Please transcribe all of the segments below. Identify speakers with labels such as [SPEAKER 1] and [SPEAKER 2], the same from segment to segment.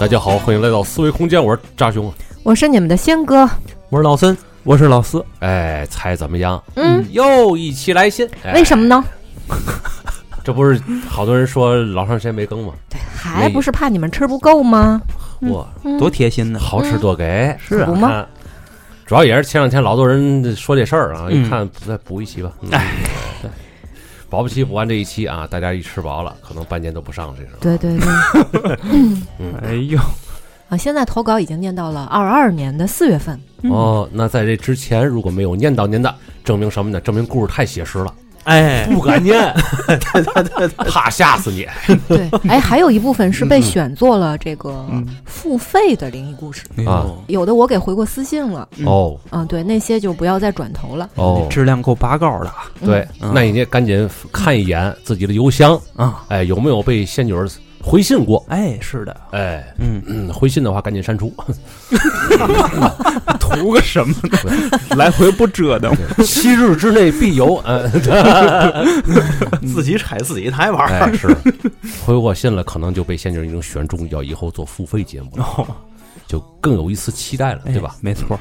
[SPEAKER 1] 大家好，欢迎来到思维空间，我是扎兄，啊
[SPEAKER 2] 我是你们的仙哥，
[SPEAKER 3] 我是老森，我是老四。
[SPEAKER 1] 哎，猜怎么样？
[SPEAKER 2] 嗯，
[SPEAKER 1] 又一期来信，哎
[SPEAKER 2] 为什么？呢？
[SPEAKER 1] 这不是好多人说老长时间没更吗？
[SPEAKER 2] 还不是怕你们吃不够吗？嗯
[SPEAKER 1] 哇，
[SPEAKER 2] 嗯
[SPEAKER 3] 多贴心呢！
[SPEAKER 1] 好吃多给，
[SPEAKER 3] 是
[SPEAKER 2] 可不
[SPEAKER 3] 啊，
[SPEAKER 2] 吗？
[SPEAKER 1] 看主要也是前两天老多人说这事儿啊，
[SPEAKER 3] 嗯
[SPEAKER 1] 一看再补一期吧，哎，对 保不齐补完这一期啊，大家一吃饱了，可能半年都不上这是。
[SPEAKER 2] 对对对，
[SPEAKER 3] 哎呦，
[SPEAKER 2] 啊，现在投稿已经念到了二二年的四月份，
[SPEAKER 1] 哦，那在这之前如果没有念叨您的，证明什么呢？证明故事太写实了，
[SPEAKER 3] 哎，
[SPEAKER 1] 不敢念，
[SPEAKER 2] 啊
[SPEAKER 1] 怕吓死你。
[SPEAKER 2] 对，哎，还有一部分是被选做了这个
[SPEAKER 3] 嗯
[SPEAKER 2] 付费的灵异故事，
[SPEAKER 3] 哎呦
[SPEAKER 1] 啊
[SPEAKER 2] 有的我给回过私信了，
[SPEAKER 3] 嗯
[SPEAKER 1] 哦
[SPEAKER 2] 嗯，对，那些就不要再转投了。
[SPEAKER 1] 哦，
[SPEAKER 3] 质量够拔高的啊
[SPEAKER 1] 对，
[SPEAKER 3] 嗯
[SPEAKER 1] 那你得赶紧看一眼自己的邮箱，
[SPEAKER 3] 啊！
[SPEAKER 1] 哎，有没有被仙女儿回信过？
[SPEAKER 3] 哎，是的，
[SPEAKER 1] 哎，
[SPEAKER 3] 嗯，
[SPEAKER 1] 嗯，回信的话赶紧删除，
[SPEAKER 3] 图个什么 呢？来回不折腾，
[SPEAKER 1] 七日之内必有。嗯，
[SPEAKER 3] 嗯
[SPEAKER 4] 自己踩自己台玩儿。
[SPEAKER 1] 哎，是，回过信了，可能就被仙女儿已经选中，要以后做付费节目
[SPEAKER 3] 哦
[SPEAKER 1] 了，就更有一丝期待了，对吧？
[SPEAKER 3] 没错，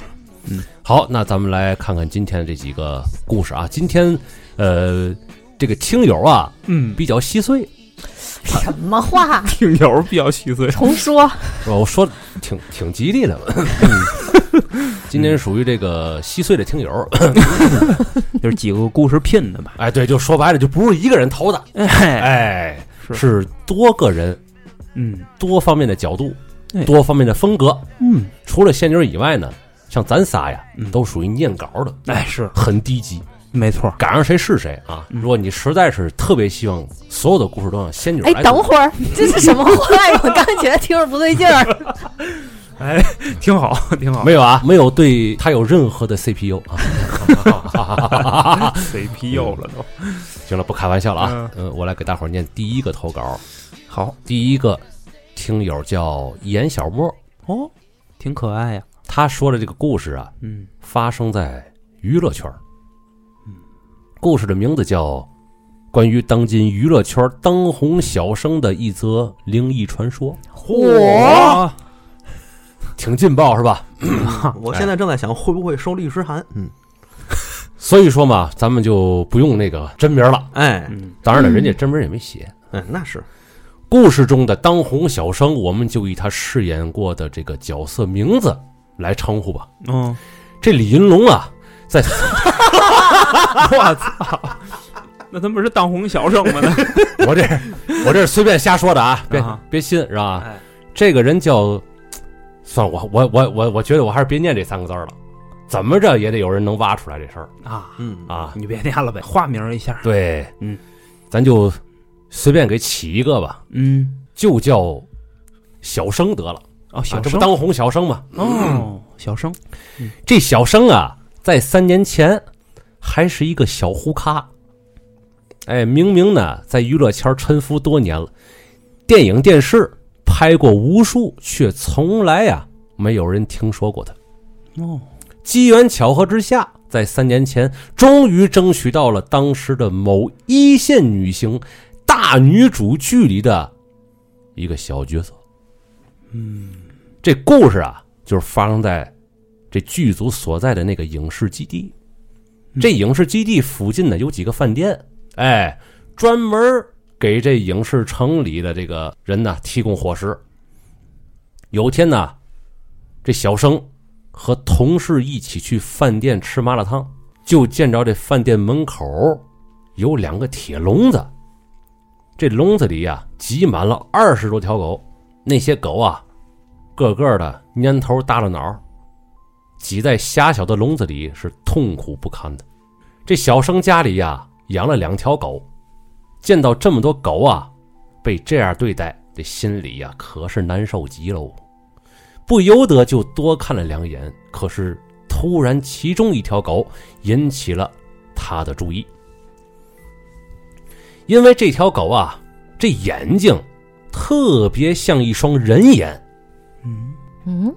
[SPEAKER 1] 好，那咱们来看看今天的这几个故事啊。今天，呃，这个听友啊
[SPEAKER 3] 嗯，
[SPEAKER 1] 比较稀碎，
[SPEAKER 2] 什 么话？
[SPEAKER 3] 听友比较细碎，
[SPEAKER 2] 重说？
[SPEAKER 1] 哦我说挺挺吉利的。 嗯今天属于这个稀碎的听友，
[SPEAKER 3] 就是几个故事拼的吧？
[SPEAKER 1] 哎，对，就说白了，就不是一个人投的，
[SPEAKER 3] 哎，
[SPEAKER 1] 哎，
[SPEAKER 3] 是
[SPEAKER 1] 是多个人、
[SPEAKER 3] 嗯
[SPEAKER 1] 多方面的角度、
[SPEAKER 3] 哎
[SPEAKER 1] 多方面的风格。
[SPEAKER 3] 嗯，
[SPEAKER 1] 除了仙女儿以外呢，像咱仨呀，
[SPEAKER 3] 嗯
[SPEAKER 1] 都属于念稿的，
[SPEAKER 3] 哎，是
[SPEAKER 1] 很低级，
[SPEAKER 3] 没错，
[SPEAKER 1] 赶上谁是谁啊。
[SPEAKER 3] 嗯
[SPEAKER 1] 如果你实在是特别希望所有的故事都让仙女儿
[SPEAKER 2] 哎，
[SPEAKER 1] 来
[SPEAKER 2] 等
[SPEAKER 1] 做，
[SPEAKER 2] 会儿，这是什么话呀？我刚觉得听着不对 劲儿。
[SPEAKER 3] 哎，挺好，挺好
[SPEAKER 1] 没有啊，没有对他有任何的 CPU 啊。
[SPEAKER 3] ，CPU 了都。
[SPEAKER 1] 行了，不开玩笑了啊。嗯，我来给大伙儿念第一个投稿，
[SPEAKER 3] 好
[SPEAKER 1] 第一个听友叫严小莫，
[SPEAKER 3] 哦，挺可爱呀，
[SPEAKER 1] 他说的这个故事啊，
[SPEAKER 3] 嗯
[SPEAKER 1] 发生在娱乐圈儿
[SPEAKER 3] 嗯。
[SPEAKER 1] 故事的名字叫《关于当今娱乐圈当红小生的一则灵异传说》，
[SPEAKER 3] 嚯，
[SPEAKER 1] 挺劲爆是吧？
[SPEAKER 4] 嗯我现在正在想，会不会收律师函？嗯，
[SPEAKER 1] 所以说嘛，咱们就不用那个真名了。
[SPEAKER 4] 哎，
[SPEAKER 3] 嗯
[SPEAKER 1] 当然了，
[SPEAKER 2] 嗯
[SPEAKER 1] 人家真名也没写。
[SPEAKER 4] 嗯，那是
[SPEAKER 1] 故事中的当红小生，我们就以他饰演过的这个角色名字来称呼吧。
[SPEAKER 3] 嗯，
[SPEAKER 1] 这李云龙啊，在
[SPEAKER 3] 我操，那他不是当红小生吗？那
[SPEAKER 1] 我这我这是随便瞎说的啊，别
[SPEAKER 3] 啊
[SPEAKER 1] 别信是吧
[SPEAKER 3] 哎？
[SPEAKER 1] 这个人叫，算了，我我我我我觉得我还是别念这三个字儿了，怎么着也得有人能挖出来这事儿
[SPEAKER 3] 啊，
[SPEAKER 4] 嗯，
[SPEAKER 1] 啊。
[SPEAKER 3] 你别念了呗，化名一下。
[SPEAKER 1] 对，
[SPEAKER 3] 嗯，
[SPEAKER 1] 咱就随便给起一个吧，
[SPEAKER 3] 嗯，
[SPEAKER 1] 就叫小生得了，
[SPEAKER 3] 哦，
[SPEAKER 1] 啊
[SPEAKER 3] 小
[SPEAKER 1] 这不
[SPEAKER 3] 生
[SPEAKER 1] 当嗯红小生嘛？
[SPEAKER 3] 哦，小生
[SPEAKER 1] 这小生啊，在三年前还是一个小胡咖，哎，明明呢在娱乐圈沉浮多年了，电影电视拍过无数，却从来呀、没有人听说过他。
[SPEAKER 3] 哦，
[SPEAKER 1] 机缘巧合之下，在三年前终于争取到了当时的某一线女星大女主剧里的一个小角色。嗯，这故事啊，就是发生在这剧组所在的那个影视基地。这影视基地附近呢有几个饭店，哎，专门给这影视城里的这个人呢提供伙食。有天呢，这小生和同事一起去饭店吃麻辣烫，就见着这饭店门口有两个铁笼子，这笼子里呀、挤满了二十多条狗，那些狗啊，个个的蔫头耷拉脑，挤在狭小的笼子里是痛苦不堪的。这小生家里呀、养了两条狗，见到这么多狗啊，被这样对待，这心里呀、可是难受极了哦。不由得就多看了两眼。可是突然，其中一条狗引起了他的注意，因为这条狗啊，这眼睛特别像一双人眼。
[SPEAKER 3] 嗯，
[SPEAKER 2] 嗯，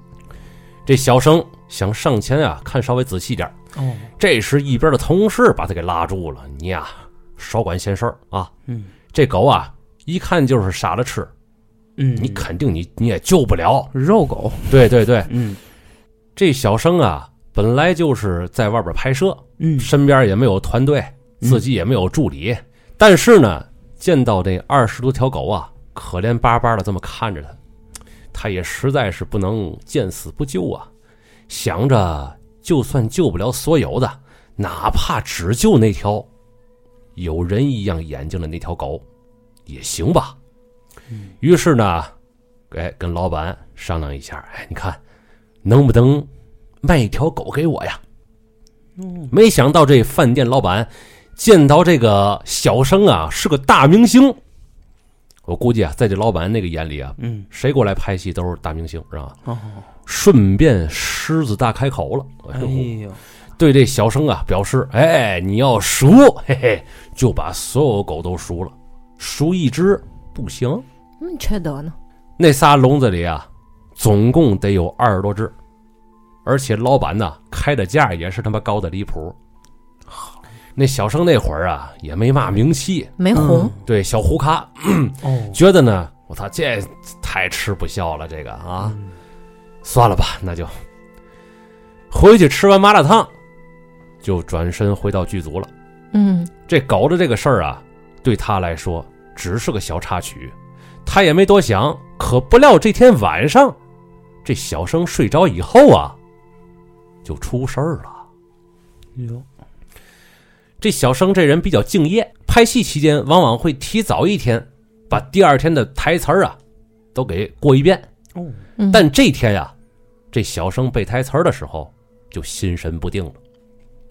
[SPEAKER 1] 这小生想上前啊，看稍微仔细点儿
[SPEAKER 3] 哦，
[SPEAKER 1] 这时，一边的同事把他给拉住了：“你呀、少管闲事儿啊！
[SPEAKER 3] 嗯
[SPEAKER 1] 这狗啊，一看就是傻了吃，
[SPEAKER 3] 嗯，
[SPEAKER 1] 你肯定你你也救不了。
[SPEAKER 3] 肉狗，
[SPEAKER 1] 对对对，
[SPEAKER 3] 嗯
[SPEAKER 1] 这小生啊，本来就是在外边拍摄，
[SPEAKER 3] 嗯
[SPEAKER 1] 身边也没有团队，
[SPEAKER 3] 嗯
[SPEAKER 1] 自己也没有助理，但是呢，见到这二十多条狗啊，可怜巴巴的这么看着他，他也实在是不能见死不救啊，想着就算救不了所有的，哪怕只救那条有人一样眼睛的那条狗，也行吧。
[SPEAKER 3] 嗯
[SPEAKER 1] 于是呢，哎，跟老板商量一下，哎，你看能不能卖一条狗给我呀？没想到这饭店老板见到这个小生啊是个大明星，我估计啊，在这老板那个眼里啊，
[SPEAKER 3] 嗯，
[SPEAKER 1] 谁过来拍戏都是大明星，是吧？
[SPEAKER 3] 哦，
[SPEAKER 1] 顺便狮子大开口了，
[SPEAKER 3] 哎
[SPEAKER 1] 呦
[SPEAKER 3] 呦，
[SPEAKER 1] 对这小生啊表示，哎，你要赎，嘿嘿，就把所有狗都赎了，赎一只不行，
[SPEAKER 2] 嗯，缺德呢。
[SPEAKER 1] 那仨笼子里啊，总共得有二十多只，而且老板呢开的价也是他妈高的离谱。那小生那会儿啊，也没嘛名气，
[SPEAKER 2] 没红，
[SPEAKER 1] 对小胡咖
[SPEAKER 3] 哦，
[SPEAKER 1] 觉得呢，我操，这太吃不消了，这个啊，算了吧，那就回去吃完麻辣烫，就转身回到剧组了。
[SPEAKER 2] 嗯，
[SPEAKER 1] 这狗的这个事儿啊，对他来说只是个小插曲，他也没多想。可不料这天晚上，这小生睡着以后啊，就出事儿了。
[SPEAKER 3] 有，
[SPEAKER 1] 这小生这人比较敬业，拍戏期间往往会提早一天把第二天的台词儿啊都给过一遍。
[SPEAKER 3] 哦，
[SPEAKER 2] 嗯
[SPEAKER 1] 但这天呀、这小生背台词儿的时候就心神不定了，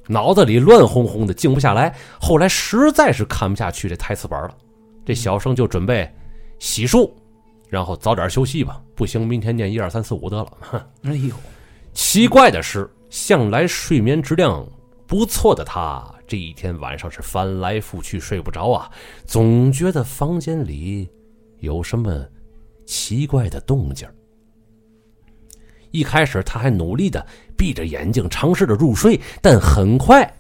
[SPEAKER 1] 脑子里乱哄哄的，静不下来。后来实在是看不下去这台词本了，这小生就准备洗漱，然后早点休息吧。不行，明天念一二三四五得了。
[SPEAKER 3] 哎呦，
[SPEAKER 1] 奇怪的是，向来睡眠质量不错的他，这一天晚上是翻来覆去睡不着啊，总觉得房间里有什么奇怪的动静儿。一开始他还努力的闭着眼睛尝试着入睡，但很快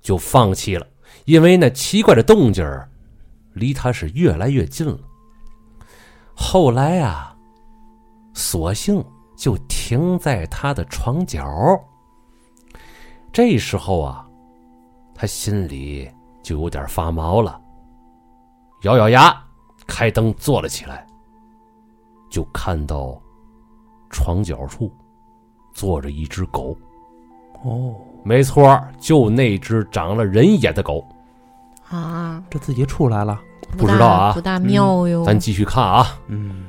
[SPEAKER 1] 就放弃了，因为那奇怪的动静儿离他是越来越近了。后来啊，索性就停在他的床角儿。这时候啊，他心里就有点发毛了，咬咬牙，开灯坐了起来，就看到床角处坐着一只狗。
[SPEAKER 3] 哦，
[SPEAKER 1] 没错儿，就那只长了人眼的狗。
[SPEAKER 2] 啊，
[SPEAKER 3] 这自己出来了，
[SPEAKER 1] 不知道啊
[SPEAKER 2] 不大不大妙哟。
[SPEAKER 1] 咱继续看啊，
[SPEAKER 3] 嗯，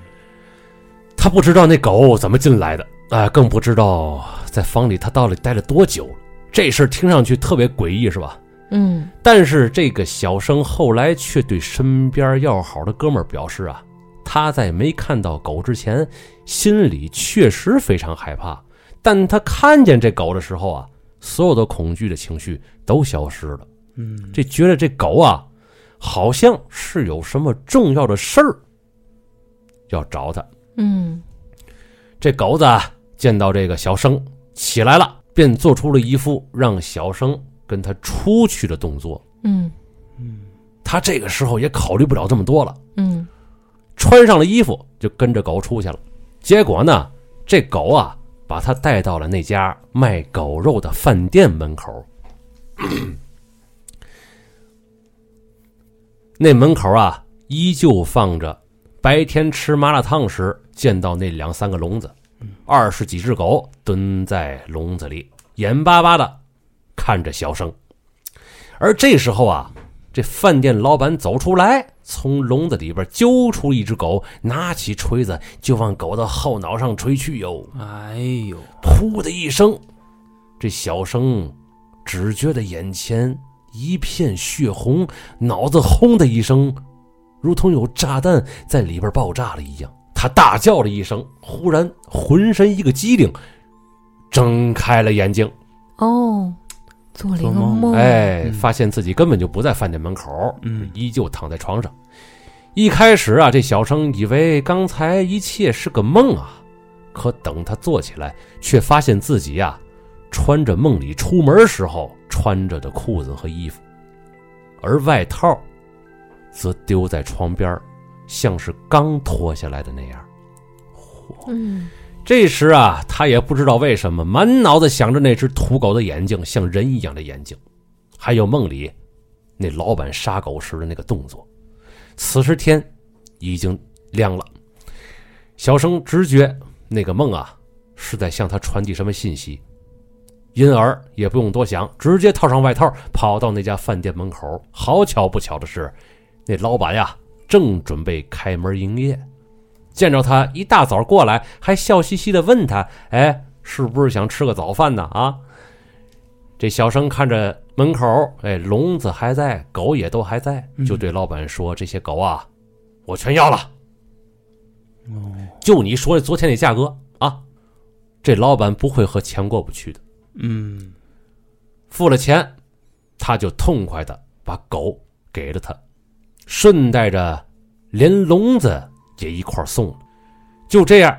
[SPEAKER 1] 他不知道那狗怎么进来的，啊、更不知道在房里他到底待了多久了。这事儿听上去特别诡异，是吧？
[SPEAKER 2] 嗯，
[SPEAKER 1] 但是这个小生后来却对身边要好的哥们儿表示啊，他在没看到狗之前，心里确实非常害怕，但他看见这狗的时候啊，所有的恐惧的情绪都消失了。
[SPEAKER 3] 嗯，
[SPEAKER 1] 这觉得这狗啊，好像是有什么重要的事儿要找他。
[SPEAKER 2] 嗯，
[SPEAKER 1] 这狗子啊，见到这个小生起来了，便做出了一副让小生跟他出去的动作。
[SPEAKER 2] 嗯，
[SPEAKER 1] 他这个时候也考虑不了这么多了，
[SPEAKER 2] 嗯，
[SPEAKER 1] 穿上了衣服就跟着狗出去了。结果呢，这狗啊把他带到了那家卖狗肉的饭店门口。 那门口啊，依旧放着白天吃麻辣烫时见到那两三个笼子，二十几只狗蹲在笼子里，眼巴巴的看着小生。而这时候啊，这饭店老板走出来，从笼子里边揪出一只狗，拿起锤子就往狗的后脑上锤去哟。
[SPEAKER 3] 哎呦，
[SPEAKER 1] 噗的一声，这小生只觉得眼前一片血红，脑子轰的一声，如同有炸弹在里边爆炸了一样。他大叫了一声，忽然浑身一个机灵，睁开了眼睛，
[SPEAKER 2] 哦，做了一个
[SPEAKER 3] 做梦
[SPEAKER 2] 梦，，
[SPEAKER 1] 哎，
[SPEAKER 3] 嗯
[SPEAKER 1] 发现自己根本就不在饭店门口，
[SPEAKER 3] 嗯
[SPEAKER 1] 依旧躺在床上。一开始啊，这小生以为刚才一切是个梦啊，可等他坐起来，却发现自己啊，穿着梦里出门时候穿着的裤子和衣服，而外套则丢在床边儿像是刚脱下来的那样。
[SPEAKER 2] 嗯，
[SPEAKER 1] 这时啊，他也不知道为什么，满脑子想着那只土狗的眼睛，像人一样的眼睛，还有梦里那老板杀狗时的那个动作。此时天已经亮了，小生直觉那个梦啊是在向他传递什么信息，因而也不用多想，直接套上外套跑到那家饭店门口。好巧不巧的是，那老板呀正准备开门营业。见着他一大早过来，还笑嘻嘻的问他：“哎，是不是想吃个早饭呢？”啊，这小生看着门口，哎，笼子还在，狗也都还在，就对老板说：“这些狗啊，我全要了。就你说的昨天那价格啊，这老板不会和钱过不去的。
[SPEAKER 3] 嗯，
[SPEAKER 1] 付了钱，他就痛快的把狗给了他，顺带着连笼子也一块儿送了。就这样，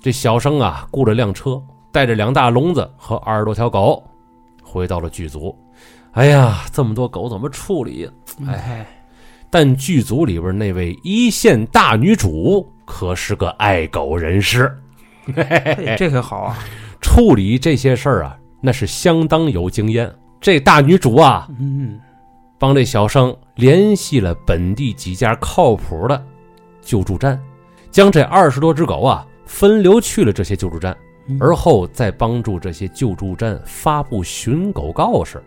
[SPEAKER 1] 这小生啊雇了辆车，带着两大笼子和二十多条狗，回到了剧组。哎呀，这么多狗怎么处理呀？
[SPEAKER 3] 哎，
[SPEAKER 1] 但剧组里边那位一线大女主可是个爱狗人士，
[SPEAKER 3] 这这可好啊，
[SPEAKER 1] 处理这些事儿啊，那是相当有经验。这大女主啊，
[SPEAKER 3] 嗯，
[SPEAKER 1] 帮这小生联系了本地几家靠谱的救助站，将这二十多只狗啊分流去了这些救助站，而后再帮助这些救助站发布寻狗告示。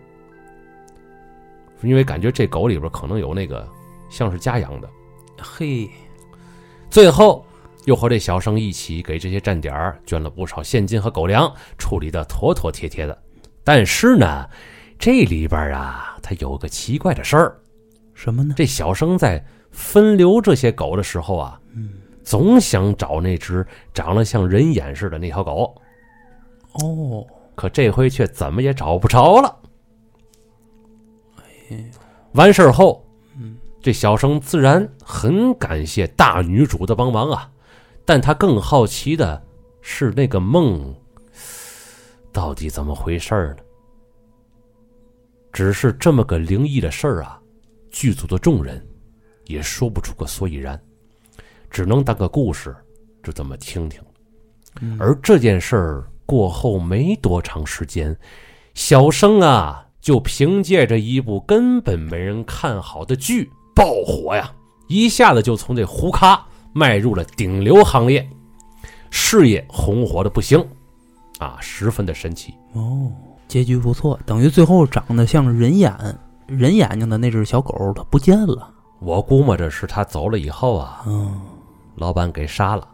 [SPEAKER 1] 因为感觉这狗里边可能有那个像是家养的，
[SPEAKER 3] 嘿，
[SPEAKER 1] 最后又和这小生一起给这些站点儿捐了不少现金和狗粮，处理的妥妥帖帖的。但是呢，这里边啊，它有个奇怪的事儿。
[SPEAKER 3] 什么呢？
[SPEAKER 1] 这小生在分流这些狗的时候啊，总想找那只长得像人眼似的那条狗，
[SPEAKER 3] 哦，
[SPEAKER 1] 可这回却怎么也找不着了。完事儿后，这小生自然很感谢大女主的帮忙啊，但他更好奇的是那个梦到底怎么回事儿呢？只是这么个灵异的事儿啊，剧组的众人也说不出个所以然，只能当个故事，就这么听听。
[SPEAKER 3] 嗯
[SPEAKER 1] 而这件事儿过后没多长时间，小生啊就凭借着一部根本没人看好的剧爆火呀，一下子就从这胡咖迈入了顶流行列，事业红火的不行，啊，十分的神奇。
[SPEAKER 3] 哦，结局不错，等于最后长得像人眼人眼睛的那只小狗它不见了。
[SPEAKER 1] 我估摸着是他走了以后啊，
[SPEAKER 3] 嗯，
[SPEAKER 1] 老板给杀了，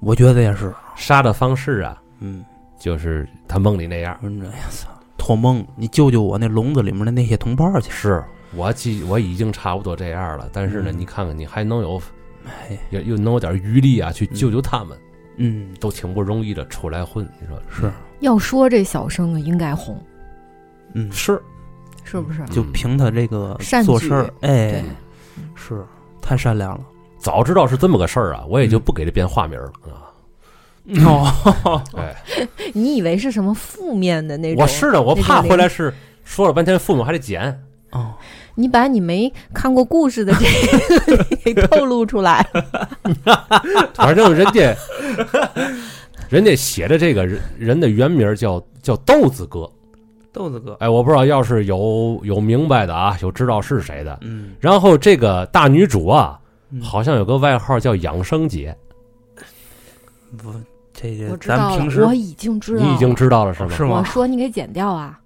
[SPEAKER 3] 我觉得也是。
[SPEAKER 1] 杀的方式啊，
[SPEAKER 3] 嗯，
[SPEAKER 1] 就是他梦里那样。
[SPEAKER 3] 真的，哎呀操，托梦，你救救我那笼子里面的那些同伴去。
[SPEAKER 1] 是我记我已经差不多这样了，但是呢，
[SPEAKER 3] 嗯
[SPEAKER 1] 你看看你还能有
[SPEAKER 3] 哎，
[SPEAKER 1] 又又能有点余力啊，去救救他们，
[SPEAKER 3] 嗯，
[SPEAKER 1] 都挺不容易的，出来混，你说
[SPEAKER 3] 是，
[SPEAKER 2] 要说这小生啊，应该红，
[SPEAKER 3] 嗯，
[SPEAKER 1] 是？
[SPEAKER 2] 是不是？
[SPEAKER 3] 就凭他这个
[SPEAKER 2] 善
[SPEAKER 3] 做
[SPEAKER 2] 举
[SPEAKER 3] 事儿，哎
[SPEAKER 2] 对，
[SPEAKER 3] 是太善良了。
[SPEAKER 1] 早知道是这么个事儿啊，我也就不给他变化名了啊。
[SPEAKER 3] 哦，
[SPEAKER 1] 哎，
[SPEAKER 2] 你以为是什么负面的那种？
[SPEAKER 1] 我是的，我
[SPEAKER 2] 那
[SPEAKER 1] 怕
[SPEAKER 2] 种
[SPEAKER 1] 回来是说了半天，父母还得捡。
[SPEAKER 3] 哦，
[SPEAKER 2] 你把你没看过故事的这个给透露出来了。
[SPEAKER 1] 反正人 家人家写的这个人人的原名叫叫豆子哥，
[SPEAKER 3] 豆子哥，
[SPEAKER 1] 哎，我不知道要是有有明白的啊，有知道是谁的。
[SPEAKER 3] 嗯，
[SPEAKER 1] 然后这个大女主啊，
[SPEAKER 3] 嗯
[SPEAKER 1] 好像有个外号叫养生姐，
[SPEAKER 3] 不，这
[SPEAKER 2] 我
[SPEAKER 3] 个
[SPEAKER 2] 知
[SPEAKER 3] 咱
[SPEAKER 2] 道
[SPEAKER 3] 们平
[SPEAKER 2] 了，
[SPEAKER 3] 时
[SPEAKER 2] 我已经知道了，
[SPEAKER 1] 你已经知道了是吗？
[SPEAKER 3] 是
[SPEAKER 2] 我
[SPEAKER 3] 吗？
[SPEAKER 2] 说你给剪掉啊，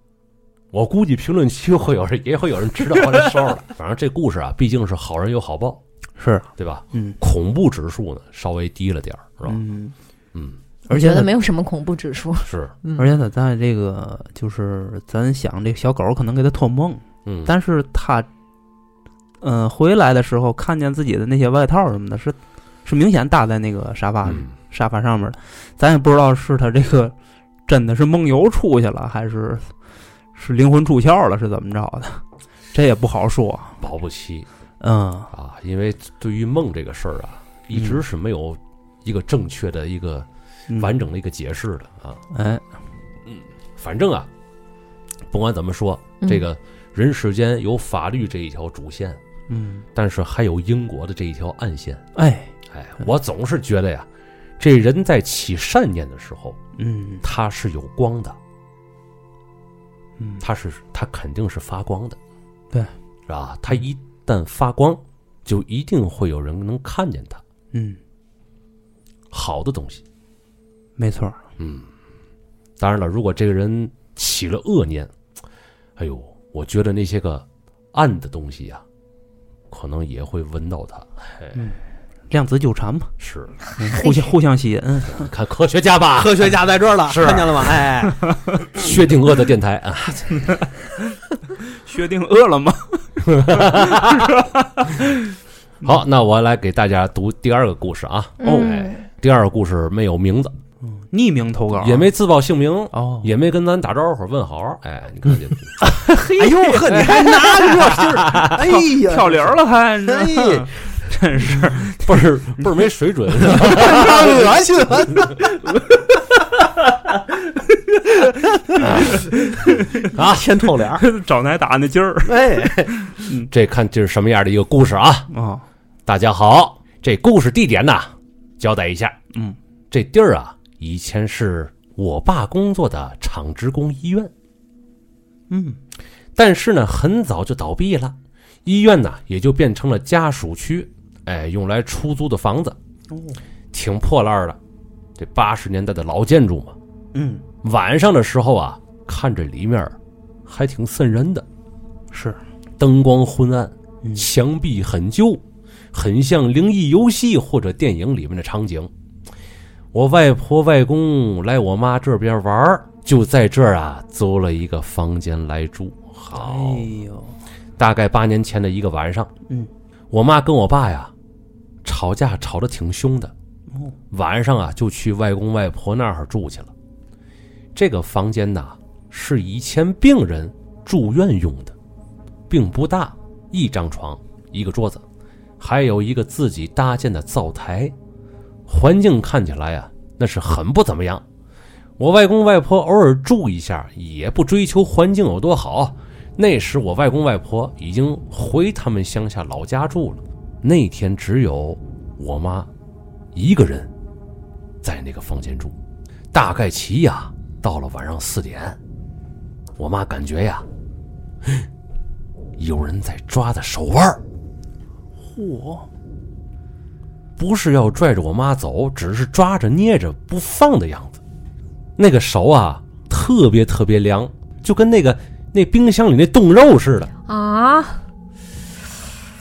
[SPEAKER 1] 我估计评论区会有人也会有人知道我这事儿了。反正这故事啊，毕竟是好人有好报，
[SPEAKER 3] 是，
[SPEAKER 1] 对吧？
[SPEAKER 3] 嗯
[SPEAKER 1] 恐怖指数呢稍微低了点儿，是吧？
[SPEAKER 3] 嗯，
[SPEAKER 1] 嗯，
[SPEAKER 3] 而
[SPEAKER 2] 觉
[SPEAKER 3] 且
[SPEAKER 2] 得
[SPEAKER 3] 呢
[SPEAKER 2] 没有什么恐怖指数。
[SPEAKER 1] 是，
[SPEAKER 2] 嗯
[SPEAKER 3] 而且他在这个就是咱想这个小狗可能给他托梦，
[SPEAKER 1] 嗯，
[SPEAKER 3] 但是他，嗯、回来的时候看见自己的那些外套什么的，是是明显搭在那个沙发、
[SPEAKER 1] 嗯
[SPEAKER 3] 沙发上面的，咱也不知道是他这个真的是梦游出去了，还是是灵魂出窍了，是怎么着的， 这也不好说。
[SPEAKER 1] 保不齐
[SPEAKER 3] 嗯，
[SPEAKER 1] 啊，因为对于梦这个事儿啊，一直是没有一个正确的一个
[SPEAKER 3] 嗯
[SPEAKER 1] 完，整的一个解释的啊。
[SPEAKER 3] 哎，
[SPEAKER 1] 反正
[SPEAKER 2] 嗯
[SPEAKER 1] 啊，不管怎么说，这个人世间有法律这一条主线，
[SPEAKER 3] 嗯，
[SPEAKER 1] 但是还有英国的这一条暗线。
[SPEAKER 3] 哎，
[SPEAKER 1] 哎，我总是觉得呀，这人在起善念的时候，
[SPEAKER 3] 嗯
[SPEAKER 1] 他是有光的，
[SPEAKER 3] 嗯，
[SPEAKER 1] 他是他肯定是发光的，
[SPEAKER 3] 对，
[SPEAKER 1] 是吧？他一旦发光，就一定会有人能看见他
[SPEAKER 3] 嗯，
[SPEAKER 1] 好的东西。
[SPEAKER 3] 没错儿，
[SPEAKER 1] 当然了，如果这个人起了恶念，哎呦，我觉得那些个暗的东西呀、可能也会闻到他。
[SPEAKER 3] 量子纠缠嘛，
[SPEAKER 1] 是，
[SPEAKER 3] 嗯互相互相吸引，嗯
[SPEAKER 1] 你看科学家吧，
[SPEAKER 4] 科学家在这儿了，
[SPEAKER 1] 是
[SPEAKER 4] 看见了吗？哎，
[SPEAKER 1] 薛定谔的电台啊，
[SPEAKER 3] 薛定谔了吗？
[SPEAKER 1] 好，那我来给大家读第二个故事啊。
[SPEAKER 3] 哦
[SPEAKER 2] 嗯，
[SPEAKER 1] 第二个故事没有名字，
[SPEAKER 3] 匿名投稿
[SPEAKER 1] 也没自报姓名，
[SPEAKER 3] 哦，
[SPEAKER 1] 也没跟咱打招呼问好。哎，你看这，
[SPEAKER 4] 哎呦呵，你还
[SPEAKER 3] 啊
[SPEAKER 4] 拿着这劲儿，哎呀，
[SPEAKER 3] 跳流了还，
[SPEAKER 4] 哎
[SPEAKER 3] 真是
[SPEAKER 1] 倍儿倍儿没水 准，是吧
[SPEAKER 4] 恶心了！
[SPEAKER 1] 啊，先透脸。
[SPEAKER 3] 找奶打那劲儿
[SPEAKER 4] 哎，
[SPEAKER 1] 这看这是什么样的一个故事啊？
[SPEAKER 3] 啊，
[SPEAKER 1] 大家好，这故事地点呢，交代一下，
[SPEAKER 3] 嗯，
[SPEAKER 1] 这地儿啊，以前是我爸工作的厂职工医院，
[SPEAKER 3] 嗯
[SPEAKER 1] 但是呢，很早就倒闭了，医院呢也就变成了家属区，哎，用来出租的房子，
[SPEAKER 3] 哦
[SPEAKER 1] 挺破烂儿的，这八十年代的老建筑嘛。
[SPEAKER 3] 嗯，
[SPEAKER 1] 晚上的时候啊，看这里面儿还挺瘆人的，
[SPEAKER 3] 是，
[SPEAKER 1] 灯光昏暗，
[SPEAKER 3] 嗯
[SPEAKER 1] 墙壁很旧，很像灵异游戏或者电影里面的场景。我外婆外公来我妈这边玩儿，就在这儿啊租了一个房间来住。
[SPEAKER 3] 哎哦
[SPEAKER 1] 好，
[SPEAKER 3] 呦，
[SPEAKER 1] 大概八年前的一个晚上，
[SPEAKER 3] 嗯，
[SPEAKER 1] 我妈跟我爸呀吵架吵得挺凶的
[SPEAKER 3] 哦，
[SPEAKER 1] 晚上啊就去外公外婆那儿住去了。这个房间呐是以前病人住院用的，并不大，一张床，一个桌子，还有一个自己搭建的灶台，环境看起来呀、那是很不怎么样。我外公外婆偶尔住一下，也不追求环境有多好。那时我外公外婆已经回他们乡下老家住了。那天只有我妈一个人在那个房间住，大概齐呀、到了晚上四点，我妈感觉呀，有人在抓她手腕儿，
[SPEAKER 3] 嚯，
[SPEAKER 1] 不是要拽着我妈走，只是抓着捏着不放的样子。那个手啊，特别特别凉，就跟那个那冰箱里那冻肉似的。
[SPEAKER 2] 啊，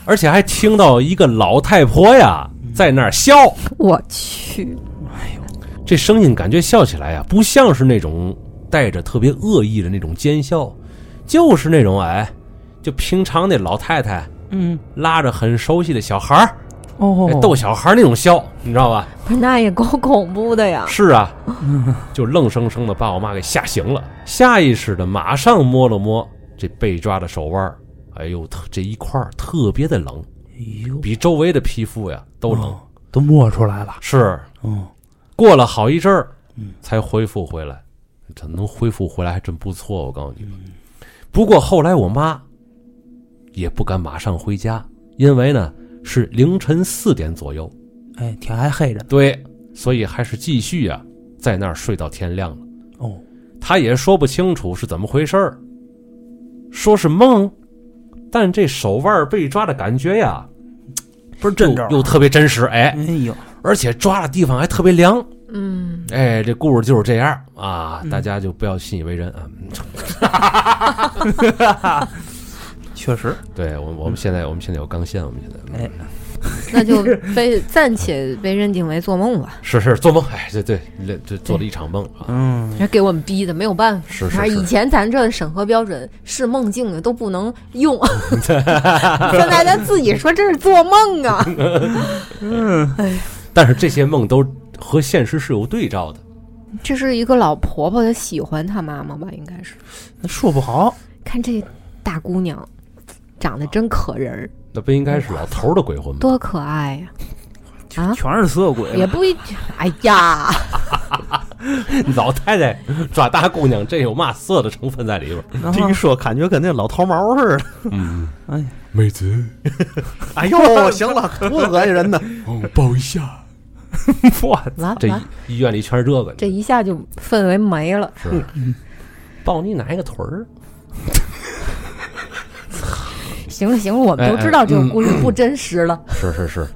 [SPEAKER 1] 而且还听到一个老太婆呀
[SPEAKER 3] 嗯
[SPEAKER 1] 在那儿笑，
[SPEAKER 2] 我去，
[SPEAKER 1] 这声音感觉笑起来呀，不像是那种带着特别恶意的那种奸笑，就是那种哎，就平常那老太太
[SPEAKER 3] 嗯
[SPEAKER 1] 拉着很熟悉的小孩儿、
[SPEAKER 3] 哦
[SPEAKER 1] 哎逗小孩儿那种笑，你知道吧？
[SPEAKER 2] 不是那也够恐怖的呀！
[SPEAKER 1] 是啊，就愣生生的把我妈给吓醒了，下意识的马上摸了摸这被抓的手腕儿，哎呦，特这一块儿特别的冷，
[SPEAKER 3] 哎呦，
[SPEAKER 1] 比周围的皮肤呀都冷。
[SPEAKER 3] 哦都摸出来了，
[SPEAKER 1] 是，
[SPEAKER 3] 嗯，
[SPEAKER 1] 过了好一阵儿，才恢复回来。这能恢复回来还真不错，我告诉你吧。不过后来我妈也不敢马上回家，因为呢是凌晨四点左右，
[SPEAKER 3] 哎，天还黑着呢，
[SPEAKER 1] 对，所以还是继续啊在那儿睡到天亮了。
[SPEAKER 3] 哦，
[SPEAKER 1] 她也说不清楚是怎么回事儿，说是梦，但这手腕被抓的感觉呀，
[SPEAKER 3] 不是
[SPEAKER 1] 又又特别真实，哎，
[SPEAKER 3] 啊哎呦，
[SPEAKER 1] 而且抓的地方还特别凉。
[SPEAKER 2] 嗯，
[SPEAKER 1] 哎，这故事就是这样啊，
[SPEAKER 3] 嗯
[SPEAKER 1] 大家就不要信以为真啊。嗯
[SPEAKER 3] 确实，
[SPEAKER 1] 对我，我们现在我们现在有钢线，我们现在
[SPEAKER 3] 嗯哎，
[SPEAKER 2] 那就被暂且被认定为做梦吧，
[SPEAKER 1] 是是做梦，哎，对对，这这做了一场梦啊。
[SPEAKER 3] 嗯，
[SPEAKER 2] 这给我们逼的没有办法。
[SPEAKER 1] 是
[SPEAKER 2] 反
[SPEAKER 1] 是
[SPEAKER 2] 正以
[SPEAKER 1] 是，
[SPEAKER 2] 前咱这审核标准是梦境啊的都不能 用， 现在咱自己说这是做 梦啊！
[SPEAKER 1] 但是这些梦都和现实是有对照的。
[SPEAKER 2] 这是一个老婆婆，她喜欢她妈妈吧？应该是。
[SPEAKER 3] 那说不好，
[SPEAKER 2] 看这大姑娘，长得真可人儿，
[SPEAKER 1] 那不应该是老头儿的鬼魂吗？
[SPEAKER 2] 多可爱呀、啊！
[SPEAKER 3] 全是色鬼
[SPEAKER 2] 也
[SPEAKER 3] 了，
[SPEAKER 2] 不一，哎呀，
[SPEAKER 1] 老太太抓大姑娘，这有嘛色的成分在里边儿？
[SPEAKER 3] 然后
[SPEAKER 4] 听说感觉跟那老头毛似的。
[SPEAKER 1] 嗯，
[SPEAKER 3] 哎呀，
[SPEAKER 5] 妹子，
[SPEAKER 4] 哎呦，行了，多恶心人呢！
[SPEAKER 5] 帮我抱一下。
[SPEAKER 3] 我
[SPEAKER 2] 完了
[SPEAKER 1] 这
[SPEAKER 2] 完了，
[SPEAKER 1] 医院里全是这个，
[SPEAKER 2] 这一下就氛围没了。
[SPEAKER 1] 是抱你哪一个腿儿？
[SPEAKER 2] 行了行了，我们
[SPEAKER 1] 哎
[SPEAKER 2] 都
[SPEAKER 1] 哎
[SPEAKER 2] 知道这个故事不真实了。
[SPEAKER 1] 是是是，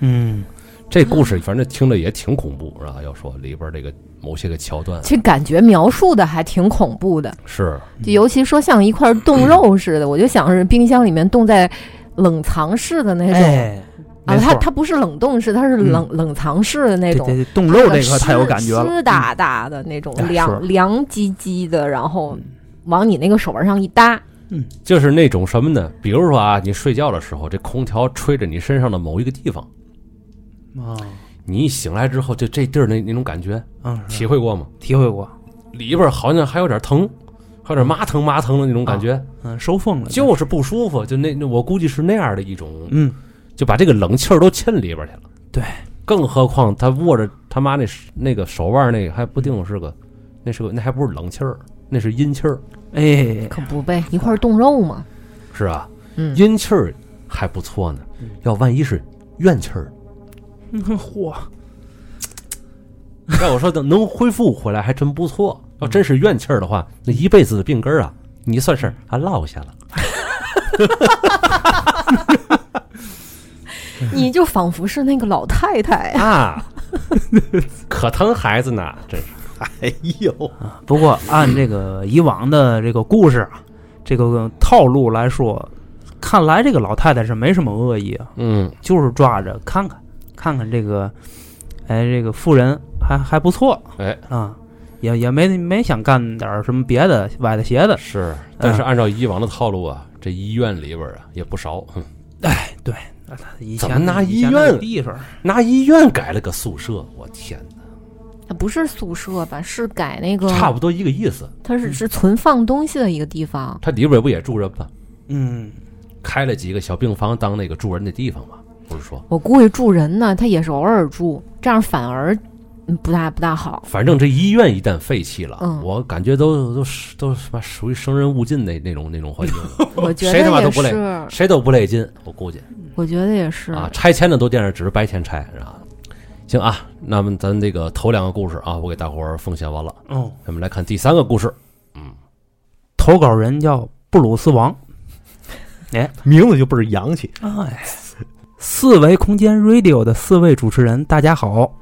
[SPEAKER 3] 嗯，
[SPEAKER 1] 这故事反正听着也挺恐怖，然后要说里边儿这个某些个桥段
[SPEAKER 2] 这感觉描述的还挺恐怖的，
[SPEAKER 1] 是
[SPEAKER 3] 嗯
[SPEAKER 2] 就尤其说像一块冻肉似的，我就想是冰箱里面冻在冷藏室的那种、
[SPEAKER 3] 哎，
[SPEAKER 2] 啊，
[SPEAKER 3] 没错
[SPEAKER 2] 它它不是冷冻室，它是冷、冷藏室的那
[SPEAKER 3] 这
[SPEAKER 2] 种。
[SPEAKER 3] 这冻肉这个太有感觉
[SPEAKER 2] 湿
[SPEAKER 3] 了，嗯
[SPEAKER 2] 湿哒哒的那种
[SPEAKER 3] 哎，
[SPEAKER 2] 凉
[SPEAKER 3] 是嗯
[SPEAKER 2] 凉唧唧的，然后往你那个手腕上一搭，
[SPEAKER 1] 就是那种什么呢？比如说啊，你睡觉的时候，这空调吹着你身上的某一个地方，
[SPEAKER 3] 啊
[SPEAKER 1] 你一醒来之后，就这地儿那那种感觉，
[SPEAKER 3] 啊，是
[SPEAKER 1] 体会过吗？
[SPEAKER 3] 体会过，
[SPEAKER 1] 里边儿好像还有点疼，还有点麻疼麻疼的那种感觉，
[SPEAKER 3] 嗯，收风了，
[SPEAKER 1] 就是不舒服。就那那我估计是那样的一种，
[SPEAKER 3] 嗯，
[SPEAKER 1] 就把这个冷气儿都沁里边去了。
[SPEAKER 3] 对，
[SPEAKER 1] 更何况他握着他妈那手那个手腕儿那个还不定是个，那是个那还不是冷气儿，那是阴气儿，
[SPEAKER 3] 哎，
[SPEAKER 2] 可不呗，一块冻肉嘛。
[SPEAKER 1] 是吧？
[SPEAKER 2] 嗯，
[SPEAKER 1] 阴气儿还不错呢，要万一是怨气儿，
[SPEAKER 3] 嚯，
[SPEAKER 1] 要我说能能恢复回来还真不错。要真是怨气儿的话，那一辈子的病根儿啊，你算是还落下了。
[SPEAKER 3] 嗯
[SPEAKER 2] 你就仿佛是那个老太太，
[SPEAKER 1] 啊， 可疼孩子呢，真是
[SPEAKER 4] 哎呦，
[SPEAKER 3] 啊不过按这个以往的这个故事啊，这个套路来说，看来这个老太太是没什么恶意啊，
[SPEAKER 1] 嗯，
[SPEAKER 3] 就是抓着看看看看这个，哎，这个妇人还还不错，
[SPEAKER 1] 哎
[SPEAKER 3] 啊，也也没没想干点儿什么别的歪的邪的，
[SPEAKER 1] 是。但是按照以往的套路啊，这医院里边啊也不少，哼
[SPEAKER 3] 以
[SPEAKER 1] 怎么
[SPEAKER 3] 前
[SPEAKER 1] 拿
[SPEAKER 3] 以
[SPEAKER 1] 医
[SPEAKER 3] 前那个
[SPEAKER 1] 院
[SPEAKER 3] 地方儿，
[SPEAKER 1] 拿医院改了个宿舍，我天哪，
[SPEAKER 2] 它不是宿舍吧？是改那个，
[SPEAKER 1] 差不多一个意思。
[SPEAKER 2] 它是是存放东西的一个地方。
[SPEAKER 1] 它里边不也住人吗？
[SPEAKER 3] 嗯，
[SPEAKER 1] 开了几个小病房当那个住人的地方嘛，不是说，
[SPEAKER 2] 我估计住人呢，他也是偶尔住，这样反而嗯不大不大好。
[SPEAKER 1] 反正这医院一旦废弃了，
[SPEAKER 2] 嗯
[SPEAKER 1] 我感觉都都都什么属于生人勿近那那种那种环境了，
[SPEAKER 2] 我觉得
[SPEAKER 1] 谁他妈都
[SPEAKER 2] 也
[SPEAKER 1] 不累
[SPEAKER 2] 是，
[SPEAKER 1] 谁都不累劲，我估计。
[SPEAKER 2] 我觉得也是。
[SPEAKER 1] 啊，拆迁的都惦着只是白天拆，是吧？行啊，那么咱这个头两个故事啊，我给大伙儿奉献完了，
[SPEAKER 3] 哦，
[SPEAKER 1] 咱们来看第三个故事。
[SPEAKER 3] 投稿人叫布鲁斯王，
[SPEAKER 4] 名字就倍儿洋气。
[SPEAKER 3] 哎，四维空间 Radio 的四位主持人，大家好，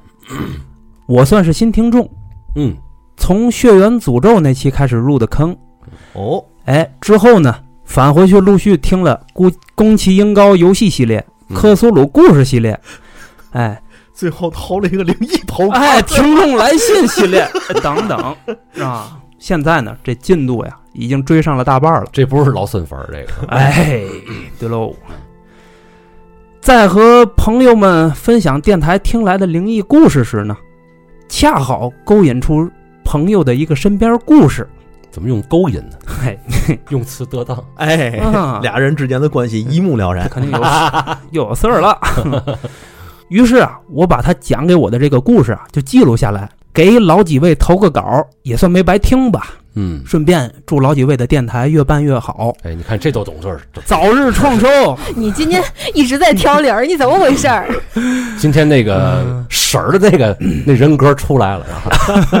[SPEAKER 3] 我算是新听众。
[SPEAKER 1] 嗯，
[SPEAKER 3] 从血缘诅咒那期开始入的坑，
[SPEAKER 4] 哦，
[SPEAKER 3] 哎，之后呢，返回去陆续听了宫宫崎英高游戏系列、
[SPEAKER 1] 嗯
[SPEAKER 3] 克苏鲁故事系列，哎
[SPEAKER 4] 最后掏了一个灵异头盔。
[SPEAKER 3] 哎，听众来信系列等等啊。现在呢，这进度呀，已经追上了大半了。
[SPEAKER 1] 这不是老孙粉儿，这个
[SPEAKER 3] 哎，对喽，在和朋友们分享电台听来的灵异故事时呢，恰好勾引出朋友的一个身边故事。
[SPEAKER 1] 怎么用勾引呢？
[SPEAKER 3] 嘿，
[SPEAKER 1] 用词得当。
[SPEAKER 4] 哎，
[SPEAKER 3] 啊
[SPEAKER 4] 俩人之间的关系一目了然。
[SPEAKER 3] 肯定有又有事 儿了。 于是啊，我把他讲给我的这个故事啊，就记录下来，给老几位投个稿，也算没白听吧。
[SPEAKER 1] 嗯，
[SPEAKER 3] 顺便祝老几位的电台越办越好，
[SPEAKER 1] 哎，你看这都懂事儿。这
[SPEAKER 3] 早日创收。
[SPEAKER 2] 你今天一直在挑理儿，你怎么回事儿？
[SPEAKER 1] 今天那个婶儿的那个那人格出来了，然后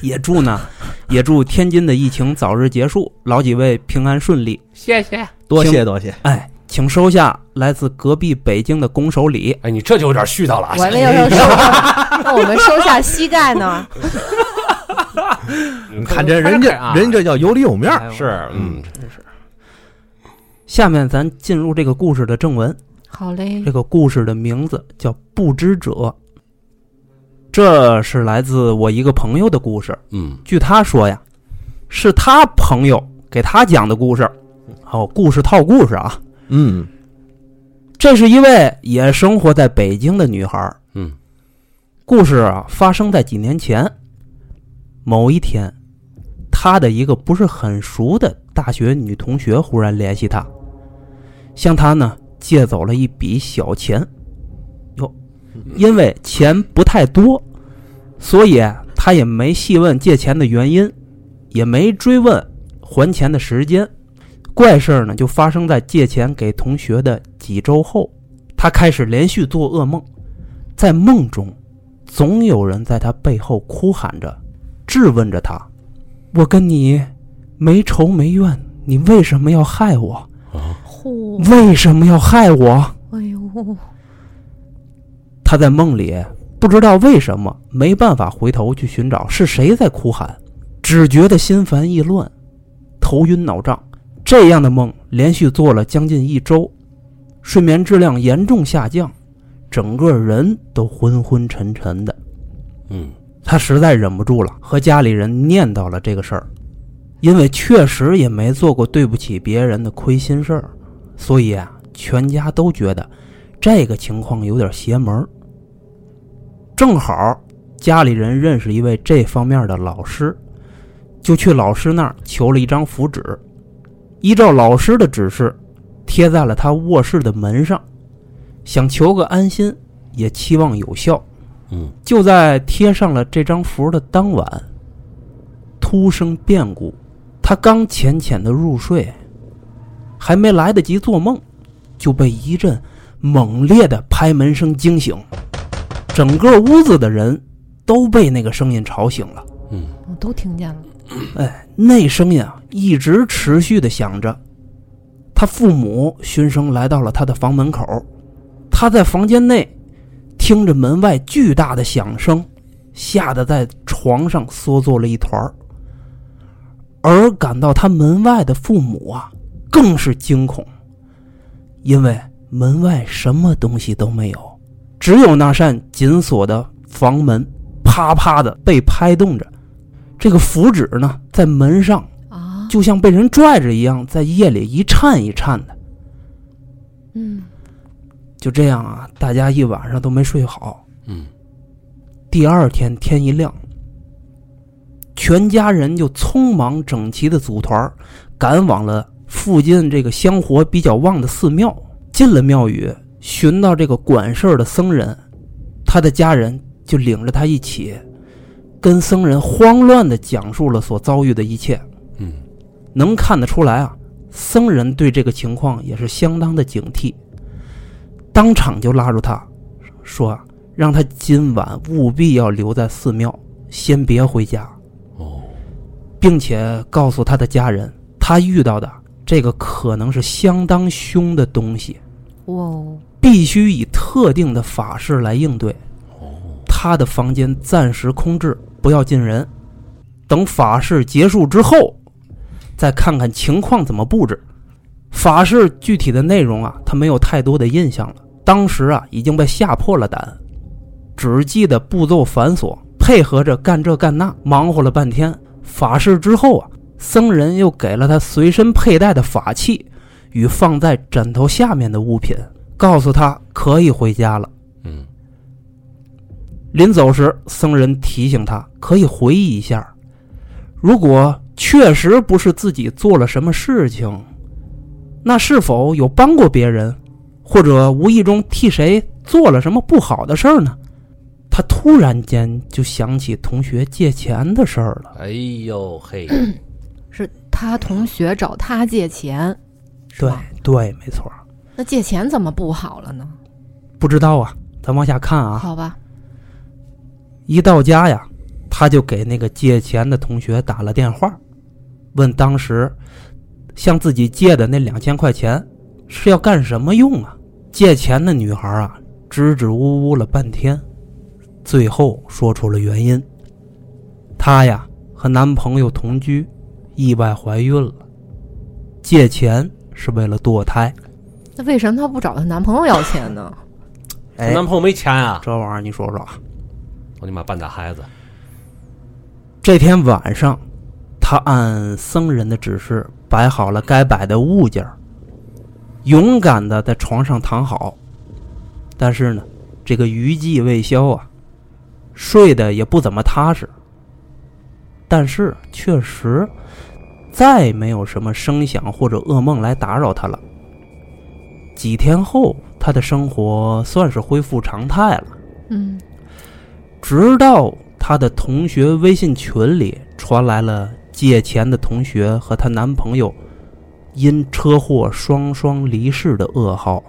[SPEAKER 3] 也祝呢， 也祝天津的疫情早日结束，老几位平安顺利。
[SPEAKER 1] 谢谢。
[SPEAKER 4] 多谢多谢，
[SPEAKER 3] 哎，请收下来自隔壁北京的拱手礼。
[SPEAKER 1] 哎，你这就有点絮叨了啊。
[SPEAKER 2] 我们要要收， 那我们收下膝盖呢？
[SPEAKER 1] 你
[SPEAKER 4] 看这人家，人家叫有里有面儿。
[SPEAKER 3] 哎
[SPEAKER 1] 是，嗯，
[SPEAKER 3] 下面咱进入这个故事的正文。
[SPEAKER 2] 好嘞
[SPEAKER 1] 嗯
[SPEAKER 3] 这，个故事的名字叫《不知者》，这是来自我一个朋友的故事。
[SPEAKER 1] 嗯，
[SPEAKER 3] 据他说呀，是他朋友给他讲的故事。哦，故事套故事啊。
[SPEAKER 4] 嗯，
[SPEAKER 3] 这是一位也生活在北京的女孩儿。
[SPEAKER 1] 嗯，
[SPEAKER 3] 故事啊发生在几年前，某一天，她的一个不是很熟的大学女同学忽然联系她，向她呢借走了一笔小钱。哟，因为钱不太多，所以啊他也没细问借钱的原因，也没追问还钱的时间。怪事儿呢，就发生在借钱给同学的几周后，他开始连续做噩梦，在梦中，总有人在他背后哭喊着，质问着他：“我跟你没仇没怨，你为什么要害我？
[SPEAKER 2] 嚯，
[SPEAKER 3] 为什么要害我？”
[SPEAKER 2] 哎呦，
[SPEAKER 3] 他在梦里不知道为什么没办法回头去寻找是谁在哭喊，只觉得心烦意乱，头晕脑胀。这样的梦连续做了将近一周，睡眠质量严重下降，整个人都昏昏沉沉的。
[SPEAKER 1] 嗯，
[SPEAKER 3] 他实在忍不住了，和家里人念叨了这个事儿，因为确实也没做过对不起别人的亏心事儿，所以啊，全家都觉得这个情况有点邪门儿。正好家里人认识一位这方面的老师，就去老师那儿求了一张符纸，依照老师的指示贴在了他卧室的门上，想求个安心，也期望有效。
[SPEAKER 1] 嗯，
[SPEAKER 3] 就在贴上了这张符的当晚，突生变故。他刚浅浅的入睡，还没来得及做梦，就被一阵猛烈的拍门声惊醒。整个屋子的人都被那个声音吵醒了。
[SPEAKER 2] 我都听见了，
[SPEAKER 3] 那声音啊，一直持续的响着。他父母循声来到了他的房门口，他在房间内听着门外巨大的响声，吓得在床上缩作了一团儿。而赶到他门外的父母啊，更是惊恐，因为门外什么东西都没有，只有那扇紧锁的房门啪啪的被拍动着。这个符纸呢，在门上
[SPEAKER 2] 啊，
[SPEAKER 3] 就像被人拽着一样，在夜里一颤一颤的。
[SPEAKER 2] 嗯，
[SPEAKER 3] 就这样啊，大家一晚上都没睡好。
[SPEAKER 1] 嗯，
[SPEAKER 3] 第二天天一亮，全家人就匆忙整齐的组团儿赶往了附近这个香火比较旺的寺庙。进了庙宇，寻到这个管事儿的僧人，他的家人就领着他一起，跟僧人慌乱的讲述了所遭遇的一切。
[SPEAKER 1] 嗯，
[SPEAKER 3] 能看得出来啊，僧人对这个情况也是相当的警惕。当场就拉住他，说啊，让他今晚务必要留在寺庙，先别回家，
[SPEAKER 1] 哦，
[SPEAKER 3] 并且告诉他的家人，他遇到的这个可能是相当凶的东西，
[SPEAKER 2] 哇哦，
[SPEAKER 3] 必须以特定的法事来应对。他的房间暂时空置，不要进人。等法事结束之后，再看看情况怎么布置。法事具体的内容啊，他没有太多的印象了。当时啊，已经被吓破了胆，只记得步骤繁琐，配合着干这干那，忙活了半天。法事之后啊，僧人又给了他随身佩戴的法器与放在枕头下面的物品，告诉他可以回家了。
[SPEAKER 1] 嗯
[SPEAKER 3] 临走时，僧人提醒他可以回忆一下，如果确实不是自己做了什么事情，那是否有帮过别人，或者无意中替谁做了什么不好的事儿呢？他突然间就想起同学借钱的事儿了。
[SPEAKER 1] 哎呦嘿，
[SPEAKER 2] 是他同学找他借钱，是
[SPEAKER 3] 对
[SPEAKER 2] 吧？
[SPEAKER 3] 对，没错儿，
[SPEAKER 2] 那借钱怎么不好了呢？
[SPEAKER 3] 不知道啊，咱往下看啊。
[SPEAKER 2] 好吧，
[SPEAKER 3] 一到家呀，他就给那个借钱的同学打了电话，问当时向自己借的那两千块钱是要干什么用啊？借钱的女孩啊，支支吾吾了半天，最后说出了原因：她呀和男朋友同居，意外怀孕了，借钱是为了堕胎。
[SPEAKER 2] 那为什么她不找她男朋友要 钱呢？
[SPEAKER 1] 她男朋友没钱啊！
[SPEAKER 3] 哎这玩意儿你说说啊？
[SPEAKER 1] 我的妈，半大孩子，
[SPEAKER 3] 这天晚上，他按僧人的指示摆好了该摆的物件儿，勇敢的在床上躺好。但是呢，这个余悸未消啊，睡得也不怎么踏实。但是确实，再没有什么声响或者噩梦来打扰他了。几天后，他的生活算是恢复常态了。
[SPEAKER 2] 嗯，
[SPEAKER 3] 直到她的同学微信群里传来了借钱的同学和她男朋友因车祸双双离世的噩耗。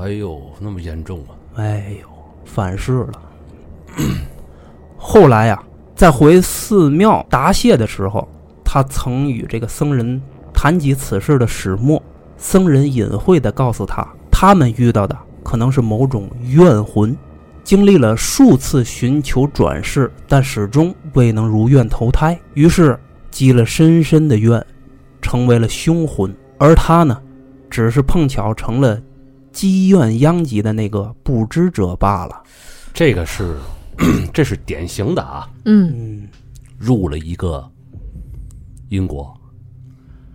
[SPEAKER 1] 哎呦，那么严重啊！
[SPEAKER 3] 哎呦，反噬了。 后来呀、啊在回寺庙答谢的时候，他曾与这个僧人谈及此事的始末。僧人隐晦地告诉他，他们遇到的可能是某种怨魂，经历了数次寻求转世，但始终未能如愿投胎，于是积了深深的怨，成为了凶魂。而他呢，只是碰巧成了积怨殃及的那个不知者罢了。
[SPEAKER 1] 这个是， 这是典型的啊，
[SPEAKER 2] 嗯，
[SPEAKER 3] 嗯，
[SPEAKER 1] 入了一个因果，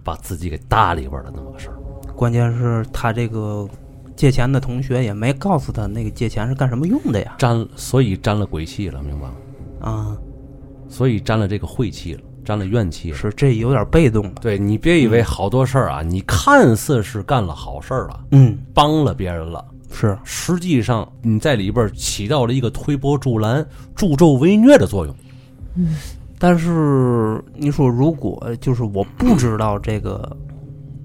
[SPEAKER 1] 把自己给搭里边了那么个事儿。
[SPEAKER 3] 关键是他这个借钱的同学也没告诉他那个借钱是干什么用的呀。
[SPEAKER 1] 沾，所以沾了鬼气了，明白吗？
[SPEAKER 3] 啊，
[SPEAKER 1] 所以沾了这个晦气了，沾了怨气了。
[SPEAKER 3] 是这有点被动了。
[SPEAKER 1] 对你别以为好多事儿啊，你看似是干了好事儿了，
[SPEAKER 3] 嗯，
[SPEAKER 1] 帮了别人了，
[SPEAKER 3] 是，
[SPEAKER 1] 实际上你在里边起到了一个推波助澜、助纣为虐的作用。
[SPEAKER 3] 但是你说如果就是我不知道这个，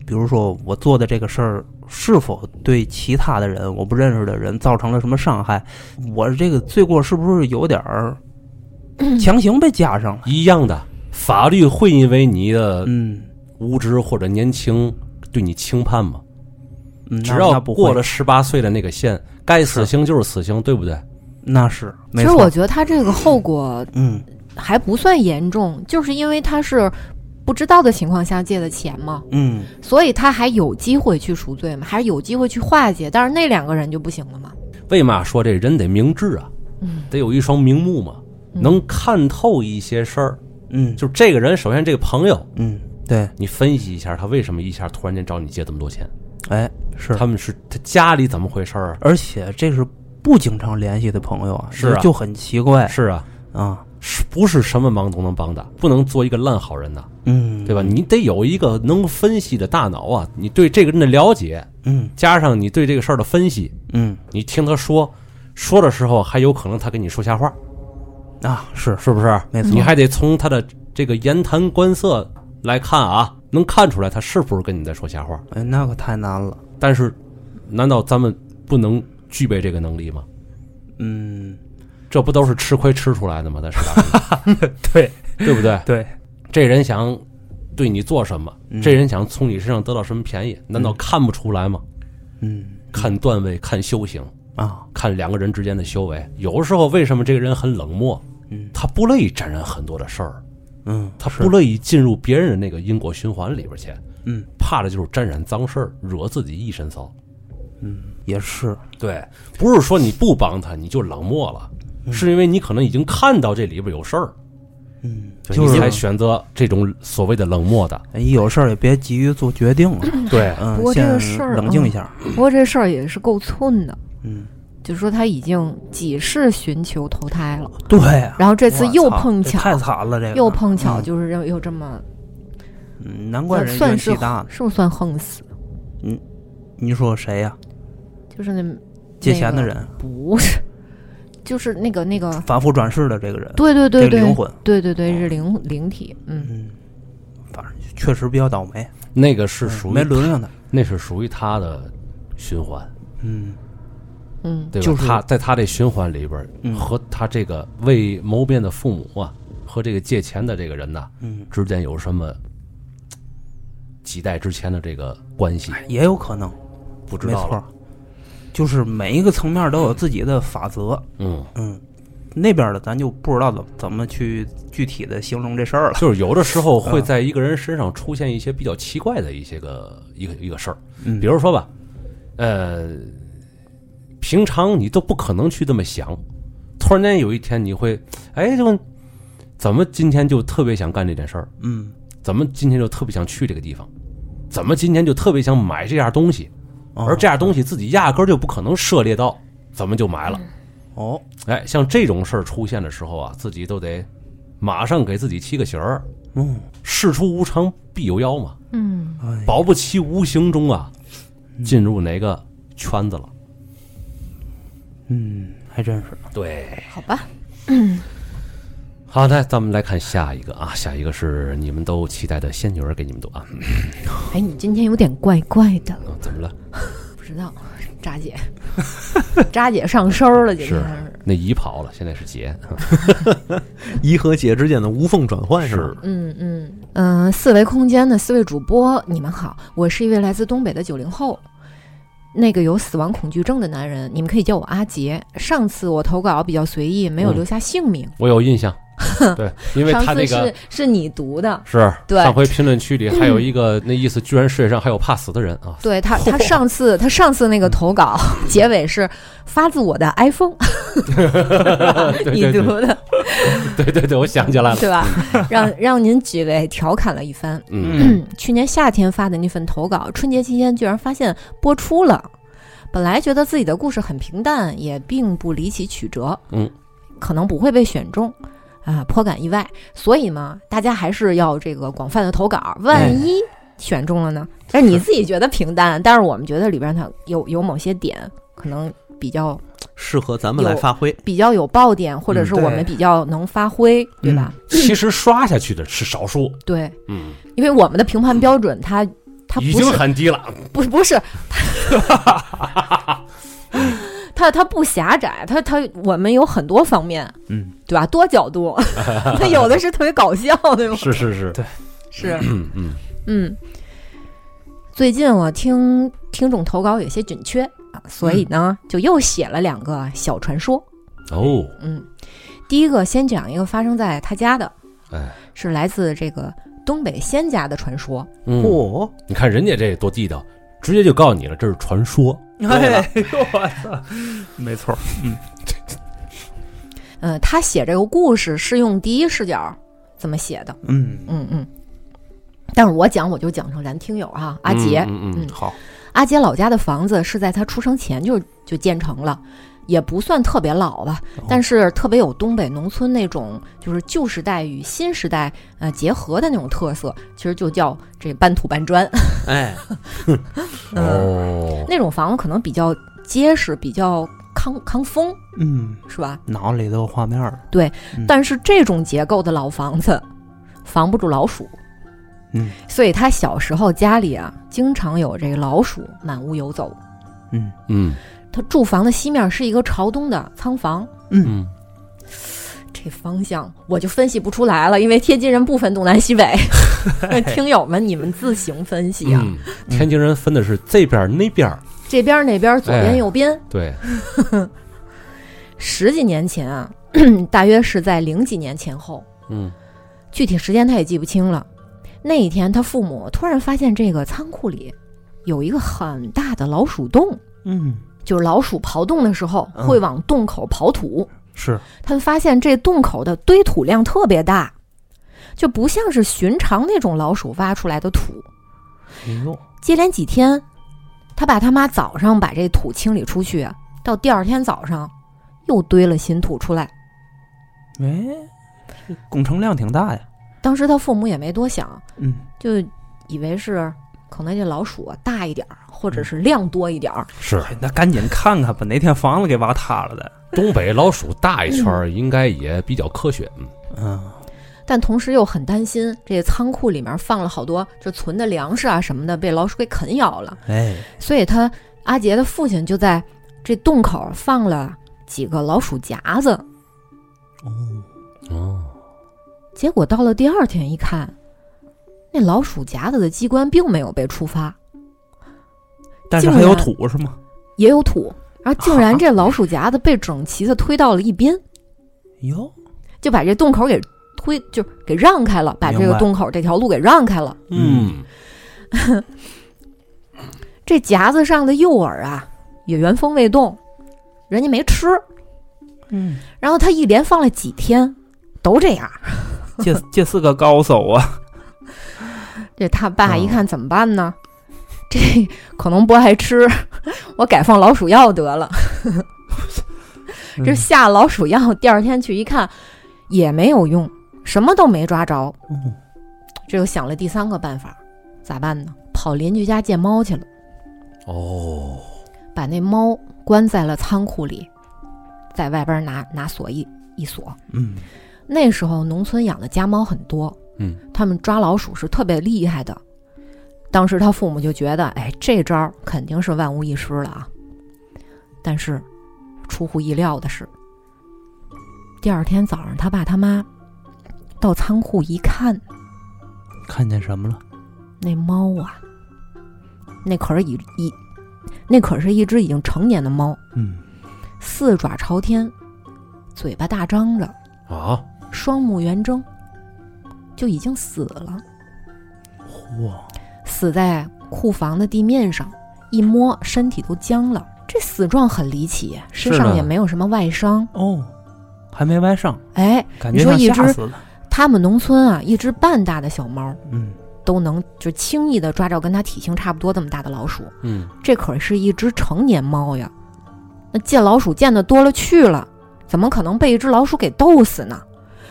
[SPEAKER 3] 比如说我做的这个事儿是否对其他的人我不认识的人造成了什么伤害，我这个罪过是不是有点 儿强行被加上了？
[SPEAKER 1] 一样的，法律会因为你的
[SPEAKER 3] 嗯
[SPEAKER 1] 无知或者年轻对你轻判吗？
[SPEAKER 3] 嗯，
[SPEAKER 1] 只
[SPEAKER 3] 那
[SPEAKER 1] 要
[SPEAKER 3] 那不会嗯
[SPEAKER 1] 过了，十八岁的那个线，该死刑就是死刑，对不对？
[SPEAKER 3] 那是
[SPEAKER 2] 其
[SPEAKER 3] 没
[SPEAKER 2] 实
[SPEAKER 3] 错。
[SPEAKER 2] 我觉得他这个后果
[SPEAKER 3] 嗯
[SPEAKER 2] 还不算严重，就是因为他是不知道的情况下借的钱嘛，
[SPEAKER 3] 嗯，
[SPEAKER 2] 所以他还有机会去赎罪嘛，还是有机会去化解。但是那两个人就不行了嘛。
[SPEAKER 1] 为嘛说这人得明智啊？
[SPEAKER 2] 嗯
[SPEAKER 1] 得有一双明目嘛，
[SPEAKER 2] 嗯
[SPEAKER 1] 能看透一些事儿。
[SPEAKER 3] 嗯
[SPEAKER 1] 就这个人，首先这个朋友，
[SPEAKER 3] 嗯，对，
[SPEAKER 1] 你分析一下他为什么一下突然间找你借这么多钱？
[SPEAKER 3] 哎，是
[SPEAKER 1] 他们是他家里怎么回事儿啊
[SPEAKER 3] 而且这是不经常联系的朋友啊，
[SPEAKER 1] 是啊
[SPEAKER 3] 就很奇怪
[SPEAKER 1] 啊？是啊，
[SPEAKER 3] 啊，
[SPEAKER 1] 是不是什么忙都能帮的？不能做一个烂好人呐，
[SPEAKER 3] 嗯，
[SPEAKER 1] 对吧？？你得有一个能分析的大脑啊！你对这个人的了解，
[SPEAKER 3] 嗯
[SPEAKER 1] 加上你对这个事儿的分析，
[SPEAKER 3] 嗯
[SPEAKER 1] 你听他说说的时候，还有可能他跟你说瞎话，
[SPEAKER 3] 啊，是
[SPEAKER 1] 是不是？
[SPEAKER 3] 没错
[SPEAKER 1] 你还得从他的这个言谈观色来看啊，能看出来他是不是跟你在说瞎话。
[SPEAKER 3] 哎，那可太难了。
[SPEAKER 1] 但是，难道咱们不能具备这个能力吗？
[SPEAKER 3] 嗯，
[SPEAKER 1] 这不都是吃亏吃出来的吗？在市场上，
[SPEAKER 3] 对
[SPEAKER 1] 对不对？
[SPEAKER 3] 对，
[SPEAKER 1] 这人想对你做什么？
[SPEAKER 3] 嗯
[SPEAKER 1] 这人想从你身上得到什么便宜？难道看不出来吗？
[SPEAKER 3] 嗯
[SPEAKER 1] 看段位，看修行，
[SPEAKER 3] 啊，
[SPEAKER 1] 看两个人之间的修为。有的时候，为什么这个人很冷漠？
[SPEAKER 3] 嗯
[SPEAKER 1] 他不乐意沾染很多的事儿，
[SPEAKER 3] 嗯，
[SPEAKER 1] 他
[SPEAKER 3] 是
[SPEAKER 1] 不乐意进入别人的那个因果循环里边去，
[SPEAKER 3] 嗯
[SPEAKER 1] 怕的就是沾染脏事儿，惹自己一身骚。
[SPEAKER 3] 嗯也是，
[SPEAKER 1] 对，不是说你不帮他你就冷漠了，是因为你可能已经看到这里边有事儿，
[SPEAKER 3] 嗯，
[SPEAKER 1] 对
[SPEAKER 3] 就
[SPEAKER 1] 你才
[SPEAKER 3] 是
[SPEAKER 1] 选择这种所谓的冷漠的。
[SPEAKER 3] 哎一有事儿也别急于做决定 了。
[SPEAKER 1] 对，
[SPEAKER 3] 嗯
[SPEAKER 2] 不，过这
[SPEAKER 3] 先
[SPEAKER 2] 个事儿啊
[SPEAKER 3] 冷静一下。
[SPEAKER 2] 不过这事儿也是够寸的，
[SPEAKER 3] 嗯，
[SPEAKER 2] 就说他已经几世寻求投胎了，
[SPEAKER 3] 对啊，
[SPEAKER 2] 然后这次又
[SPEAKER 3] 我操
[SPEAKER 2] 碰
[SPEAKER 3] 这太
[SPEAKER 2] 巧，
[SPEAKER 3] 惨了，这个
[SPEAKER 2] 又碰巧，
[SPEAKER 3] 嗯
[SPEAKER 2] 就是又又这么，
[SPEAKER 3] 嗯难怪人
[SPEAKER 2] 算
[SPEAKER 3] 怨
[SPEAKER 2] 是
[SPEAKER 3] 气大呢。
[SPEAKER 2] 是不是算横死？
[SPEAKER 3] 你说谁呀？
[SPEAKER 2] 就是那
[SPEAKER 3] 借
[SPEAKER 2] 那
[SPEAKER 3] 钱的
[SPEAKER 2] 个
[SPEAKER 3] 人，
[SPEAKER 2] 不是，就是那个那个，
[SPEAKER 3] 反复转世的这个人，
[SPEAKER 2] 对对
[SPEAKER 3] 这
[SPEAKER 2] 对
[SPEAKER 3] 个灵
[SPEAKER 2] 对，
[SPEAKER 3] 魂，哦
[SPEAKER 2] 对对对是灵灵体，嗯，
[SPEAKER 3] 嗯，反正确实比较倒霉，
[SPEAKER 1] 那个是
[SPEAKER 3] 嗯
[SPEAKER 1] 属于
[SPEAKER 3] 没轮上他。
[SPEAKER 1] 那是属于他的循环，
[SPEAKER 3] 嗯
[SPEAKER 2] 嗯，
[SPEAKER 1] 对吧？
[SPEAKER 3] 就是
[SPEAKER 1] 他在他这循环里边，
[SPEAKER 3] 嗯
[SPEAKER 1] 和他这个为谋变的父母啊，和这个借钱的这个人呐、
[SPEAKER 3] 嗯，
[SPEAKER 1] 之间有什么嘖几代之前的这个关系，
[SPEAKER 3] 也有可能，
[SPEAKER 1] 不知
[SPEAKER 3] 哎没
[SPEAKER 1] 道
[SPEAKER 3] 错
[SPEAKER 1] 了。
[SPEAKER 3] 儿，就是每一个层面都有自己的法则。
[SPEAKER 1] 嗯，
[SPEAKER 3] 嗯，那边的咱就不知道怎么怎么去具体的形容这事儿了。
[SPEAKER 1] 就是有的时候会在一个人身上出现一些比较奇怪的一些个一个一个事儿，
[SPEAKER 3] 嗯
[SPEAKER 1] 比如说吧，呃，平常你都不可能去这么想，突然间有一天你会，哎，就怎么今天就特别想干这件事儿，
[SPEAKER 3] 嗯
[SPEAKER 1] 怎么今天就特别想去这个地方，怎么今天就特别想买这样东西，
[SPEAKER 3] 哦
[SPEAKER 1] 而这样东西自己压根儿就不可能涉猎到，怎么就买了？
[SPEAKER 3] 哦，
[SPEAKER 1] 哎，像这种事儿出现的时候啊，自己都得马上给自己七个弦儿，
[SPEAKER 3] 嗯，
[SPEAKER 1] 事出无常必有妖嘛，
[SPEAKER 2] 嗯，
[SPEAKER 3] 哎，
[SPEAKER 1] 保不齐无形中啊，进入哪个圈子了。
[SPEAKER 3] 嗯，还真是。
[SPEAKER 1] 对，
[SPEAKER 2] 好吧，
[SPEAKER 1] 好，那咱们来看下一个啊，下一个是你们都期待的仙女儿给你们读啊，
[SPEAKER 2] 哎，你今天有点怪怪的，
[SPEAKER 1] 嗯怎么了？
[SPEAKER 2] 不知道，扎姐，扎姐上身儿了，今天是
[SPEAKER 1] 那姨跑了，现在是嗯姐，
[SPEAKER 4] 一和姐之间的无缝转换是吧？
[SPEAKER 2] 嗯嗯嗯、呃四维空间的四位主播，你们好，我是一位来自东北的九零后，那个有死亡恐惧症的男人，你们可以叫我阿杰。上次我投稿比较随意，没有
[SPEAKER 1] 嗯
[SPEAKER 2] 留下姓名。
[SPEAKER 1] 我有印 象，对，因为
[SPEAKER 2] 上
[SPEAKER 1] 他
[SPEAKER 2] 次
[SPEAKER 1] 那
[SPEAKER 2] 是、
[SPEAKER 1] 个
[SPEAKER 2] 是你读的，
[SPEAKER 1] 是
[SPEAKER 2] 对
[SPEAKER 1] 上回评论区里还有一个那意思，居然世界上还有怕死的人 啊，
[SPEAKER 2] 对 他，他上次他上次那个投稿结尾是发自我的 iPhone，
[SPEAKER 1] 对
[SPEAKER 2] 你
[SPEAKER 1] 对对
[SPEAKER 2] 读的
[SPEAKER 1] 对对对，我想起来了，
[SPEAKER 2] 对吧？ 让让您几位调侃了一番。
[SPEAKER 1] 嗯，
[SPEAKER 2] 去年夏天发的那份投稿，春节期间居然发现播出了。本来觉得自己的故事很平淡，也并不离奇曲折，
[SPEAKER 1] 嗯，
[SPEAKER 2] 可能不会被选中，啊、颇感意外。所以嘛，大家还是要这个广泛的投稿，
[SPEAKER 1] 哎
[SPEAKER 2] 万一选中了呢？但是你自己觉得平淡，但是我们觉得里边它有有某些点可能比较
[SPEAKER 4] 适合咱们来发挥。
[SPEAKER 2] 比较有爆点，或
[SPEAKER 1] 嗯
[SPEAKER 2] 者是我们
[SPEAKER 4] 对
[SPEAKER 2] 比较能发挥，对吧？
[SPEAKER 1] 其实刷下去的是少数，
[SPEAKER 2] 对，
[SPEAKER 1] 嗯，
[SPEAKER 2] 因为我们的评判标准它它
[SPEAKER 1] 已
[SPEAKER 2] 不
[SPEAKER 1] 经
[SPEAKER 2] 是
[SPEAKER 1] 很低 了，
[SPEAKER 2] 不 不是，他他不狭窄，他他我们有很多方面，
[SPEAKER 4] 嗯，
[SPEAKER 2] 对吧？多 角度，他有的是特别搞笑，对吗？
[SPEAKER 1] 是是是，
[SPEAKER 2] 是，
[SPEAKER 1] 嗯嗯，
[SPEAKER 2] 嗯。最近我听听众投稿有些紧缺啊，所以呢，
[SPEAKER 1] 嗯
[SPEAKER 2] 就又写了两个小传说。
[SPEAKER 1] 哦，
[SPEAKER 2] 嗯，第一个先讲一个发生在他家的，
[SPEAKER 1] 哎，
[SPEAKER 2] 是来自这个东北仙家的传说。
[SPEAKER 1] 嗯，
[SPEAKER 4] 嚯、
[SPEAKER 1] 你看人家这多地道，直接就告诉你了，这是传说，
[SPEAKER 3] 哎呦我操，没错儿，
[SPEAKER 2] 呃，他写这个故事是用第一视角这么写的，
[SPEAKER 3] 嗯，
[SPEAKER 2] 嗯嗯。但是我讲我就讲成咱听友啊，阿杰，
[SPEAKER 1] 嗯嗯嗯，
[SPEAKER 3] 好，
[SPEAKER 2] 阿杰老家的房子是在他出生前就就建成了，也不算特别老吧，但是特别有东北农村那种就是旧时代与新时代呃结合的那种特色，其实就叫这搬土搬砖。
[SPEAKER 4] 哎，
[SPEAKER 2] 嗯
[SPEAKER 1] 哦，
[SPEAKER 2] 那种房子可能比较结实，比较抗抗风，
[SPEAKER 3] 嗯，
[SPEAKER 2] 是吧？
[SPEAKER 3] 脑里都有画面了，
[SPEAKER 2] 但是这种结构的老房子，防不住老鼠。
[SPEAKER 3] 嗯，
[SPEAKER 2] 所以他小时候家里啊，经常有这个老鼠满屋游走。
[SPEAKER 3] 嗯
[SPEAKER 1] 嗯
[SPEAKER 2] 他住房的西面是一个朝东的仓房，
[SPEAKER 3] 嗯，
[SPEAKER 1] 嗯，
[SPEAKER 2] 这方向我就分析不出来了，因为天津人不分东南西北。听友们，你们自行分析啊。
[SPEAKER 1] 嗯，天津人分的是这边儿那边儿，
[SPEAKER 2] 这边儿那边儿，左
[SPEAKER 1] 哎
[SPEAKER 2] 边右边。
[SPEAKER 1] 对，
[SPEAKER 2] 十几年前啊， 大约是在零几年前后，
[SPEAKER 1] 嗯
[SPEAKER 2] 具体时间他也记不清了。那一天，他父母突然发现这个仓库里有一个很大的老鼠洞，
[SPEAKER 3] 嗯，
[SPEAKER 2] 就是老鼠刨洞的时候
[SPEAKER 3] 嗯
[SPEAKER 2] 会往洞口刨土。
[SPEAKER 3] 是，
[SPEAKER 2] 他们发现这洞口的堆土量特别大，就不像是寻常那种老鼠挖出来的土。
[SPEAKER 3] 哎呦，
[SPEAKER 2] 接连几天，他爸他妈早上把这土清理出去，到第二天早上又堆了新土出来。
[SPEAKER 3] 哎，这工程量挺大呀，
[SPEAKER 2] 当时他父母也没多想，
[SPEAKER 3] 嗯，
[SPEAKER 2] 就以为是可能这老鼠啊大一点儿，或
[SPEAKER 3] 嗯
[SPEAKER 2] 者是量多一点儿。
[SPEAKER 1] 是
[SPEAKER 3] 哎那赶紧看看吧，哪天房子给挖塌了的，
[SPEAKER 1] 东北老鼠大一圈儿，应该也比较科学，嗯
[SPEAKER 3] 嗯，
[SPEAKER 2] 但同时又很担心，这仓库里面放了好多就存的粮食啊什么的被老鼠给啃咬了，
[SPEAKER 3] 哎，
[SPEAKER 2] 所以他阿杰的父亲就在这洞口放了几个老鼠夹子。
[SPEAKER 3] 哦，
[SPEAKER 1] 哦，
[SPEAKER 2] 结果到了第二天一看，那老鼠夹子的机关并没有被触发，
[SPEAKER 3] 但是还有土是吗？
[SPEAKER 2] 也有土，然后竟 然这老鼠夹子被整齐的推到了一边。
[SPEAKER 3] 哟，
[SPEAKER 2] 就把这洞口给推，就是给让开了，把这
[SPEAKER 3] 明
[SPEAKER 2] 个
[SPEAKER 3] 白
[SPEAKER 2] 洞口这条路给让开了。
[SPEAKER 1] 嗯，
[SPEAKER 2] 这夹子上的诱饵啊，也原封未动，人家没吃。
[SPEAKER 3] 嗯，
[SPEAKER 2] 然后他一连放了几天，都这样。
[SPEAKER 3] 这这是个高手啊，
[SPEAKER 2] 这他爸一看怎么办呢？这可能不爱吃，我改放老鼠药得了。这
[SPEAKER 3] 嗯
[SPEAKER 2] 下老鼠药，第二天去一看也没有用，什么都没抓着。
[SPEAKER 3] 哦
[SPEAKER 2] 这又想了第三个办法，咋办呢？跑邻居家借猫去了。
[SPEAKER 1] 哦，
[SPEAKER 2] 把那猫关在了仓库里，在外边拿拿锁一一锁。
[SPEAKER 3] 嗯，
[SPEAKER 2] 那时候农村养的家猫很多，
[SPEAKER 1] 嗯，
[SPEAKER 2] 他们抓老鼠是特别厉害的。当时他父母就觉得，哎，这招儿肯定是万无一失了啊。但是，出乎意料的是，第二天早上，他爸他妈到仓库一看，
[SPEAKER 3] 看见什么了？
[SPEAKER 2] 那猫啊，那可是一一，那可是一只已经成年的猫，
[SPEAKER 3] 嗯，
[SPEAKER 2] 四爪朝天，嘴巴大张着，
[SPEAKER 1] 啊，
[SPEAKER 2] 双目圆睁，就已经死了，
[SPEAKER 3] 嚯，
[SPEAKER 2] 死在库房的地面上，一摸身体都僵了。这死状很离奇，身
[SPEAKER 1] 是
[SPEAKER 2] 上
[SPEAKER 1] 呢
[SPEAKER 2] 也没有什么外伤。
[SPEAKER 3] 哦，还没歪上，
[SPEAKER 2] 哎，
[SPEAKER 3] 感
[SPEAKER 2] 你
[SPEAKER 3] 觉
[SPEAKER 2] 说
[SPEAKER 3] 像
[SPEAKER 2] 一
[SPEAKER 3] 吓
[SPEAKER 2] 只
[SPEAKER 3] 死了。
[SPEAKER 2] 他们农村啊，一只半大的小猫
[SPEAKER 3] 嗯，
[SPEAKER 2] 都能就轻易的抓着跟它体型差不多这么大的老鼠，
[SPEAKER 1] 嗯，
[SPEAKER 2] 这可是一只成年猫呀。那见老鼠见的多了去了，怎么可能被一只老鼠给斗死呢？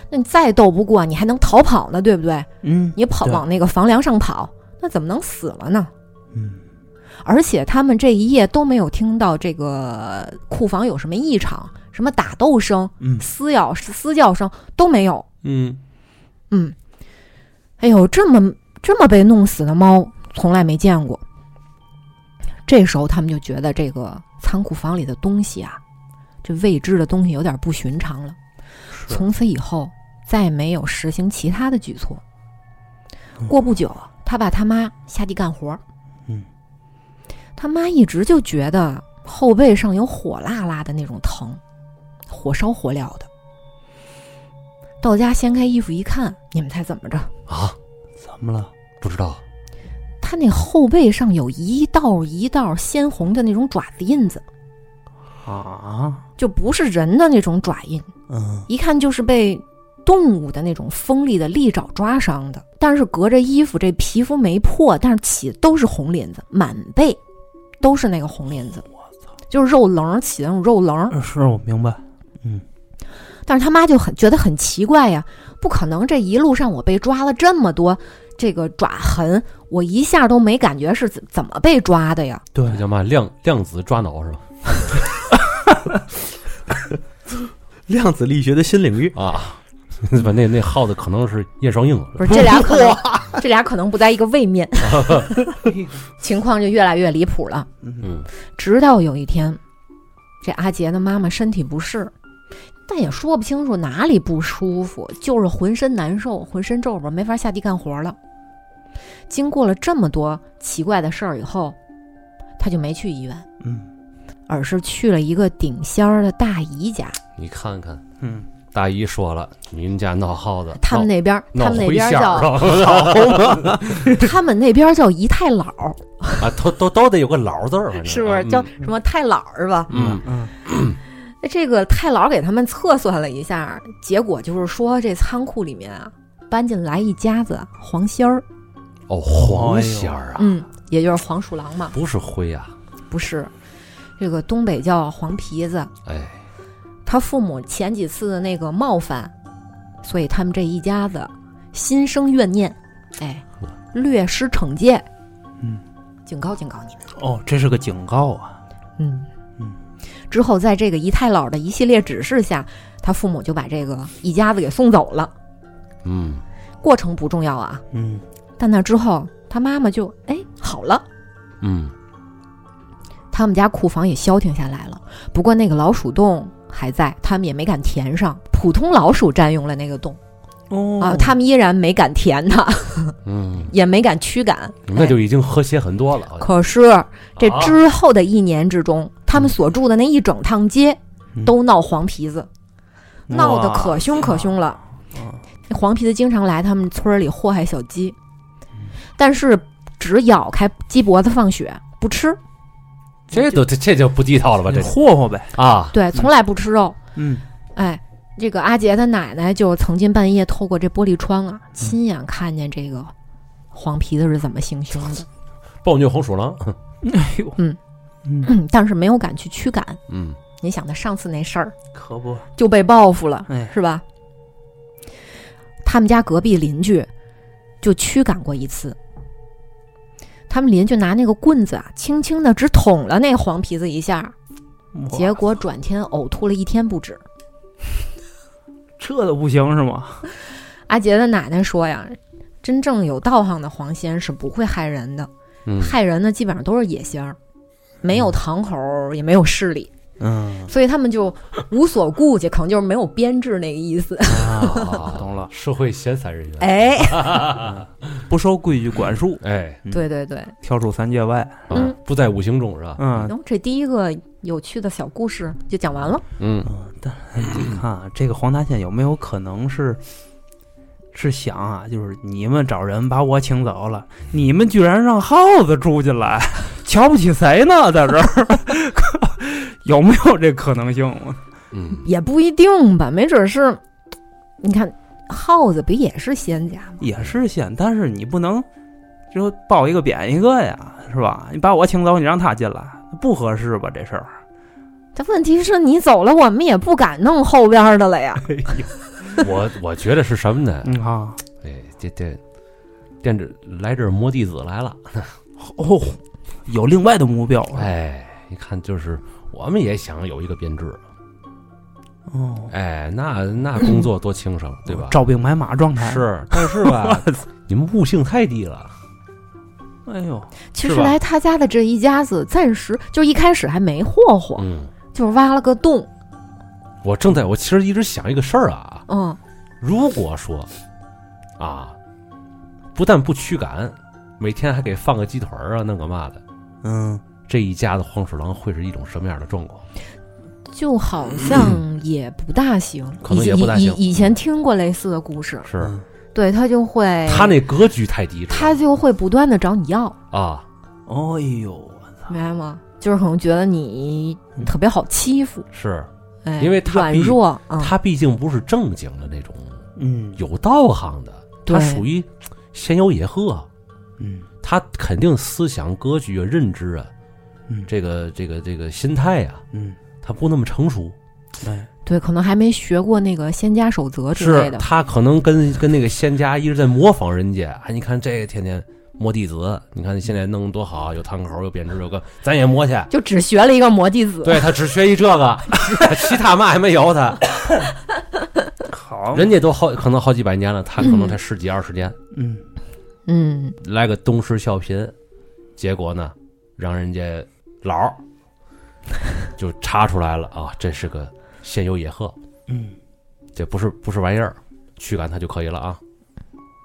[SPEAKER 2] 那你再斗不过，你还能逃跑呢，对不对？
[SPEAKER 3] 嗯
[SPEAKER 2] 你跑
[SPEAKER 3] 对
[SPEAKER 2] 往那个房梁上跑，那怎么能死了呢？
[SPEAKER 3] 嗯，
[SPEAKER 2] 而且他们这一夜都没有听到这个库房有什么异常，什么打斗声、
[SPEAKER 3] 嗯
[SPEAKER 2] 撕咬、撕叫声都没有。
[SPEAKER 1] 嗯，
[SPEAKER 2] 嗯，哎呦，这么这么被弄死的猫从来没见过。这时候他们就觉得这个仓库房里的东西啊，这未知的东西有点不寻常了。从此以后，再没有实行其他的举措。过不久，他爸他妈下地干活儿
[SPEAKER 3] 嗯，
[SPEAKER 2] 他妈一直就觉得后背上有火辣辣的那种疼，火烧火燎的。到家掀开衣服一看，你们猜怎么着？
[SPEAKER 1] 啊，
[SPEAKER 3] 怎么了？
[SPEAKER 1] 不知道，
[SPEAKER 2] 他那后背上有一道一道鲜红的那种爪子印子，
[SPEAKER 3] 啊，
[SPEAKER 2] 就不是人的那种爪印，
[SPEAKER 3] 嗯，
[SPEAKER 2] 一看就是被动物的那种锋利的利爪抓伤的。但是隔着衣服，这皮肤没破，但是起的都是红鳞子，满背都是那个红鳞子。就是肉棱儿起的那种肉棱儿，
[SPEAKER 3] 是呃我明白。
[SPEAKER 2] 但是他妈就很觉得很奇怪呀，不可能这一路上我被抓了这么多这个爪痕，我一下都没感觉是怎怎么被抓的呀？
[SPEAKER 3] 对
[SPEAKER 1] 这叫嘛量量子抓挠是吧？
[SPEAKER 4] 量子力学的新领域，
[SPEAKER 1] 啊， 把那那耗子可能是叶双鹰了，
[SPEAKER 2] 不是这俩可能， 这俩可能不在一个位 面，情况就越来越离谱了。
[SPEAKER 1] 嗯，
[SPEAKER 2] 直到有一天，这阿杰的妈妈身体不适，但也说不清楚哪里不舒服，就是浑身难受，浑身皱巴，没法下地干活了。经过了这么多奇怪的事儿以后，他就没去医院，
[SPEAKER 3] 嗯
[SPEAKER 2] 而是去了一个顶仙儿的大姨家。
[SPEAKER 1] 你看看，
[SPEAKER 3] 嗯，
[SPEAKER 1] 大姨说了，你们家闹耗子，
[SPEAKER 2] 他们那边儿，
[SPEAKER 1] 闹
[SPEAKER 2] 他们那
[SPEAKER 1] 闹回
[SPEAKER 2] 边儿
[SPEAKER 1] 线儿啊
[SPEAKER 2] 叫
[SPEAKER 1] 是吧
[SPEAKER 2] 他们那边儿叫姨太姥儿，
[SPEAKER 1] 啊，都都都得有个老字儿，反正
[SPEAKER 2] 是不是
[SPEAKER 1] 嗯
[SPEAKER 2] 叫什么太姥儿吧？
[SPEAKER 1] 嗯
[SPEAKER 2] 那这个太姥给他们测算了一下，结果就是说这仓库里面啊搬进来一家子黄仙儿，
[SPEAKER 1] 哦
[SPEAKER 3] 哎
[SPEAKER 1] 黄仙儿啊，
[SPEAKER 2] 嗯，也就是黄鼠狼嘛，
[SPEAKER 1] 不是灰啊，
[SPEAKER 2] 不是，这个东北叫黄皮子。
[SPEAKER 1] 哎，
[SPEAKER 2] 他父母前几次的那个冒犯，所以他们这一家子心生怨念，哎，略施惩戒，
[SPEAKER 3] 嗯，
[SPEAKER 2] 警告警告你们，
[SPEAKER 3] 哦，这是个警告啊。
[SPEAKER 2] 嗯
[SPEAKER 3] 嗯。
[SPEAKER 2] 之后，在这个姨太姥的一系列指示下，他父母就把这个一家子给送走了。
[SPEAKER 1] 嗯，
[SPEAKER 2] 过程不重要啊，
[SPEAKER 3] 嗯
[SPEAKER 2] 但那之后，他妈妈就哎好了，
[SPEAKER 1] 嗯，
[SPEAKER 2] 他们家库房也消停下来了。不过那个老鼠洞还在，他们也没敢填上。普通老鼠占用了那个洞
[SPEAKER 3] 哦
[SPEAKER 2] 啊，他们依然没敢填它，
[SPEAKER 1] 嗯，
[SPEAKER 2] 也没敢驱赶。
[SPEAKER 3] 啊
[SPEAKER 1] 那就已经和谐很多了。
[SPEAKER 2] 可是哎这
[SPEAKER 1] 啊
[SPEAKER 2] 之后的一年之中，他们所住的那一整趟街
[SPEAKER 3] 嗯
[SPEAKER 2] 都闹黄皮子，
[SPEAKER 3] 哇
[SPEAKER 2] 闹得可凶可凶了。
[SPEAKER 3] 啊
[SPEAKER 2] 那黄皮子经常来他们村里祸害小鸡，
[SPEAKER 3] 嗯
[SPEAKER 2] 但是只咬开鸡脖子放血，不吃。
[SPEAKER 1] 这都这这就不地道了吧？这
[SPEAKER 2] 嗯
[SPEAKER 3] 霍霍呗。
[SPEAKER 1] 啊，
[SPEAKER 2] 对，从来不吃肉。
[SPEAKER 3] 嗯，
[SPEAKER 2] 哎，这个阿杰的奶奶就曾经半夜透过这玻璃窗啊，亲眼看见这个黄皮子是怎么行凶的，
[SPEAKER 1] 暴虐黄鼠狼，
[SPEAKER 3] 哎呦，
[SPEAKER 2] 嗯
[SPEAKER 3] 嗯，
[SPEAKER 2] 嗯但是没有敢去驱赶。
[SPEAKER 1] 嗯
[SPEAKER 2] 你想他上次那事儿
[SPEAKER 3] 可不，
[SPEAKER 2] 就被报复了，
[SPEAKER 3] 哎，
[SPEAKER 2] 是吧？他们家隔壁邻居就驱赶过一次，他们邻居拿那个棍子啊，轻轻的只捅了那黄皮子一下，
[SPEAKER 3] 我
[SPEAKER 2] 结果转天呕吐了一天不止。
[SPEAKER 3] 这都不行是吗？
[SPEAKER 2] 阿杰的奶奶说呀，真正有道行的黄仙是不会害人的，
[SPEAKER 1] 嗯，
[SPEAKER 2] 害人的基本上都是野仙儿，没有堂口，也没有势力，
[SPEAKER 3] 嗯，
[SPEAKER 2] 所以他们就无所顾忌，可能就是没有编制那个意 思。
[SPEAKER 1] 啊
[SPEAKER 3] 懂了，
[SPEAKER 1] 社会闲散人员，
[SPEAKER 2] 哎，
[SPEAKER 3] 不受规矩管束，
[SPEAKER 1] 哎，
[SPEAKER 2] 对对对，
[SPEAKER 3] 跳出三界外。
[SPEAKER 1] 啊
[SPEAKER 2] 嗯
[SPEAKER 1] 不在五行中是吧？
[SPEAKER 3] 嗯
[SPEAKER 2] 然，后这第一个有趣的小故事就讲完了。
[SPEAKER 1] 嗯
[SPEAKER 3] 嗯，但哎你看啊，这个黄大仙有没有可能是是想啊，就是你们找人把我请走了，你们居然让耗子住进 来，瞧不起谁呢？在 这儿有没有这可能性？
[SPEAKER 1] 嗯，
[SPEAKER 2] 也不一定吧，没准是，你看耗子不也是仙家吗？
[SPEAKER 3] 也是仙，但是你不能就褒一个贬一个呀，是吧？你把我请走，你让他进来，不合适吧？这事儿，
[SPEAKER 2] 但问题是你走了，我们也不敢弄后边的了 呀。
[SPEAKER 1] 嗯我我觉得是什么呢？
[SPEAKER 3] 嗯啊，
[SPEAKER 1] 哎，这这惦着来这儿摸弟子来了，
[SPEAKER 3] 哦，有另外的目标，，啊
[SPEAKER 1] 哎，一看就是我们也想有一个编制，
[SPEAKER 3] 哦，
[SPEAKER 1] 哎，那那工作多轻省，对
[SPEAKER 2] 哦
[SPEAKER 1] 吧？
[SPEAKER 3] 招兵买马状态，
[SPEAKER 1] 是，但是 吧，你们悟性太低了，
[SPEAKER 3] 哎呦，
[SPEAKER 2] 其
[SPEAKER 3] 是
[SPEAKER 2] 实
[SPEAKER 3] 吧
[SPEAKER 2] 来他家的这一家子，暂时就一开始还没霍霍，
[SPEAKER 1] 嗯。
[SPEAKER 2] 就是挖了个洞。
[SPEAKER 1] 我正在我其实一直想一个事儿啊，
[SPEAKER 2] 嗯，
[SPEAKER 1] 如果说啊，不但不驱赶，每天还给放个鸡腿儿啊，弄个嘛的，
[SPEAKER 3] 嗯。
[SPEAKER 1] 这一家子黄鼠狼会是一种什么样的状况？
[SPEAKER 2] 就好像也不大行，
[SPEAKER 1] 嗯可能也不大行
[SPEAKER 2] 以以以前听过类似的故事，
[SPEAKER 1] 是
[SPEAKER 3] 嗯
[SPEAKER 2] 对他就会
[SPEAKER 1] 他那格局太低，是吧
[SPEAKER 2] 他就会不断的找你要，
[SPEAKER 1] 啊，
[SPEAKER 3] 哎呦，我操！
[SPEAKER 2] 明白吗？就是可能觉得你特别好欺负，
[SPEAKER 1] 是
[SPEAKER 2] 哎，
[SPEAKER 1] 嗯因为他
[SPEAKER 2] 软
[SPEAKER 1] 比
[SPEAKER 2] 弱，嗯，
[SPEAKER 1] 他毕竟不是正经的那种
[SPEAKER 3] 嗯
[SPEAKER 1] 有道行的，他
[SPEAKER 2] 对
[SPEAKER 1] 属于仙游野鹤，
[SPEAKER 3] 嗯
[SPEAKER 1] 他肯定思想格局啊、认知啊，
[SPEAKER 3] 嗯，
[SPEAKER 1] 这个这个这个心态啊，
[SPEAKER 3] 嗯
[SPEAKER 1] 他不那么成熟。
[SPEAKER 3] 哎
[SPEAKER 2] 对，可能还没学过那个仙家守则之类
[SPEAKER 1] 是
[SPEAKER 2] 的。
[SPEAKER 1] 他可能跟跟那个仙家一直在模仿人家，哎，你看这个天天摸弟子，你看现在弄得多好，有堂口，有编制，有个，咱也摸去。
[SPEAKER 2] 就只学了一个魔弟子，
[SPEAKER 1] 对他只学一这个，其他嘛也没有他，
[SPEAKER 3] 好
[SPEAKER 1] 人家都好可能好几百年了，他可能才十几二十年，
[SPEAKER 3] 嗯
[SPEAKER 2] 嗯，
[SPEAKER 1] 来个东施效颦，结果呢，让人家老 儿就查出来了啊，这是个仙游野鹤，
[SPEAKER 3] 嗯
[SPEAKER 1] 这不是不是玩意儿，驱赶他就可以了啊，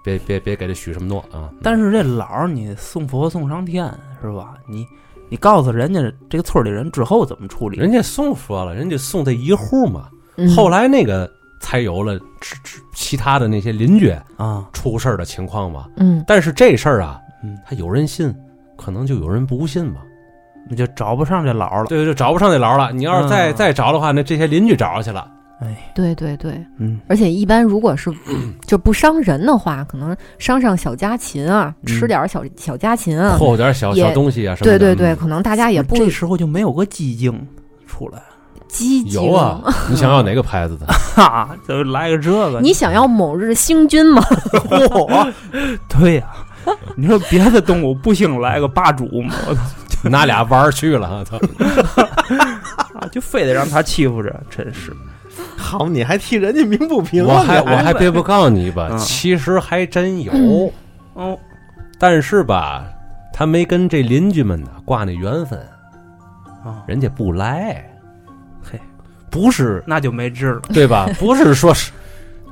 [SPEAKER 1] 别别别给他许什么诺啊，
[SPEAKER 3] 但是这老儿你送佛送上天是吧？你你告诉人家这个村里人之后怎么处理？
[SPEAKER 1] 人家送说了，人家送这一户嘛，
[SPEAKER 2] 嗯
[SPEAKER 1] 后来那个才有了其其他的那些邻居
[SPEAKER 3] 啊，
[SPEAKER 1] 出事儿的情况嘛。
[SPEAKER 2] 嗯，
[SPEAKER 1] 但是这事儿啊，
[SPEAKER 3] 嗯，
[SPEAKER 1] 他有人信，可能就有人不信嘛。
[SPEAKER 3] 你就找不上这老儿了。
[SPEAKER 1] 对，就找不上那老了。你要是再、
[SPEAKER 3] 嗯
[SPEAKER 1] 再找的话，那这些邻居找着去了。
[SPEAKER 3] 哎，
[SPEAKER 2] 对对对，
[SPEAKER 3] 嗯
[SPEAKER 2] 而且一般如 果是就不伤人的话，可能伤上小家禽啊，
[SPEAKER 3] 嗯
[SPEAKER 2] 吃点儿小小家禽啊，
[SPEAKER 1] 破有点小
[SPEAKER 2] 也
[SPEAKER 1] 小东西啊什么
[SPEAKER 2] 对
[SPEAKER 1] 的。
[SPEAKER 2] 对对，
[SPEAKER 1] 嗯，
[SPEAKER 2] 可能大家也不
[SPEAKER 3] 这时候就没有个激进 出来，
[SPEAKER 2] 积极。。
[SPEAKER 1] 有啊，你想要哪个牌子的？
[SPEAKER 3] 哈，就来个这个。
[SPEAKER 2] 你想要某日星君吗？
[SPEAKER 3] 嚯，对呀、 你说别的动物不兴来个霸主吗？我
[SPEAKER 1] 拿俩玩儿去 了，我操！
[SPEAKER 3] 操，就非得让他欺负着，真是。
[SPEAKER 4] 好，你还替人家鸣不平啊哎了
[SPEAKER 1] 我还
[SPEAKER 4] 你
[SPEAKER 1] 我还别不告诉你吧，
[SPEAKER 3] 嗯
[SPEAKER 1] 其实还真有。
[SPEAKER 2] 嗯
[SPEAKER 3] 哦，
[SPEAKER 1] 但是吧，他没跟这邻居们呢挂那缘分，
[SPEAKER 3] 啊，
[SPEAKER 1] 人家不来。
[SPEAKER 3] 嘿，
[SPEAKER 1] 不是
[SPEAKER 3] 那就没治了。
[SPEAKER 1] 对吧？ 不是说是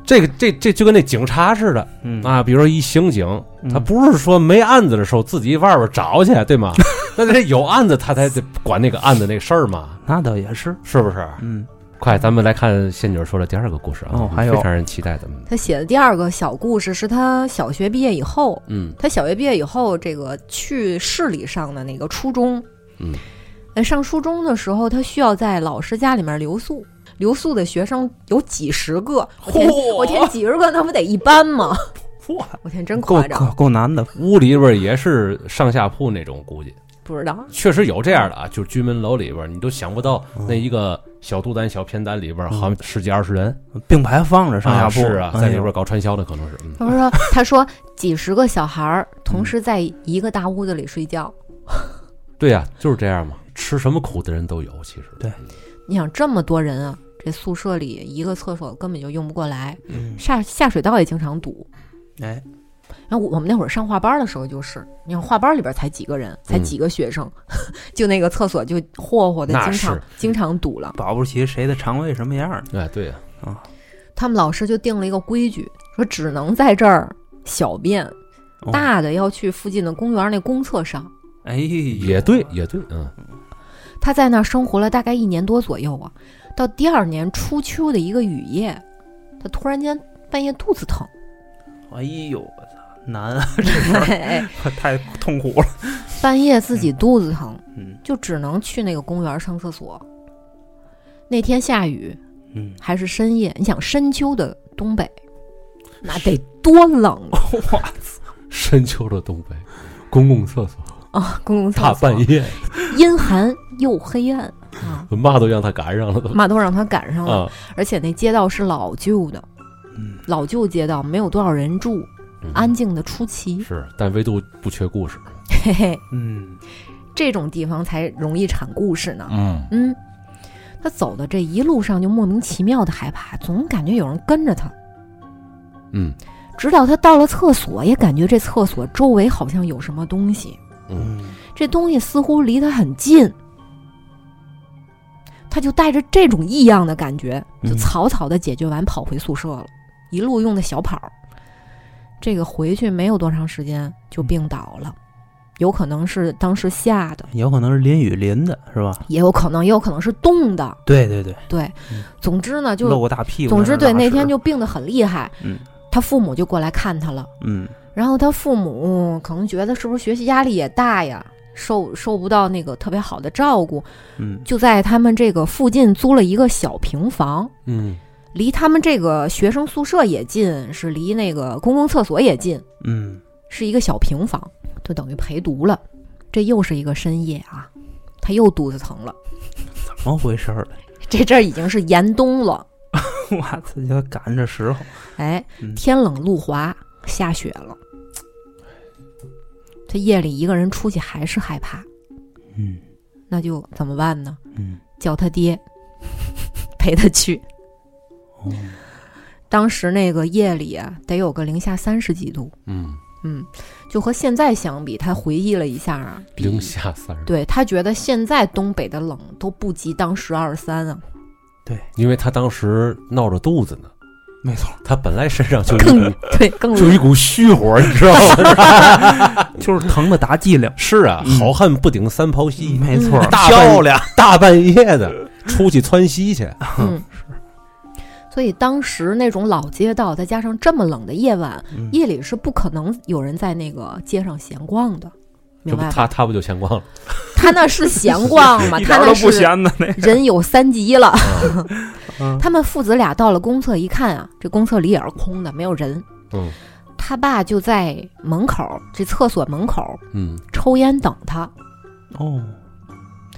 [SPEAKER 1] 这个这这就跟那警察似的
[SPEAKER 3] 嗯
[SPEAKER 1] 啊，比如说一刑警，
[SPEAKER 3] 嗯
[SPEAKER 1] 他不是说没案子的时候自己外边找去，对 吗？那得有案子他才得管那个案子那个事儿嘛，
[SPEAKER 3] 那倒也是。
[SPEAKER 1] 是不是？
[SPEAKER 3] 嗯
[SPEAKER 1] 快，咱们来看仙女说的第二个故事啊，
[SPEAKER 3] 哦还有
[SPEAKER 1] 非常让人期待的，嗯
[SPEAKER 2] 他写的第二个小故事是他小学毕业以后，
[SPEAKER 1] 嗯
[SPEAKER 2] 他小学毕业以后，这个去市里上的那个初中，
[SPEAKER 1] 嗯，
[SPEAKER 2] 呃，上初中的时候，他需要在老师家里面留宿。留宿的学生有几十个，我天，我天，几十个，那不得一班 吗？
[SPEAKER 3] 嚯，
[SPEAKER 2] 我天，真
[SPEAKER 3] 够
[SPEAKER 2] 夸张，
[SPEAKER 3] 够够难的。
[SPEAKER 1] 屋里边也是上下铺那种，估计
[SPEAKER 2] 不知道。
[SPEAKER 1] 确实有这样的啊，就是居民楼里边，你都想不到
[SPEAKER 3] 嗯
[SPEAKER 1] 那一个小肚腩、小偏单里边，好像十几二十人
[SPEAKER 3] 并排放嗯着上下铺
[SPEAKER 1] 啊是啊，
[SPEAKER 3] 哎呦
[SPEAKER 1] 在里边搞传销的可能是，嗯
[SPEAKER 2] 他说，他说几十个小孩儿
[SPEAKER 1] 嗯
[SPEAKER 2] 同时在一个大屋子里睡觉，
[SPEAKER 1] 啊对呀、就是这样嘛，吃什么苦的人都有，其实
[SPEAKER 3] 对
[SPEAKER 2] 你想这么多人啊，这宿舍里一个厕所根本就用不过来，
[SPEAKER 3] 嗯，
[SPEAKER 2] 下下水道也经常堵。
[SPEAKER 3] 哎，
[SPEAKER 2] 然后我们那会儿上画班的时候，就是你看画班里边才几个人，
[SPEAKER 1] 嗯
[SPEAKER 2] 才几个学生， 就那个厕所就霍霍的，
[SPEAKER 1] 那
[SPEAKER 2] 经常
[SPEAKER 1] 是
[SPEAKER 2] 经常堵了。
[SPEAKER 3] 保不齐谁的肠胃什么样儿呢？
[SPEAKER 1] 哎，对呀、
[SPEAKER 2] 他们老师就定了一个规矩，说只能在这儿小便，
[SPEAKER 3] 哦，
[SPEAKER 2] 大的要去附近的公园那公厕上。
[SPEAKER 3] 哎呦，
[SPEAKER 1] 也对，也对，嗯，
[SPEAKER 2] 他在那儿生活了大概一年多左右啊，到第二年初秋的一个雨夜，他突然间半夜肚子疼，
[SPEAKER 3] 哎呦，我操，难啊，
[SPEAKER 2] 哎
[SPEAKER 3] 太痛苦了。
[SPEAKER 2] 半夜自己肚子疼，
[SPEAKER 3] 嗯
[SPEAKER 2] 就只能去那个公园上厕所。那天下雨，
[SPEAKER 3] 嗯，
[SPEAKER 2] 还是深夜，你想深秋的东北，那得多冷啊！
[SPEAKER 1] 深秋的东北，公共厕所
[SPEAKER 2] 啊公共厕所
[SPEAKER 1] 大哦半夜，
[SPEAKER 2] 阴寒又黑暗啊，
[SPEAKER 1] 嘛都让他赶上了都
[SPEAKER 2] 嘛都让他赶上了。
[SPEAKER 1] 啊，
[SPEAKER 2] 而且那街道是老旧的，
[SPEAKER 3] 嗯
[SPEAKER 2] 老旧街道没有多少人住，
[SPEAKER 1] 嗯
[SPEAKER 2] 安静的出奇。
[SPEAKER 1] 是，但唯独不缺故事，
[SPEAKER 2] 嘿嘿，
[SPEAKER 3] 嗯，
[SPEAKER 2] 这种地方才容易产故事呢。
[SPEAKER 1] 嗯，
[SPEAKER 2] 嗯，他走的这一路上就莫名其妙的害怕，总感觉有人跟着他。
[SPEAKER 1] 嗯
[SPEAKER 2] 直到他到了厕所，也感觉这厕所周围好像有什么东西，
[SPEAKER 1] 嗯，
[SPEAKER 2] 这东西似乎离他很近。他就带着这种异样的感觉，就
[SPEAKER 3] 嗯
[SPEAKER 2] 草草的解决完，跑回宿舍了，一路用的小跑。这个回去没有多长时间就病倒了，
[SPEAKER 3] 嗯
[SPEAKER 2] 有可能是当时吓的，
[SPEAKER 3] 有可能是淋雨淋的，是吧？
[SPEAKER 2] 也有可能也有可能是冻的。
[SPEAKER 3] 对对对，
[SPEAKER 2] 对
[SPEAKER 3] 嗯，
[SPEAKER 2] 总之呢，
[SPEAKER 3] 露
[SPEAKER 2] 就
[SPEAKER 3] 个大屁股。
[SPEAKER 2] 总之对
[SPEAKER 3] 拉
[SPEAKER 2] 那
[SPEAKER 3] 屎
[SPEAKER 2] 天就病得很厉害。
[SPEAKER 3] 嗯
[SPEAKER 2] 他父母就过来看他了。
[SPEAKER 3] 嗯
[SPEAKER 2] 然后他父母可能觉得是不是学习压力也大呀，受受不到那个特别好的照顾，
[SPEAKER 3] 嗯
[SPEAKER 2] 就在他们这个附近租了一个小平房，
[SPEAKER 1] 嗯，
[SPEAKER 2] 离他们这个学生宿舍也近，是离那个公共厕所也近，
[SPEAKER 3] 嗯，
[SPEAKER 2] 是一个小平房，就等于陪读了。这又是一个深夜啊，他又肚子疼了，
[SPEAKER 3] 怎么回事儿？
[SPEAKER 2] 这阵儿已经是严冬了，
[SPEAKER 3] 我操，就赶着时候。
[SPEAKER 2] 哎
[SPEAKER 3] 嗯，
[SPEAKER 2] 天冷路滑，下雪了，他夜里一个人出去还是害怕。
[SPEAKER 3] 嗯
[SPEAKER 2] 那就怎么办呢？
[SPEAKER 3] 嗯，
[SPEAKER 2] 叫他爹 陪他去。
[SPEAKER 3] 哦，
[SPEAKER 2] 当时那个夜里啊，得有个零下三十几度，
[SPEAKER 1] 嗯，
[SPEAKER 2] 嗯，就和现在相比，他回忆了一下啊，
[SPEAKER 1] 零下三十，
[SPEAKER 2] 对他觉得现在东北的冷都不及当时二三啊，
[SPEAKER 1] 因为他当时闹着肚子呢，
[SPEAKER 3] 没错，
[SPEAKER 1] 他本来身上
[SPEAKER 3] 嗯
[SPEAKER 1] 就
[SPEAKER 2] 更
[SPEAKER 1] 一股
[SPEAKER 2] 对更
[SPEAKER 1] 就一
[SPEAKER 2] 冷。
[SPEAKER 1] 股虚火，你知 道吗？
[SPEAKER 3] 就是疼的打激灵。
[SPEAKER 1] 是啊，
[SPEAKER 3] 嗯
[SPEAKER 1] 好汉不顶三泡稀，
[SPEAKER 3] 没错，
[SPEAKER 2] 嗯
[SPEAKER 1] 大
[SPEAKER 4] 漂
[SPEAKER 1] 半
[SPEAKER 4] 亮，
[SPEAKER 1] 大半夜的出去窜稀去，
[SPEAKER 2] 嗯，所以当时那种老街道，再加上这么冷的夜晚，
[SPEAKER 3] 嗯
[SPEAKER 2] 夜里是不可能有人在那个街上闲逛的，
[SPEAKER 1] 这
[SPEAKER 2] 明
[SPEAKER 1] 不
[SPEAKER 2] 白吧？
[SPEAKER 1] 他他不就闲逛了？
[SPEAKER 2] 他那是闲逛嘛，
[SPEAKER 3] 一
[SPEAKER 2] 他
[SPEAKER 3] 点
[SPEAKER 2] 那
[SPEAKER 3] 都
[SPEAKER 2] 是
[SPEAKER 3] 不闲的那。
[SPEAKER 2] 人有三急了。
[SPEAKER 3] 嗯
[SPEAKER 2] 他们父子俩到了公厕一看啊，这公厕里也是空的，没有人。
[SPEAKER 1] 嗯
[SPEAKER 2] 他爸就在门口，这厕所门口
[SPEAKER 1] 嗯，
[SPEAKER 2] 抽烟等他。
[SPEAKER 3] 哦，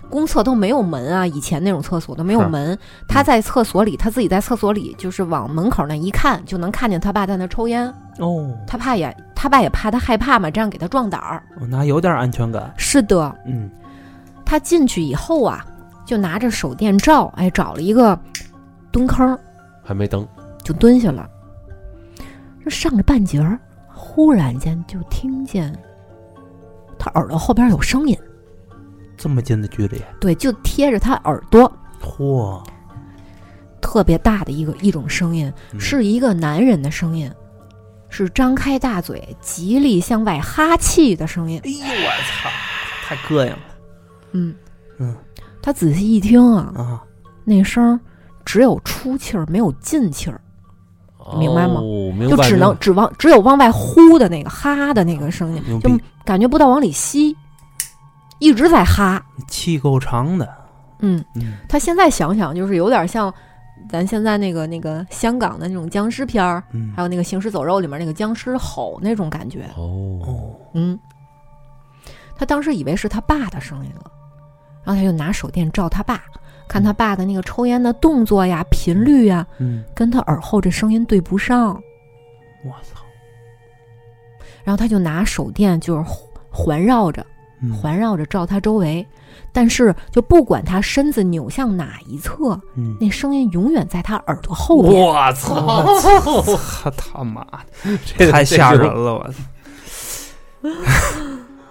[SPEAKER 2] 公厕都没有门啊，以前那种厕所都没有
[SPEAKER 1] 是
[SPEAKER 2] 门。他在厕所里，他自己在厕所里，就是往门口那一看，就能看见他爸在那抽烟。
[SPEAKER 3] 哦，
[SPEAKER 2] 他怕也，他爸也怕他害怕嘛，这样给他壮胆儿。
[SPEAKER 3] 我哦那有点安全感。
[SPEAKER 2] 是的，
[SPEAKER 3] 嗯
[SPEAKER 2] 他进去以后啊，就拿着手电照，哎，找了一个蹲坑，
[SPEAKER 1] 还没灯，
[SPEAKER 2] 就蹲下了。这上着半截儿，忽然间就听见他耳朵后边有声音，
[SPEAKER 3] 这么近的距离，
[SPEAKER 2] 对，就贴着他耳朵，
[SPEAKER 3] 嚯，
[SPEAKER 2] 特别大的一个一种声音，
[SPEAKER 3] 嗯
[SPEAKER 2] 是一个男人的声音，是张开大嘴、极力向外哈气的声音。
[SPEAKER 3] 哎呦我操，太膈应了
[SPEAKER 2] 嗯
[SPEAKER 3] 嗯，
[SPEAKER 2] 他仔细一听啊，
[SPEAKER 3] 啊！
[SPEAKER 2] 那声儿只有出气儿，没有进气儿，明白吗
[SPEAKER 1] 哦？明
[SPEAKER 2] 就
[SPEAKER 1] 白
[SPEAKER 2] 只能
[SPEAKER 1] 明
[SPEAKER 2] 只往只有往外呼的那个哈的那个声音，
[SPEAKER 3] 牛
[SPEAKER 2] 就
[SPEAKER 3] 逼，
[SPEAKER 2] 感觉不到往里吸，一直在哈。
[SPEAKER 3] 气够长的。
[SPEAKER 2] 嗯，
[SPEAKER 3] 嗯
[SPEAKER 2] 他现在想想就是有点像咱现在那个那个香港的那种僵尸片儿，
[SPEAKER 3] 嗯
[SPEAKER 2] 还有那个《行尸走肉》里面那个僵尸吼那种感觉
[SPEAKER 1] 白。哦，
[SPEAKER 3] 哦，
[SPEAKER 2] 嗯，他当时以为是他爸的声音了，然后他就拿手电照他爸，看他爸的那个抽烟的动作呀、频率呀，
[SPEAKER 3] 嗯，
[SPEAKER 2] 跟他耳后这声音对不上，
[SPEAKER 3] 我操，
[SPEAKER 2] 然后他就拿手电就是环绕着
[SPEAKER 3] 嗯
[SPEAKER 2] 环绕着照他周围，但是就不管他身子扭向哪一侧，
[SPEAKER 3] 嗯，
[SPEAKER 2] 那声音永远在他耳朵后边。
[SPEAKER 1] 我操！
[SPEAKER 3] 他他妈
[SPEAKER 1] 这
[SPEAKER 3] 的
[SPEAKER 1] 个
[SPEAKER 3] 太吓人了，我操！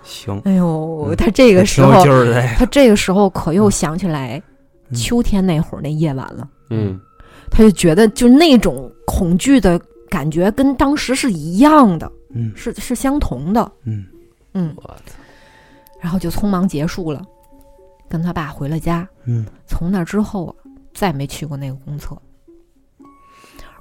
[SPEAKER 3] 行，
[SPEAKER 2] 哎呦，
[SPEAKER 3] 嗯
[SPEAKER 2] 他这个时
[SPEAKER 3] 挺有
[SPEAKER 2] 候
[SPEAKER 3] 劲，儿的，
[SPEAKER 2] 他这个时候可又想起来
[SPEAKER 3] 嗯
[SPEAKER 2] 秋天那会儿那夜晚了。
[SPEAKER 1] 嗯，
[SPEAKER 2] 他就觉得就那种恐惧的感觉跟当时是一样的，
[SPEAKER 3] 嗯
[SPEAKER 2] 是是相同的，
[SPEAKER 3] 嗯
[SPEAKER 2] 嗯，
[SPEAKER 1] 我操！
[SPEAKER 2] 然后就匆忙结束了，跟他爸回了家。
[SPEAKER 3] 嗯，
[SPEAKER 2] 从那之后啊，再没去过那个公厕。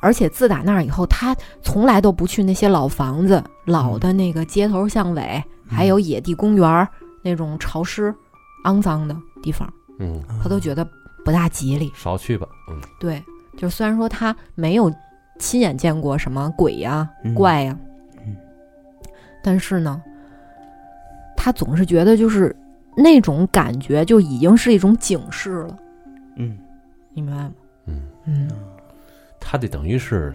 [SPEAKER 2] 而且自打那儿以后，他从来都不去那些老房子、
[SPEAKER 3] 嗯
[SPEAKER 2] 老的那个街头巷尾，还有野地公园儿那种潮湿、肮脏的地方，
[SPEAKER 1] 嗯，
[SPEAKER 2] 他都觉得不大吉利。
[SPEAKER 1] 少去吧。嗯，
[SPEAKER 2] 对，就虽然说他没有亲眼见过什么鬼呀、
[SPEAKER 3] 嗯
[SPEAKER 2] 怪呀、
[SPEAKER 3] 嗯
[SPEAKER 2] 但是呢，他总是觉得就是那种感觉就已经是一种警示了，
[SPEAKER 3] 嗯
[SPEAKER 2] 你明白吗？
[SPEAKER 1] 嗯
[SPEAKER 2] 嗯，
[SPEAKER 1] 他得等于是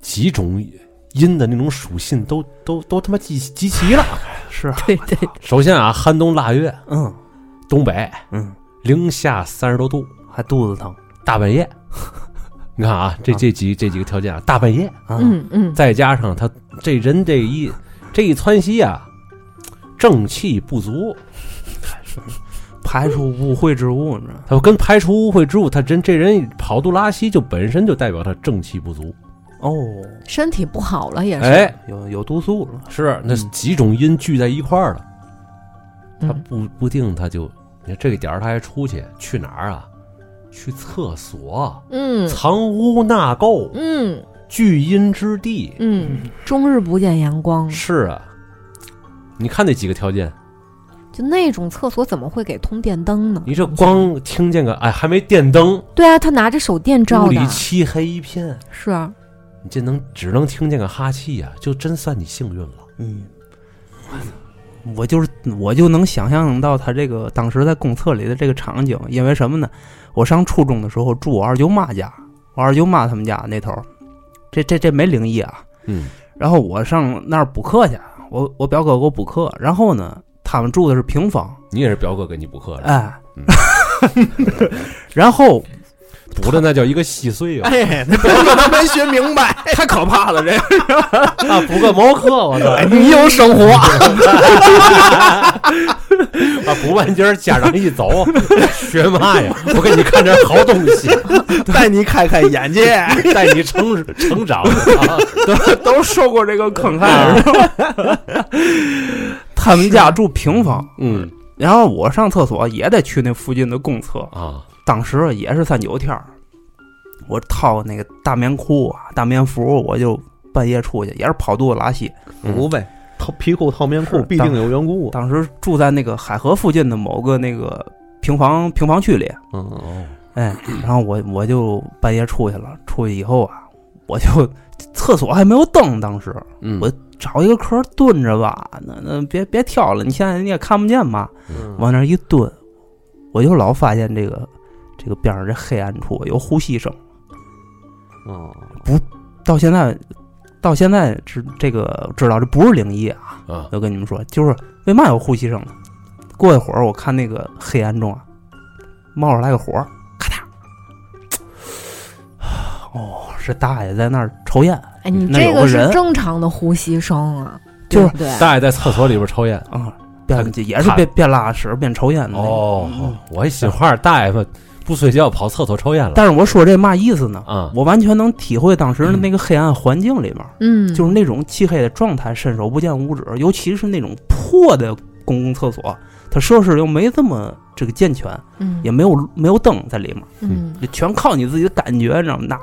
[SPEAKER 1] 几种阴的那种属性都都都他妈集集齐 了。
[SPEAKER 3] 是啊
[SPEAKER 2] 对对，
[SPEAKER 1] 首先啊，寒冬腊月，
[SPEAKER 3] 嗯
[SPEAKER 1] 东北
[SPEAKER 3] 嗯，
[SPEAKER 1] 零下三十多度，
[SPEAKER 3] 还肚子疼
[SPEAKER 1] 大半夜。 你看啊，这这几这几个条件啊，大半夜，
[SPEAKER 3] 啊，
[SPEAKER 2] 嗯嗯，
[SPEAKER 1] 再加上他这人这一这一窜稀啊，正气不足，
[SPEAKER 3] 排除污秽之物，你知道吗？
[SPEAKER 1] 他跟排除污秽之物，他真这人跑肚拉稀，就本身就代表他正气不足。
[SPEAKER 3] 哦，
[SPEAKER 2] 身体不好了也是，
[SPEAKER 1] 哎，
[SPEAKER 3] 有有毒素了，
[SPEAKER 1] 是那
[SPEAKER 3] 嗯
[SPEAKER 1] 几种因聚在一块儿了，他
[SPEAKER 2] 嗯
[SPEAKER 1] 不不定他就，你看这个点儿他还出去去哪儿啊？去厕所，
[SPEAKER 2] 嗯
[SPEAKER 1] 藏污纳垢，
[SPEAKER 2] 嗯
[SPEAKER 1] 聚阴之地。
[SPEAKER 2] 嗯，终日不见阳光，
[SPEAKER 1] 是啊，你看那几个条件，
[SPEAKER 2] 就那种厕所怎么会给通电灯呢？
[SPEAKER 1] 你这光听见个哎，还没电灯，
[SPEAKER 2] 对啊，他拿着手电
[SPEAKER 1] 屋
[SPEAKER 2] 照的
[SPEAKER 1] 里，漆黑一片，
[SPEAKER 2] 是啊，
[SPEAKER 1] 你这能只能听见个哈气呀、就真算你幸运了。
[SPEAKER 3] 嗯，我就是我就能想象到他这个当时在公厕里的这个场景，因为什么呢？我上初中的时候住我二舅妈家，我二舅妈他们家那头儿，这这这没灵异啊。
[SPEAKER 1] 嗯
[SPEAKER 3] 然后我上那儿补课去，我我表哥给我补课，然后呢，他们住的是平房，
[SPEAKER 1] 你也是表哥给你补课的，
[SPEAKER 3] 哎
[SPEAKER 1] 嗯，
[SPEAKER 3] 然后
[SPEAKER 1] 补的那叫一个稀碎啊！
[SPEAKER 4] 哎，那表哥没学 明白，太可怕了，这个
[SPEAKER 1] 啊补个毛课，我
[SPEAKER 3] 哎
[SPEAKER 1] 操！
[SPEAKER 4] 你有生活，
[SPEAKER 1] 啊，补半截儿，家长一走， 学嘛呀？我给你看点好东西，
[SPEAKER 4] 带你开开眼界，
[SPEAKER 1] 带你成成长。啊
[SPEAKER 3] 都 都受过这个坑
[SPEAKER 4] 啊
[SPEAKER 3] 害，是吧？ 他们家住平房，
[SPEAKER 1] 嗯
[SPEAKER 3] 然后我上厕所也得去那附近的公厕，
[SPEAKER 1] 啊，
[SPEAKER 3] 当时也是三九天儿，我套那个大棉裤啊、大棉服，我就半夜出去，也是跑肚子拉稀。
[SPEAKER 4] 无呗，套皮裤套棉裤
[SPEAKER 3] 是
[SPEAKER 4] 必定有缘故，
[SPEAKER 3] 当时住在那个海河附近的某个那个平房平房区里，
[SPEAKER 1] 嗯哦，
[SPEAKER 3] 哎，然后我我就半夜出去了，出去以后啊，我就厕所还没有灯，当时
[SPEAKER 1] 嗯
[SPEAKER 3] 我找一个壳蹲着吧，那那别别挑了，你现在你也看不见嘛，
[SPEAKER 4] 嗯
[SPEAKER 3] 往那儿一蹲，我就老发现这个这个边上这黑暗处有呼吸声。
[SPEAKER 4] 哦，
[SPEAKER 3] 到现在，到现在知这个知道这不是灵异啊！
[SPEAKER 1] 啊，
[SPEAKER 3] 我跟你们说，就是为嘛有呼吸声呢？过一会儿我看那个黑暗中啊，冒出来个火，咔嗒，哦，是大爷在那儿抽烟
[SPEAKER 2] 哎，你
[SPEAKER 3] 那
[SPEAKER 2] 这
[SPEAKER 3] 有个
[SPEAKER 2] 是
[SPEAKER 3] 人
[SPEAKER 2] 正常的呼吸声啊，
[SPEAKER 3] 就是
[SPEAKER 2] 对不对，
[SPEAKER 1] 大爷在厕所里边抽烟。
[SPEAKER 3] 啊，边
[SPEAKER 1] 他
[SPEAKER 3] 也是
[SPEAKER 1] 他
[SPEAKER 3] 边边拉屎边抽烟的、那个。
[SPEAKER 1] 哦
[SPEAKER 3] 嗯，
[SPEAKER 1] 我还心话，大爷们不睡觉跑厕所抽烟了
[SPEAKER 3] 但是我说这嘛意思呢？
[SPEAKER 1] 啊？
[SPEAKER 3] 我完全能体会当时的
[SPEAKER 1] 嗯
[SPEAKER 3] 那个黑暗环境里面，
[SPEAKER 2] 嗯，
[SPEAKER 3] 就是那种漆黑的状态，伸手不见五指，尤其是那种破的公共厕所，它设施又没这么这个健全，
[SPEAKER 2] 嗯
[SPEAKER 3] 也没有没有灯在里面，
[SPEAKER 2] 嗯
[SPEAKER 3] 就全靠你自己的感觉，你知道吗？拿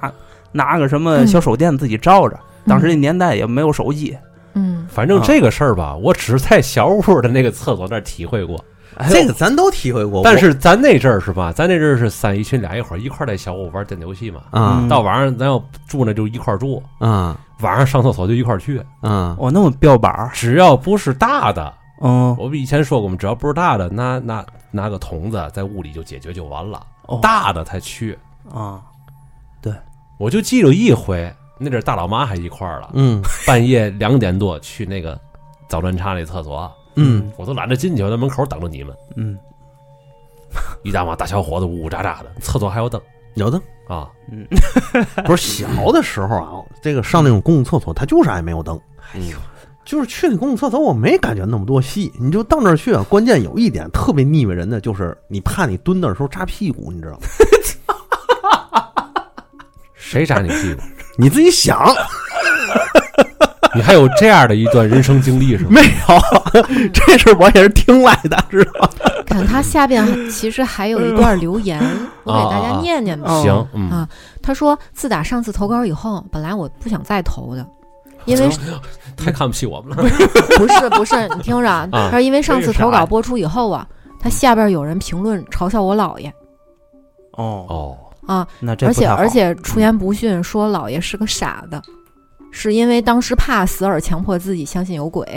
[SPEAKER 3] 拿个什么小手电自己照着，当时那年代也没有手机，
[SPEAKER 2] 嗯
[SPEAKER 1] 反正这个事儿吧，我只是在小屋的那个厕所那儿体会过，
[SPEAKER 3] 哎
[SPEAKER 4] 这个咱都体会过，
[SPEAKER 1] 但是咱那阵儿是吧？咱那阵儿是三一群俩一伙儿一块儿在小屋玩电子游戏嘛。
[SPEAKER 4] 我啊
[SPEAKER 3] 嗯
[SPEAKER 1] 到晚上咱要住那就一块儿住，
[SPEAKER 4] 啊
[SPEAKER 1] 晚上上厕所就一块儿去，
[SPEAKER 4] 啊，
[SPEAKER 3] 哦，那么标板儿，
[SPEAKER 1] 只要不是大的，
[SPEAKER 3] 嗯，
[SPEAKER 1] 我们以前说过，我们只要不是大的，拿拿拿个筒子在屋里就解决就完了，
[SPEAKER 3] 哦
[SPEAKER 1] 大的才去。
[SPEAKER 3] 啊，
[SPEAKER 1] 我就记着一回，那阵儿大老妈还一块儿了，
[SPEAKER 4] 嗯
[SPEAKER 1] 半夜两点多去那个早端茶那厕所，
[SPEAKER 3] 嗯
[SPEAKER 1] 我都懒得进去，我在门口等着你们。
[SPEAKER 3] 嗯
[SPEAKER 1] 一大帮大小伙子呜呜喳喳的，厕所还有灯
[SPEAKER 4] 有的
[SPEAKER 1] 啊，
[SPEAKER 3] 嗯，
[SPEAKER 4] 不是小的时候啊，这个上那种公共厕所，它就是爱没有灯。
[SPEAKER 1] 哎呦，
[SPEAKER 4] 就是去那公共厕所，我没感觉那么多戏，你就到那儿去啊。关键有一点特别腻歪人的，就是你怕你蹲那儿的时候扎屁股，你知道 吗？
[SPEAKER 1] 谁扎你屁股？
[SPEAKER 4] 你自己想
[SPEAKER 1] 你还有这样的一段人生经历是吗？
[SPEAKER 4] 没有？这事儿我也是听来的，知道吗？
[SPEAKER 2] 看他下 边其实还有一段留言，我给大家念念吧。
[SPEAKER 3] 哦
[SPEAKER 1] 行，嗯
[SPEAKER 2] 啊，他说：“自打上次投稿以后，本来我不想再投的，因为
[SPEAKER 1] 太看不起我们了。
[SPEAKER 2] 不是不是，你听着啊，
[SPEAKER 1] 啊
[SPEAKER 2] 他说因为上
[SPEAKER 1] 这
[SPEAKER 2] 次
[SPEAKER 1] 是啥
[SPEAKER 2] 投
[SPEAKER 1] 呀
[SPEAKER 2] 稿播出以后啊，他下边有人评论嘲笑我姥爷
[SPEAKER 3] 哦，
[SPEAKER 1] 哦，
[SPEAKER 2] 啊，
[SPEAKER 3] 那这
[SPEAKER 2] 而
[SPEAKER 3] 不
[SPEAKER 2] 且
[SPEAKER 3] 太好
[SPEAKER 2] 而且出言不逊，说姥爷是个傻子，是因为当时怕死而强迫自己相信有鬼。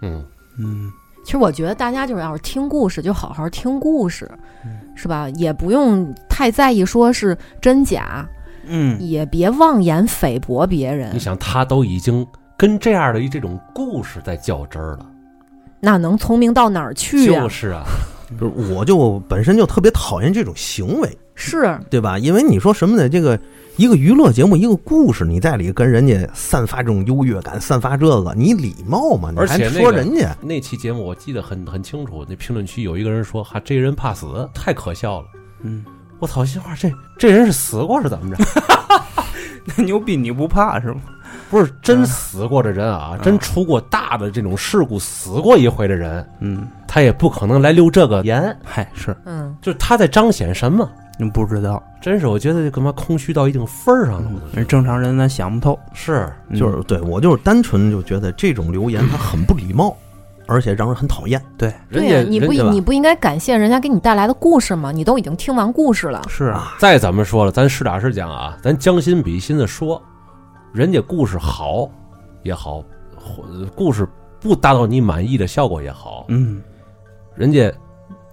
[SPEAKER 1] 嗯，
[SPEAKER 3] 嗯
[SPEAKER 2] 其实我觉得大家就是要是听故事，就好好听故事，
[SPEAKER 1] 嗯
[SPEAKER 2] 是吧？也不用太在意说是真假，
[SPEAKER 3] 嗯
[SPEAKER 2] 也别妄言菲薄别人
[SPEAKER 1] 你。想他都已经跟这样的一这种故事在较真儿了，
[SPEAKER 2] 那能聪明到哪儿去呀、
[SPEAKER 1] 就是啊，
[SPEAKER 4] 不是，我就本身就特别讨厌这种行为，
[SPEAKER 2] 是，
[SPEAKER 4] 对吧？因为你说什么呢？这个一个娱乐节目，一个故事，你在里跟人家散发这种优越感，散发这个，你礼貌吗？你
[SPEAKER 1] 而
[SPEAKER 4] 还
[SPEAKER 1] 且那
[SPEAKER 4] 说
[SPEAKER 1] 个
[SPEAKER 4] 人家
[SPEAKER 1] 那期节目我记得很很清楚，那评论区有一个人说：“哈，这人怕死，太可笑了。
[SPEAKER 3] 嗯，”
[SPEAKER 1] 我操，心话这这人是死过是怎 么着？
[SPEAKER 3] 那嗯 牛逼你不怕是吗？
[SPEAKER 1] 不是真死过的人啊，真出过大的这种事故，死过一回的人，
[SPEAKER 3] 嗯，
[SPEAKER 1] 他也不可能来留这个言。
[SPEAKER 3] 嗨是，
[SPEAKER 2] 嗯，
[SPEAKER 1] 就是他在彰显什么？
[SPEAKER 3] 你不知道，
[SPEAKER 1] 真是我觉得他妈空虚到一定份儿上了，我都觉
[SPEAKER 3] 人正常人咱想不透，
[SPEAKER 1] 得是
[SPEAKER 3] 嗯
[SPEAKER 4] 就是对我就是单纯就觉得这种留言他很不礼貌，而且让人很讨厌。
[SPEAKER 1] 人
[SPEAKER 2] 对呀、
[SPEAKER 1] 家
[SPEAKER 2] 你不
[SPEAKER 1] 人家吧
[SPEAKER 2] 你不应该感谢人家给你带来的故事吗？你都已经听完故事了，
[SPEAKER 3] 是啊，
[SPEAKER 1] 再怎么说了，咱实打实讲啊，咱将心比心的说，人家故事好也好，或故事不达到你满意的效果也好，
[SPEAKER 3] 嗯，
[SPEAKER 1] 人家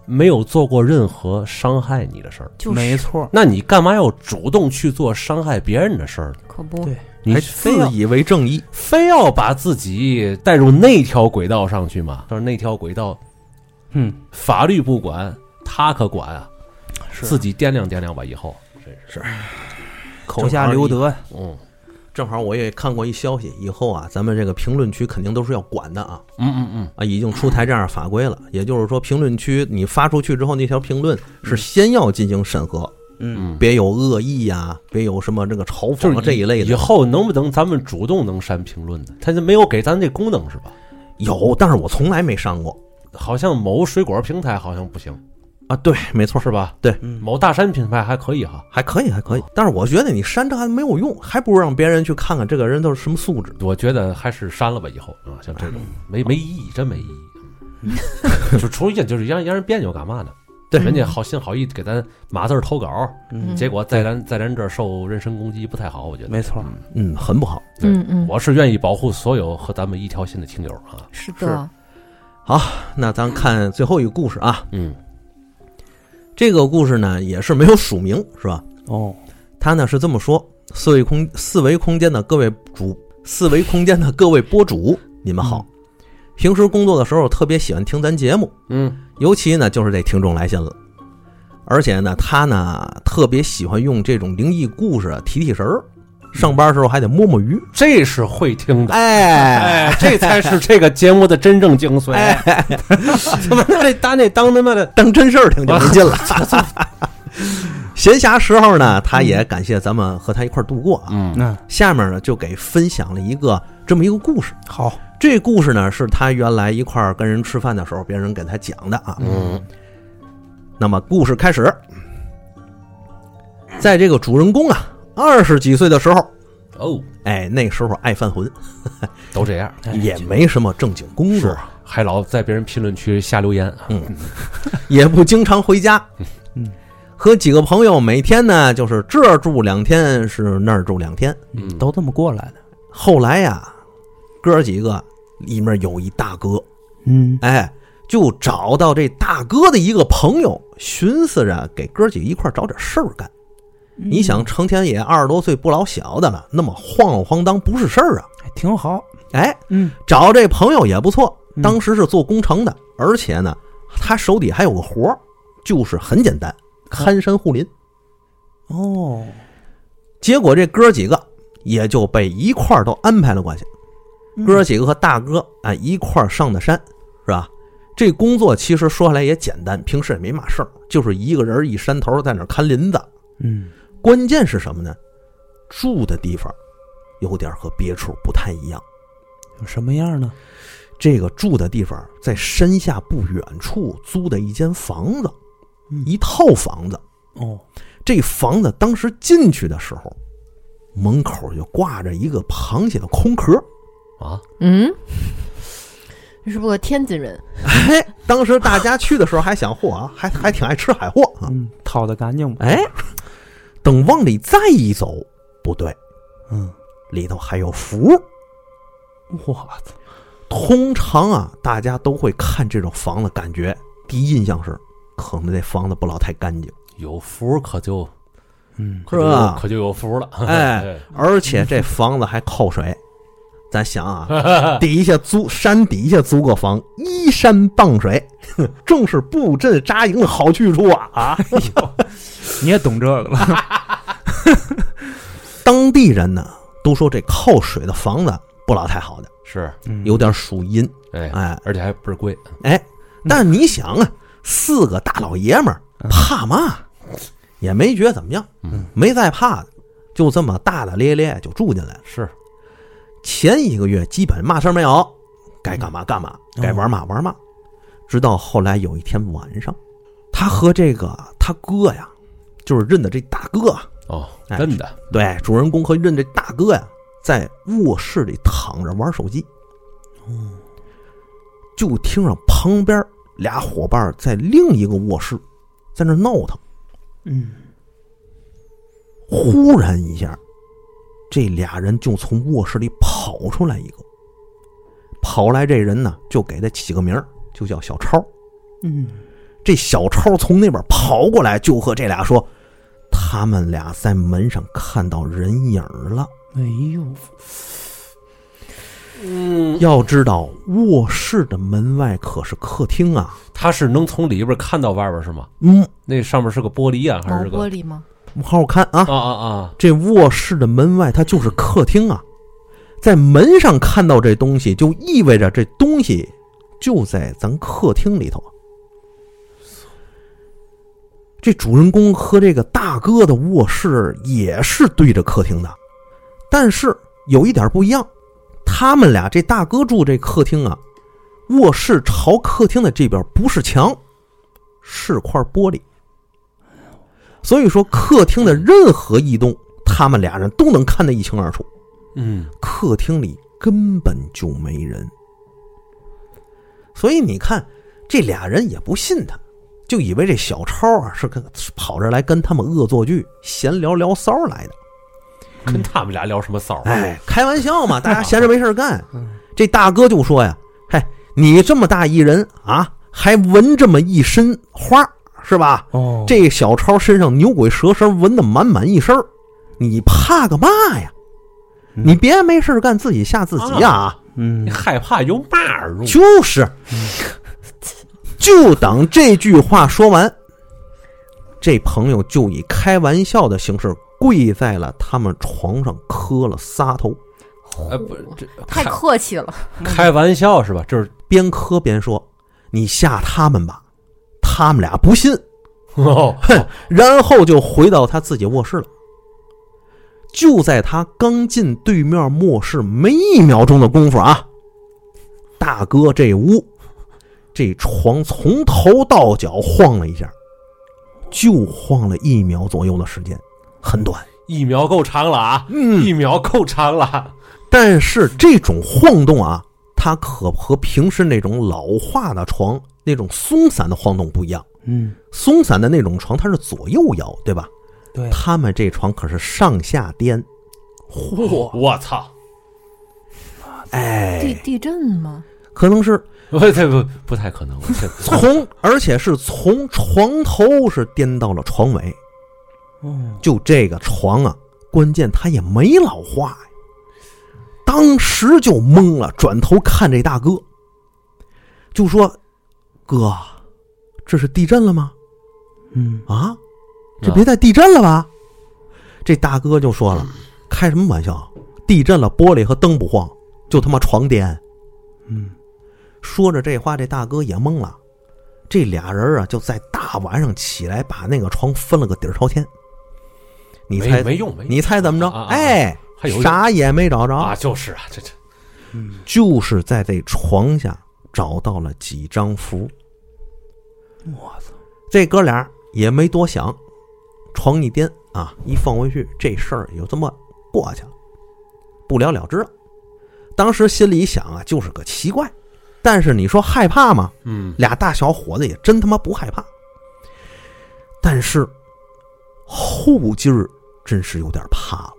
[SPEAKER 1] 没有做过任何伤害你的事儿，
[SPEAKER 2] 就是
[SPEAKER 3] 没错，
[SPEAKER 1] 那你干嘛要主动去做伤害别人的事儿呢？
[SPEAKER 2] 可不
[SPEAKER 3] 对
[SPEAKER 1] 你
[SPEAKER 4] 还
[SPEAKER 1] 非
[SPEAKER 4] 自
[SPEAKER 1] 要
[SPEAKER 4] 以为正义，
[SPEAKER 1] 非要把自己带入那条轨道上去嘛？但是那条轨道
[SPEAKER 3] 嗯
[SPEAKER 1] 法律不管，他可管啊，
[SPEAKER 3] 是
[SPEAKER 1] 自己掂量掂量吧，以后，
[SPEAKER 3] 手下留德呀，
[SPEAKER 1] 嗯
[SPEAKER 4] 正好我也看过一消息，以后啊，咱们这个评论区肯定都是要管的啊
[SPEAKER 1] 嗯嗯嗯，
[SPEAKER 4] 啊，已经出台这样法规了。也就是说，评论区你发出去之后，那条评论是先要进行审核，
[SPEAKER 3] 嗯
[SPEAKER 1] 嗯
[SPEAKER 4] 别有恶意呀、别有什么这个嘲讽啊这一类
[SPEAKER 1] 以
[SPEAKER 4] 的。
[SPEAKER 1] 后能不能咱们主动能删评论呢？他就没有给咱这功能是吧？
[SPEAKER 4] 有，但是我从来没上过
[SPEAKER 1] 好像某水果平台好像不行，
[SPEAKER 4] 啊。对，没错，
[SPEAKER 1] 是吧？
[SPEAKER 3] 嗯，
[SPEAKER 1] 某大山品牌还可以哈。
[SPEAKER 4] 还可以，还 可以。但是我觉得你删这还没有用，还不如让别人去看看这个人都是什么素质。
[SPEAKER 1] 我觉得还是删了吧，以后啊，像这种没没意义，真没意义。 就出现就是让让人别扭干嘛呢？
[SPEAKER 4] 对
[SPEAKER 1] 人家好心好意给咱码字儿投稿，
[SPEAKER 3] 嗯
[SPEAKER 1] 结果在咱在咱这儿受人身攻击不太好，我觉得。
[SPEAKER 3] 没错，
[SPEAKER 4] 嗯，很不好。
[SPEAKER 1] 对
[SPEAKER 2] 嗯嗯，
[SPEAKER 1] 我是愿意保护所有和咱们一条心的听友啊。
[SPEAKER 2] 是的，
[SPEAKER 4] 那咱看最后一个故事啊，
[SPEAKER 1] 嗯，
[SPEAKER 4] 这个故事呢也是没有署名，是吧？
[SPEAKER 3] 哦，
[SPEAKER 4] 他呢是这么说：四维空四维空间的各位主，四维空间的各位播主，你们好。平时工作的时候特别喜欢听咱节目，
[SPEAKER 1] 嗯，
[SPEAKER 4] 尤其呢就是这听众来信了。而且呢，他呢特别喜欢用这种灵异故事啊提提神儿，上班时候还得摸摸鱼。
[SPEAKER 1] 这是会听的，
[SPEAKER 4] 哎，
[SPEAKER 1] 哎，这才是这个节目的真正精髓。 怎么这当那当他妈的
[SPEAKER 4] 当真事儿听就没 劲了。闲暇时候呢，他也感谢咱们和他一块儿度过啊。
[SPEAKER 1] 嗯
[SPEAKER 3] 那
[SPEAKER 4] 下面呢，就给分享了一个这么一个故事。
[SPEAKER 3] 好，
[SPEAKER 4] 这故事呢，是他原来一块儿跟人吃饭的时候，别人给他讲的啊。
[SPEAKER 1] 嗯
[SPEAKER 4] 那么故事开始，在这个主人公啊二十几岁的时候，
[SPEAKER 1] 哦，
[SPEAKER 4] 哎，那时候爱犯浑，
[SPEAKER 1] 都这样，
[SPEAKER 3] 哎
[SPEAKER 4] 也没什么正经工作
[SPEAKER 1] 是，还老在别人评论区瞎留言。
[SPEAKER 4] 也不经常回家。
[SPEAKER 3] 嗯，
[SPEAKER 4] 和几个朋友每天呢，就是这儿住两天，是那儿住两天。
[SPEAKER 1] 嗯，
[SPEAKER 3] 都这么过来的，
[SPEAKER 4] 后来呀，哥儿几个里面有一大哥，
[SPEAKER 3] 嗯
[SPEAKER 4] 哎，就找到这大哥的一个朋友，寻思着给哥儿几个一块儿找点事儿干。你想，成天也二十多岁不老小的了，那么晃晃荡荡不是事儿啊。
[SPEAKER 3] 还挺好，
[SPEAKER 4] 哎，
[SPEAKER 3] 嗯
[SPEAKER 4] 找这朋友也不错，
[SPEAKER 3] 嗯
[SPEAKER 4] 当时是做工程的，而且呢，他手底还有个活儿，就是很简单，看山护林。
[SPEAKER 3] 哦，
[SPEAKER 4] 结果这哥几个也就被一块儿都安排了过去，哥几个和大哥啊一块儿上的山，是吧？这工作其实说下来也简单，平时也没嘛事儿，就是一个人儿一山头儿在那儿看林子。
[SPEAKER 3] 嗯
[SPEAKER 4] 关键是什么呢？住的地方有点和别处不太一样。
[SPEAKER 3] 有什么样呢？
[SPEAKER 4] 这个住的地方在山下不远处租的一间房子，
[SPEAKER 3] 嗯
[SPEAKER 4] 一套房子。
[SPEAKER 3] 哦，
[SPEAKER 4] 这房子当时进去的时候，门口就挂着一个螃蟹的空壳。
[SPEAKER 1] 啊，
[SPEAKER 2] 嗯，是不是个天津人？
[SPEAKER 4] 哎，当时大家去的时候还想，嚯啊，还还挺爱吃海货啊。
[SPEAKER 3] 嗯，掏的干净吧？
[SPEAKER 4] 哎，等往里再一走，不对，
[SPEAKER 3] 嗯，
[SPEAKER 4] 里头还有符。
[SPEAKER 3] 我操，
[SPEAKER 4] 通常啊，大家都会看这种房子，感觉第一印象是，可能这房子不老太干净，啊
[SPEAKER 1] 有福可就
[SPEAKER 3] 嗯
[SPEAKER 1] 可就是
[SPEAKER 4] 吧
[SPEAKER 1] 有可就有福了。
[SPEAKER 4] 哎，而且这房子还靠水。咱想啊，底下租山底下租个房，依山傍水， 正是布阵扎营的好去处啊！啊，
[SPEAKER 3] 哎 你也懂这个了？
[SPEAKER 4] 当地人呢都说这靠水的房子不老太好的，
[SPEAKER 1] 是
[SPEAKER 3] 嗯
[SPEAKER 4] 有点属阴。
[SPEAKER 1] 哎，
[SPEAKER 4] 哎，
[SPEAKER 1] 而且还倍儿贵。
[SPEAKER 4] 哎，但你想啊，四个大老爷们儿怕嘛，也没觉得怎么样，没再怕的，就这么大大咧咧就住进来了。
[SPEAKER 1] 是
[SPEAKER 4] 前一个月基本嘛事儿没有，该干嘛干嘛，
[SPEAKER 3] 嗯
[SPEAKER 4] 该玩嘛玩嘛，直到后来有一天晚上，他和这个他哥呀，就是认的这大哥啊，
[SPEAKER 1] 哦，
[SPEAKER 4] 哎
[SPEAKER 1] 真的
[SPEAKER 4] 对，主人公和认这大哥呀，在卧室里躺着玩手机，
[SPEAKER 3] 哦
[SPEAKER 4] 就听着旁边俩伙伴在另一个卧室在那闹腾。
[SPEAKER 3] 嗯，
[SPEAKER 4] 忽然一下，这俩人就从卧室里跑出来一个，跑来这人呢，就给他起个名儿，就叫小超。
[SPEAKER 3] 嗯，
[SPEAKER 4] 这小超从那边跑过来，就和这俩说，他们俩在门上看到人影儿了。
[SPEAKER 3] 哎呦，
[SPEAKER 4] 要知道，卧室的门外可是客厅啊。
[SPEAKER 1] 他是能从里边看到外边是吗？
[SPEAKER 4] 嗯，
[SPEAKER 1] 那上面是个玻璃啊，
[SPEAKER 2] 毛
[SPEAKER 1] 还是个
[SPEAKER 2] 玻璃吗？
[SPEAKER 4] 我好好看啊，
[SPEAKER 1] 啊啊啊！
[SPEAKER 4] 这卧室的门外它就是客厅啊。在门上看到这东西，就意味着这东西就在咱客厅里头啊。这主人公和这个大哥的卧室也是对着客厅的，但是有一点不一样，他们俩这大哥住这客厅啊，卧室朝客厅的这边不是墙，是块玻璃。所以说，客厅的任何异动，他们俩人都能看得一清二楚。
[SPEAKER 1] 嗯，
[SPEAKER 4] 客厅里根本就没人，所以你看，这俩人也不信他，就以为这小超啊是跟是跑这来跟他们恶作剧、闲聊聊骚来的。
[SPEAKER 1] 跟他们俩聊什么骚？
[SPEAKER 4] 哎，，开玩笑嘛，大家闲着没事儿干。这大哥就说呀：“嘿，你这么大一人啊，还闻这么一身花是吧？
[SPEAKER 3] 哦，
[SPEAKER 4] 这小超身上牛鬼蛇神闻得满满一身儿你怕个嘛呀？
[SPEAKER 3] 嗯
[SPEAKER 4] 你别没事儿干自己吓自己呀、啊！
[SPEAKER 3] 嗯
[SPEAKER 1] 你，害怕有嘛用？
[SPEAKER 4] 就是， 就等这句话说完，这朋友就以开玩笑的形式跪在了他们床上，磕了仨头，
[SPEAKER 1] 哎，不，这
[SPEAKER 2] 太
[SPEAKER 1] 开
[SPEAKER 2] 客气了，
[SPEAKER 1] 开玩笑是吧？ 这是
[SPEAKER 4] 边磕边说：“你吓他们吧。”他们俩不信，
[SPEAKER 1] 哦，
[SPEAKER 4] 然后就回到他自己卧室了。就在他刚进对面卧室没一秒钟的功夫啊，大哥这屋这床从头到脚晃了一下，就晃了一秒左右的时间，很短。
[SPEAKER 1] 一秒够长了啊！
[SPEAKER 4] 嗯
[SPEAKER 1] 一秒够长了。
[SPEAKER 4] 但是这种晃动啊，它可和平时那种老化的床那种松散的晃动不一样。
[SPEAKER 3] 嗯，
[SPEAKER 4] 松散的那种床它是左右摇，对吧？
[SPEAKER 3] 对，
[SPEAKER 4] 他们这床可是上下颠，
[SPEAKER 1] 嚯！我操！
[SPEAKER 2] 地
[SPEAKER 4] 哎，
[SPEAKER 2] 地震吗？
[SPEAKER 4] 可能是
[SPEAKER 1] 不，这不不太可能。这
[SPEAKER 4] 从，而且是从床头是颠到了床尾。
[SPEAKER 3] 哦，
[SPEAKER 4] 就这个床啊，关键它也没老化呀。当时就懵了，转头看这大哥，就说：“哥，这是地震了吗？
[SPEAKER 3] 嗯，
[SPEAKER 4] 啊，这别再地震了吧？”这大哥就说
[SPEAKER 1] 嗯
[SPEAKER 4] 了：“开什么玩笑？地震了，玻璃和灯不晃，就他妈床颠。”
[SPEAKER 3] 嗯，
[SPEAKER 4] 说着这话，这大哥也懵了。这俩人啊，就在大晚上起来，把那个床翻了个底儿朝天。你
[SPEAKER 1] 没
[SPEAKER 4] 猜
[SPEAKER 1] 没用，没用
[SPEAKER 4] 你猜怎么着？
[SPEAKER 1] 啊啊啊
[SPEAKER 4] 哎，
[SPEAKER 1] 还有
[SPEAKER 4] 啥也没找着，
[SPEAKER 1] 啊？就是啊，这这
[SPEAKER 4] 就是在这床下找到了几张符。
[SPEAKER 3] 我操，
[SPEAKER 4] 这哥俩也没多想，床一颠啊，一放回去，这事儿也就这么过去了，不了了之了。当时心里一想啊，就是个奇怪，但是你说害怕吗？
[SPEAKER 1] 嗯
[SPEAKER 4] 俩大小伙子也真他妈不害怕。但是后劲儿真是有点怕了。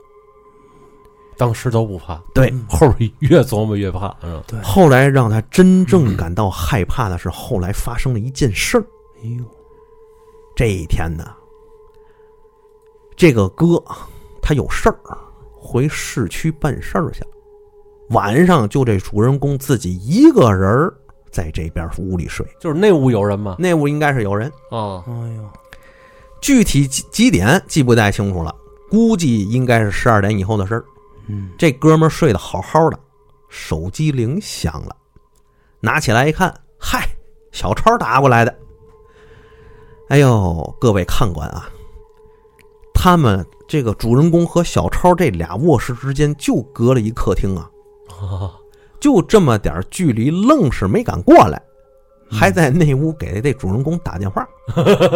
[SPEAKER 1] 当时都不怕，
[SPEAKER 4] 对
[SPEAKER 1] 嗯后边越琢磨越怕，嗯，
[SPEAKER 3] 对
[SPEAKER 4] 后来让他真正感到害怕的是，后来发生了一件事儿。
[SPEAKER 3] 哎呦，
[SPEAKER 4] 这一天呢，这个哥啊他有事儿，回市区办事儿去了。晚上就这主人公自己一个人儿在这边屋里睡，
[SPEAKER 1] 就是那屋有人吗？
[SPEAKER 4] 那屋应该是有人，
[SPEAKER 1] 啊，
[SPEAKER 3] 哎呦，
[SPEAKER 4] 具体几几点记不太清楚了，估计应该是十二点以后的事儿。
[SPEAKER 3] 嗯，
[SPEAKER 4] 这哥们儿睡得好好的，手机铃响了，拿起来一看，嗨，小超打过来的。哎呦，各位看官啊，他们这个主人公和小超这俩卧室之间就隔了一客厅啊，就这么点儿距离，愣是没敢过来，还在那屋给这主人公打电话。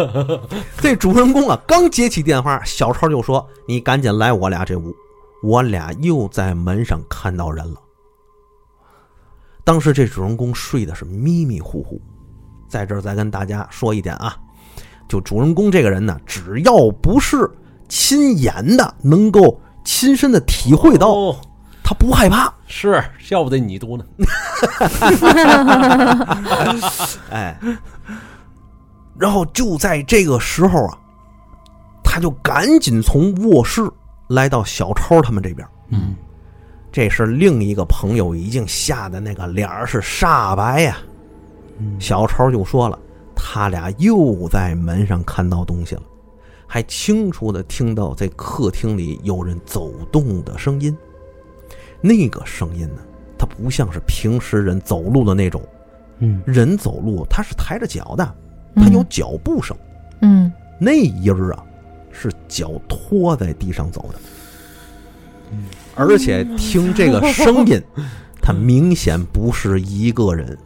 [SPEAKER 4] 这主人公啊，刚接起电话，小超就说：“你赶紧来我俩这屋。”我俩又在门上看到人了。当时这主人公睡的是迷迷糊糊，在这儿再跟大家说一点啊，就主人公这个人呢，只要不是亲眼的，能够亲身的体会到，
[SPEAKER 1] 哦
[SPEAKER 4] 他不害怕。
[SPEAKER 1] 是，要不得你读呢，
[SPEAKER 4] 哎，然后就在这个时候啊，他就赶紧从卧室来到小超他们这边。
[SPEAKER 3] 嗯，
[SPEAKER 4] 这时另一个朋友已经吓得那个脸儿是煞白呀、
[SPEAKER 3] 嗯
[SPEAKER 4] 小超就说了，他俩又在门上看到东西了，还清楚的听到在客厅里有人走动的声音。那个声音呢，它不像是平时人走路的那种。
[SPEAKER 3] 嗯，
[SPEAKER 4] 人走路他是抬着脚的，他有脚步声。
[SPEAKER 2] 嗯
[SPEAKER 4] 那音儿啊，是脚拖在地上走的，而且听这个声音，他明显不是一个人，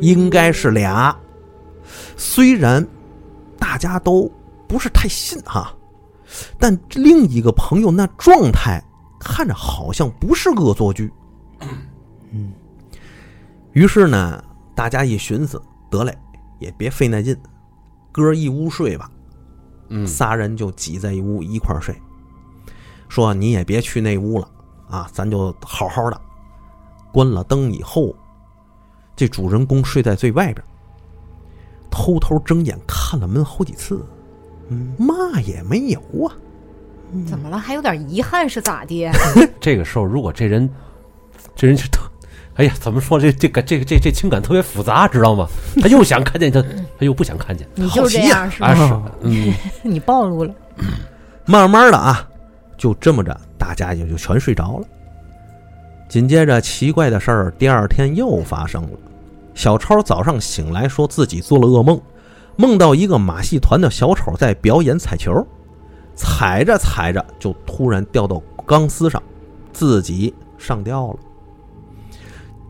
[SPEAKER 4] 应该是俩。虽然大家都不是太信哈，但另一个朋友那状态看着好像不是恶作剧。
[SPEAKER 3] 嗯，
[SPEAKER 4] 于是呢，大家一寻思，得嘞，也别费那劲，哥儿一屋睡吧。
[SPEAKER 1] 嗯
[SPEAKER 4] 仨人就挤在一屋一块儿睡，说你也别去那屋了啊，咱就好好的。关了灯以后，这主人公睡在最外边儿，偷偷睁眼看了门好几次，
[SPEAKER 3] 嗯，
[SPEAKER 4] 嘛也没有啊。
[SPEAKER 2] 怎么了？还有点遗憾是咋的？
[SPEAKER 1] 这个时候，如果这人，这人就特，哎呀，怎么说这这个这个这这情感特别复杂，知道吗？他又想看见他，他又不想看见，
[SPEAKER 2] 你就这样是
[SPEAKER 1] 啊
[SPEAKER 2] 吧？
[SPEAKER 1] 是，嗯，
[SPEAKER 2] 你暴露了。
[SPEAKER 4] 慢慢的啊，就这么着，大家也就全睡着了。紧接着，奇怪的事儿第二天又发生了。小超早上醒来，说自己做了噩梦，梦到一个马戏团的小丑在表演踩球，踩着踩着就突然掉到钢丝上，自己上吊了。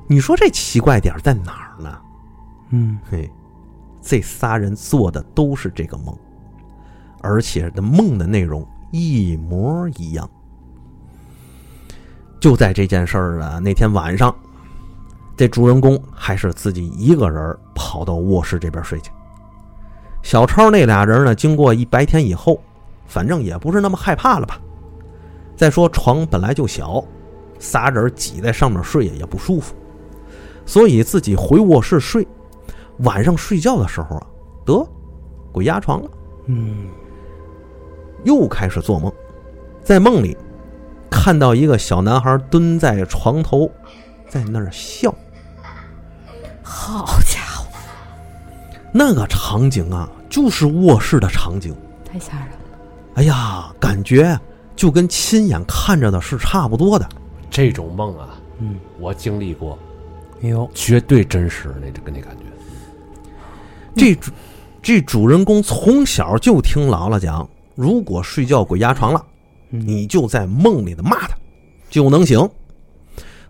[SPEAKER 4] 你说这奇怪点儿在哪儿呢？
[SPEAKER 3] 嗯，
[SPEAKER 4] 嘿，这仨人做的都是这个梦，而且的梦的内容一模一样。就在这件事儿的那天晚上，这主人公还是自己一个人儿跑到卧室这边睡去。小超那俩人呢，经过一白天以后，反正也不是那么害怕了吧。再说床本来就小，仨人挤在上面睡也不舒服，所以自己回卧室睡。晚上睡觉的时候啊，得鬼压床了，
[SPEAKER 3] 嗯，
[SPEAKER 4] 又开始做梦，在梦里看到一个小男孩蹲在床头，在那儿笑。
[SPEAKER 2] 好家伙，
[SPEAKER 4] 那个场景啊，就是卧室的场景。
[SPEAKER 2] 太吓人了！
[SPEAKER 4] 哎呀，感觉就跟亲眼看着的是差不多的。
[SPEAKER 1] 这种梦啊，
[SPEAKER 3] 嗯，
[SPEAKER 1] 我经历过，
[SPEAKER 3] 哎呦，
[SPEAKER 1] 绝对真实，那跟那感觉。
[SPEAKER 4] 这主这主人公从小就听姥姥讲，如果睡觉鬼压床了，你就在梦里的骂他，就能醒。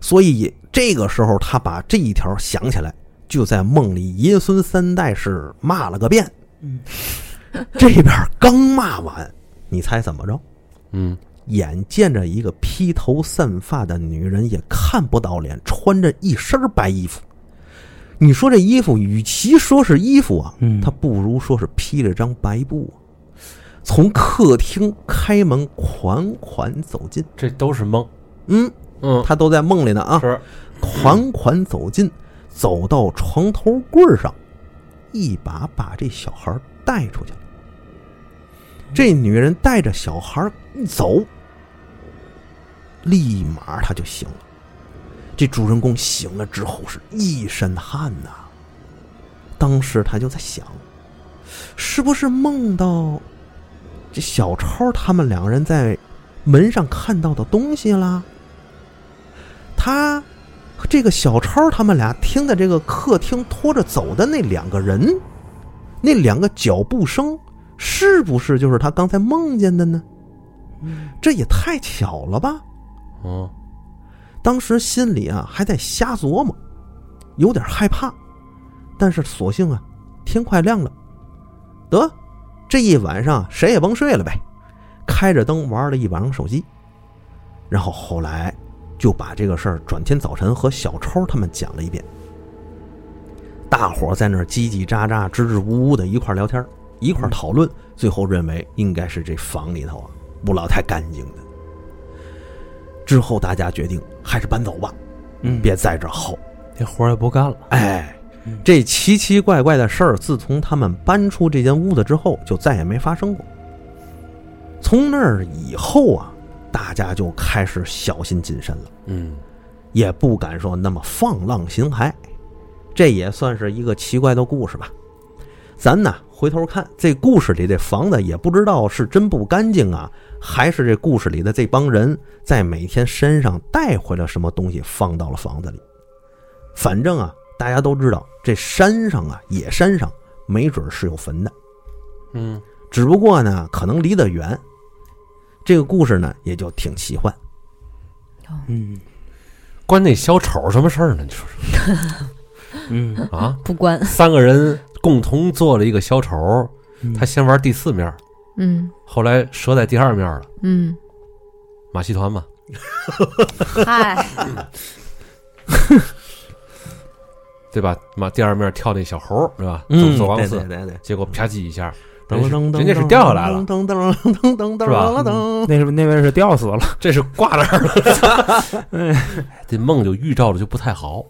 [SPEAKER 4] 所以这个时候他把这一条想起来，就在梦里爷孙三代是骂了个遍。 这边刚骂完，你猜怎么着？
[SPEAKER 1] 嗯，
[SPEAKER 4] 眼见着一个披头散发的女人，也看不到脸，穿着一身白衣服。你说这衣服，与其说是衣服啊，
[SPEAKER 3] 嗯
[SPEAKER 4] 它不如说是披着张白布啊、从客厅开门，款款走进。
[SPEAKER 1] 这都是梦。
[SPEAKER 4] 嗯，
[SPEAKER 1] 嗯，
[SPEAKER 4] 他都在梦里呢啊，
[SPEAKER 1] 是
[SPEAKER 4] 款款走进，走到床头柜儿上，一把把这小孩儿带出去了。这女人带着小孩儿一走，立马他就醒了。这主人公醒了之后是一身汗呐、当时他就在想，是不是梦到这小超他们两人在门上看到的东西啦？他这个小超他们俩听的这个客厅拖着走的那两个人，那两个脚步声，是不是就是他刚才梦见的呢？这也太巧了吧！
[SPEAKER 1] 嗯，
[SPEAKER 4] 当时心里啊还在瞎琢磨，有点害怕，但是索性啊，天快亮了，得这一晚上啊谁也甭睡了呗，开着灯玩了一晚上手机，然后后来就把这个事儿转天早晨和小超他们讲了一遍，大伙儿在那儿叽叽喳喳、支支吾吾的一块儿聊天儿，一块儿讨论，最后认为应该是这房里头啊不老太干净的。之后大家决定还是搬走吧，
[SPEAKER 3] 嗯，
[SPEAKER 4] 别在这儿耗。
[SPEAKER 3] 这活儿也不干了，
[SPEAKER 4] 哎
[SPEAKER 3] 嗯，
[SPEAKER 4] 这奇奇怪怪的事儿，自从他们搬出这间屋子之后，就再也没发生过。从那儿以后啊，大家就开始小心谨慎了，
[SPEAKER 1] 嗯，
[SPEAKER 4] 也不敢说那么放浪形骸。这也算是一个奇怪的故事吧。咱呢回头看这故事里这房子，也不知道是真不干净啊，还是这故事里的这帮人在每天身上带回了什么东西，放到了房子里。反正啊，大家都知道这山上啊，野山上没准是有坟的。
[SPEAKER 1] 嗯，
[SPEAKER 4] 只不过呢，可能离得远。这个故事呢，也就挺奇幻。
[SPEAKER 3] 嗯
[SPEAKER 1] 关那小丑什么事儿呢？你说说
[SPEAKER 3] 嗯，
[SPEAKER 1] 啊？
[SPEAKER 2] 不 关，
[SPEAKER 1] 三个人共同做了一个小丑，他先玩第四面，
[SPEAKER 2] 嗯
[SPEAKER 1] 后来折在第二面了。
[SPEAKER 2] 嗯，
[SPEAKER 1] 马戏团嘛，
[SPEAKER 2] 嗨，
[SPEAKER 1] 对吧？马第二面跳那小猴是吧？嗯走走
[SPEAKER 3] 嗯
[SPEAKER 4] 对
[SPEAKER 1] 王
[SPEAKER 4] 对
[SPEAKER 1] 四，
[SPEAKER 4] 对对，
[SPEAKER 1] 结果啪叽一下，
[SPEAKER 4] 噔噔噔，
[SPEAKER 1] 人家是掉下来了，
[SPEAKER 4] 噔噔噔噔噔噔
[SPEAKER 1] 是吧
[SPEAKER 4] 噔，
[SPEAKER 3] 那是那位是吊 死了，
[SPEAKER 1] 这是挂那儿了。 哎这梦就预兆的就不太好，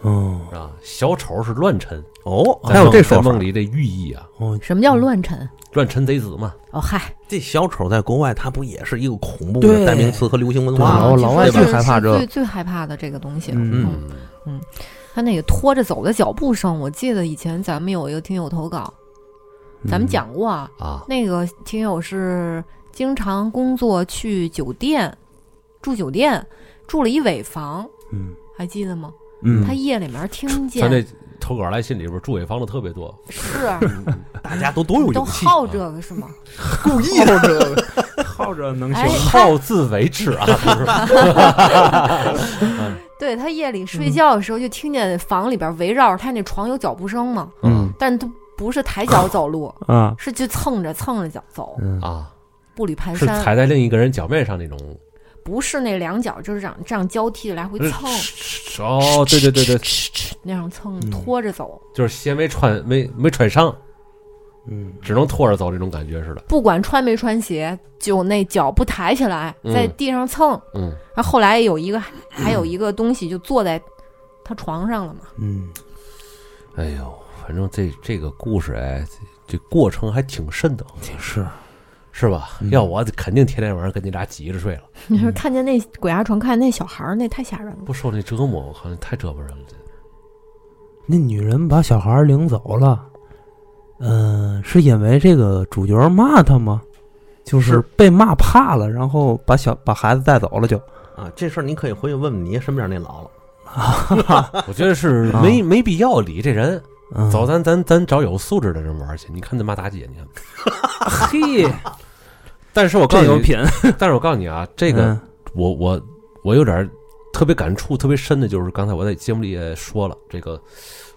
[SPEAKER 3] 哦
[SPEAKER 1] 是吧？小丑是乱臣，
[SPEAKER 4] 哦，
[SPEAKER 1] 在
[SPEAKER 4] 还有
[SPEAKER 1] 梦
[SPEAKER 4] 这说
[SPEAKER 1] 在
[SPEAKER 4] 法
[SPEAKER 1] 梦。里这寓意啊，
[SPEAKER 3] 哦，
[SPEAKER 2] 什么叫乱臣？
[SPEAKER 1] 乱臣贼子嘛。
[SPEAKER 2] 哦嗨，
[SPEAKER 4] 这小丑在国外，他不也是一个恐怖
[SPEAKER 3] 对
[SPEAKER 4] 的代名词和流行文
[SPEAKER 3] 哇
[SPEAKER 4] 化
[SPEAKER 3] 对
[SPEAKER 4] 吗？
[SPEAKER 3] 老老外
[SPEAKER 2] 就是
[SPEAKER 3] 最害怕这
[SPEAKER 2] 是最最害怕的这个东西了。
[SPEAKER 3] 嗯
[SPEAKER 2] 嗯，他那个拖着走的脚步声，我记得以前咱们有一个听友投稿，
[SPEAKER 4] 嗯
[SPEAKER 2] 咱们讲过啊，
[SPEAKER 1] 啊，
[SPEAKER 2] 那个听友是经常工作去酒店，住酒店，住了一尾房，
[SPEAKER 3] 嗯
[SPEAKER 2] 还记得吗？
[SPEAKER 3] 嗯
[SPEAKER 2] 他，夜里面听
[SPEAKER 1] 咱这
[SPEAKER 2] 见
[SPEAKER 1] 投稿来信里边住尾方的特别多，
[SPEAKER 2] 是
[SPEAKER 1] 嗯
[SPEAKER 4] 大家都多有
[SPEAKER 2] 都
[SPEAKER 4] 勇气，
[SPEAKER 2] 好这个是吗？
[SPEAKER 3] 故意耗 着耗着能
[SPEAKER 2] 哎
[SPEAKER 3] 行，
[SPEAKER 1] 好自为之啊，是吧
[SPEAKER 2] 对他夜里睡觉的时候就听见房里边围绕着他那床有脚步声嘛，
[SPEAKER 3] 嗯
[SPEAKER 2] 但他不是抬脚走路，
[SPEAKER 3] 啊，
[SPEAKER 2] 是就蹭着蹭着脚走，
[SPEAKER 3] 嗯
[SPEAKER 1] 啊，
[SPEAKER 2] 步履蹒
[SPEAKER 1] 是
[SPEAKER 2] 跚，
[SPEAKER 1] 踩在另一个人脚面上那种。
[SPEAKER 2] 不是那两脚就是这样这样交替来回蹭
[SPEAKER 1] 哎哦，对对对对，
[SPEAKER 2] 那样蹭
[SPEAKER 3] 嗯
[SPEAKER 2] 拖着走，
[SPEAKER 1] 就是鞋没穿，没没穿上，
[SPEAKER 3] 嗯
[SPEAKER 1] 只能拖着走那种感觉似的。
[SPEAKER 2] 不管穿没穿鞋，就那脚不抬起来，
[SPEAKER 1] 嗯
[SPEAKER 2] 在地上蹭。
[SPEAKER 1] 嗯，
[SPEAKER 2] 然后后来有一个还有一个东西就坐在他床上了嘛，
[SPEAKER 3] 嗯，
[SPEAKER 1] 哎呦，反正这这个故事哎，这这过程还挺瘆得慌，
[SPEAKER 3] 是
[SPEAKER 1] 是吧？
[SPEAKER 3] 嗯
[SPEAKER 1] 要我肯定天天晚上跟你俩挤着睡了，
[SPEAKER 2] 你说 看见那鬼压床，看见那小孩儿，那太吓人了。
[SPEAKER 1] 不受那折磨，我靠，那太折磨人了。
[SPEAKER 3] 那女人把小孩儿领走了，嗯、是因为这个主角骂她吗？就是
[SPEAKER 4] 是
[SPEAKER 3] 被骂怕了，然后把小把孩子带走了就，
[SPEAKER 4] 啊，这事儿您可以回去问问你身边那姥 姥。
[SPEAKER 1] 我觉得是没没必要理这人。
[SPEAKER 3] 嗯，
[SPEAKER 1] 走，咱咱咱找有素质的人玩儿去。你看那骂大姐，你看。
[SPEAKER 3] 嘿，
[SPEAKER 1] 但是我告
[SPEAKER 3] 这
[SPEAKER 1] 诉
[SPEAKER 3] 有
[SPEAKER 1] 你，
[SPEAKER 3] 品，
[SPEAKER 1] 但是我告诉你啊，这个
[SPEAKER 3] 嗯
[SPEAKER 1] 我我我有点儿特别感触特别深的，就是刚才我在节目里也说了，这个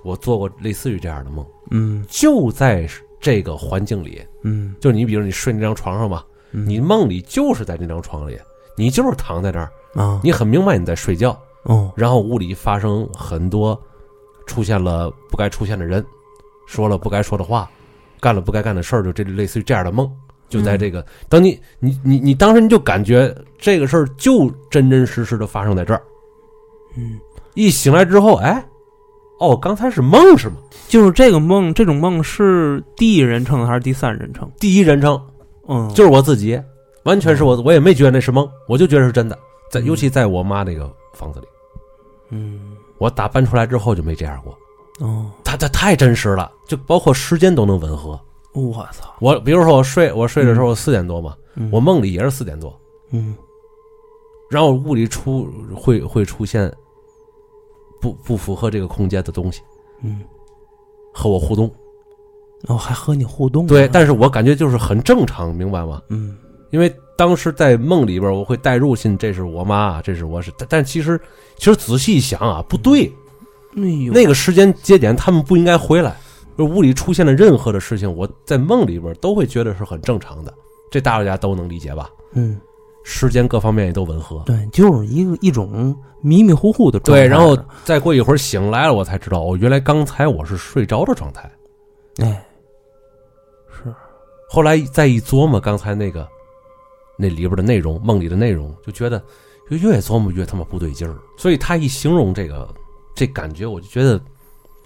[SPEAKER 1] 我做过类似于这样的梦，
[SPEAKER 3] 嗯
[SPEAKER 1] 就在这个环境里，
[SPEAKER 3] 嗯
[SPEAKER 1] 就你比如你睡那张床上吧，
[SPEAKER 3] 嗯
[SPEAKER 1] 你梦里就是在那张床里，你就是躺在那儿，
[SPEAKER 3] 啊，
[SPEAKER 1] 你很明白你在睡觉，
[SPEAKER 3] 哦，
[SPEAKER 1] 然后屋里发生很多出现了不该出现的人，说了不该说的话，干了不该干的事儿，就这类似于这样的梦，就在这个、当你你你你当时你就感觉这个事儿就真真实实的发生在这儿，
[SPEAKER 3] 嗯，
[SPEAKER 1] 一醒来之后，哎，哦，刚才是梦是吗？
[SPEAKER 3] 就是这个梦，这种梦是第一人称还是第三人称？
[SPEAKER 1] 第一人称
[SPEAKER 3] 嗯，
[SPEAKER 1] 就是我自己，完全是我，我也没觉得那是梦，我就觉得是真的，在
[SPEAKER 3] 嗯
[SPEAKER 1] 尤其在我妈那个房子里，
[SPEAKER 3] 嗯
[SPEAKER 1] 我打搬出来之后就没这样过，
[SPEAKER 3] 哦，
[SPEAKER 1] 它它太真实了，就包括时间都能吻合。
[SPEAKER 3] 我操，
[SPEAKER 1] 我比如说我睡我睡的时候四点多嘛，
[SPEAKER 3] 嗯
[SPEAKER 1] 我梦里也是四点多，
[SPEAKER 3] 嗯
[SPEAKER 1] 然后屋里出会会出现不不符合这个空间的东西
[SPEAKER 3] 嗯，
[SPEAKER 1] 和我互动，
[SPEAKER 3] 哦，还和你互动呢，
[SPEAKER 1] 对，但是我感觉就是很正常，明白吗？
[SPEAKER 3] 嗯
[SPEAKER 1] 因为当时在梦里边，我会带入进这是我妈，这是我是，但但其实其实仔细一想啊，不对，
[SPEAKER 3] 哎呦，
[SPEAKER 1] 那个时间节点他们不应该回来。就屋里出现了任何的事情，我在梦里边都会觉得是很正常的，这大家都能理解吧？
[SPEAKER 3] 嗯，
[SPEAKER 1] 时间各方面也都吻合，
[SPEAKER 3] 对，就是一个一种迷迷糊糊的状态。
[SPEAKER 1] 对，然后再过一会儿醒来了，我才知道，哦，原来刚才我是睡着的状态。
[SPEAKER 3] 哎，是
[SPEAKER 1] 后来再一琢磨刚才那个那里边的内容，梦里的内容，就觉得就越琢磨越他妈不对劲儿。所以他一形容这个这感觉，我就觉得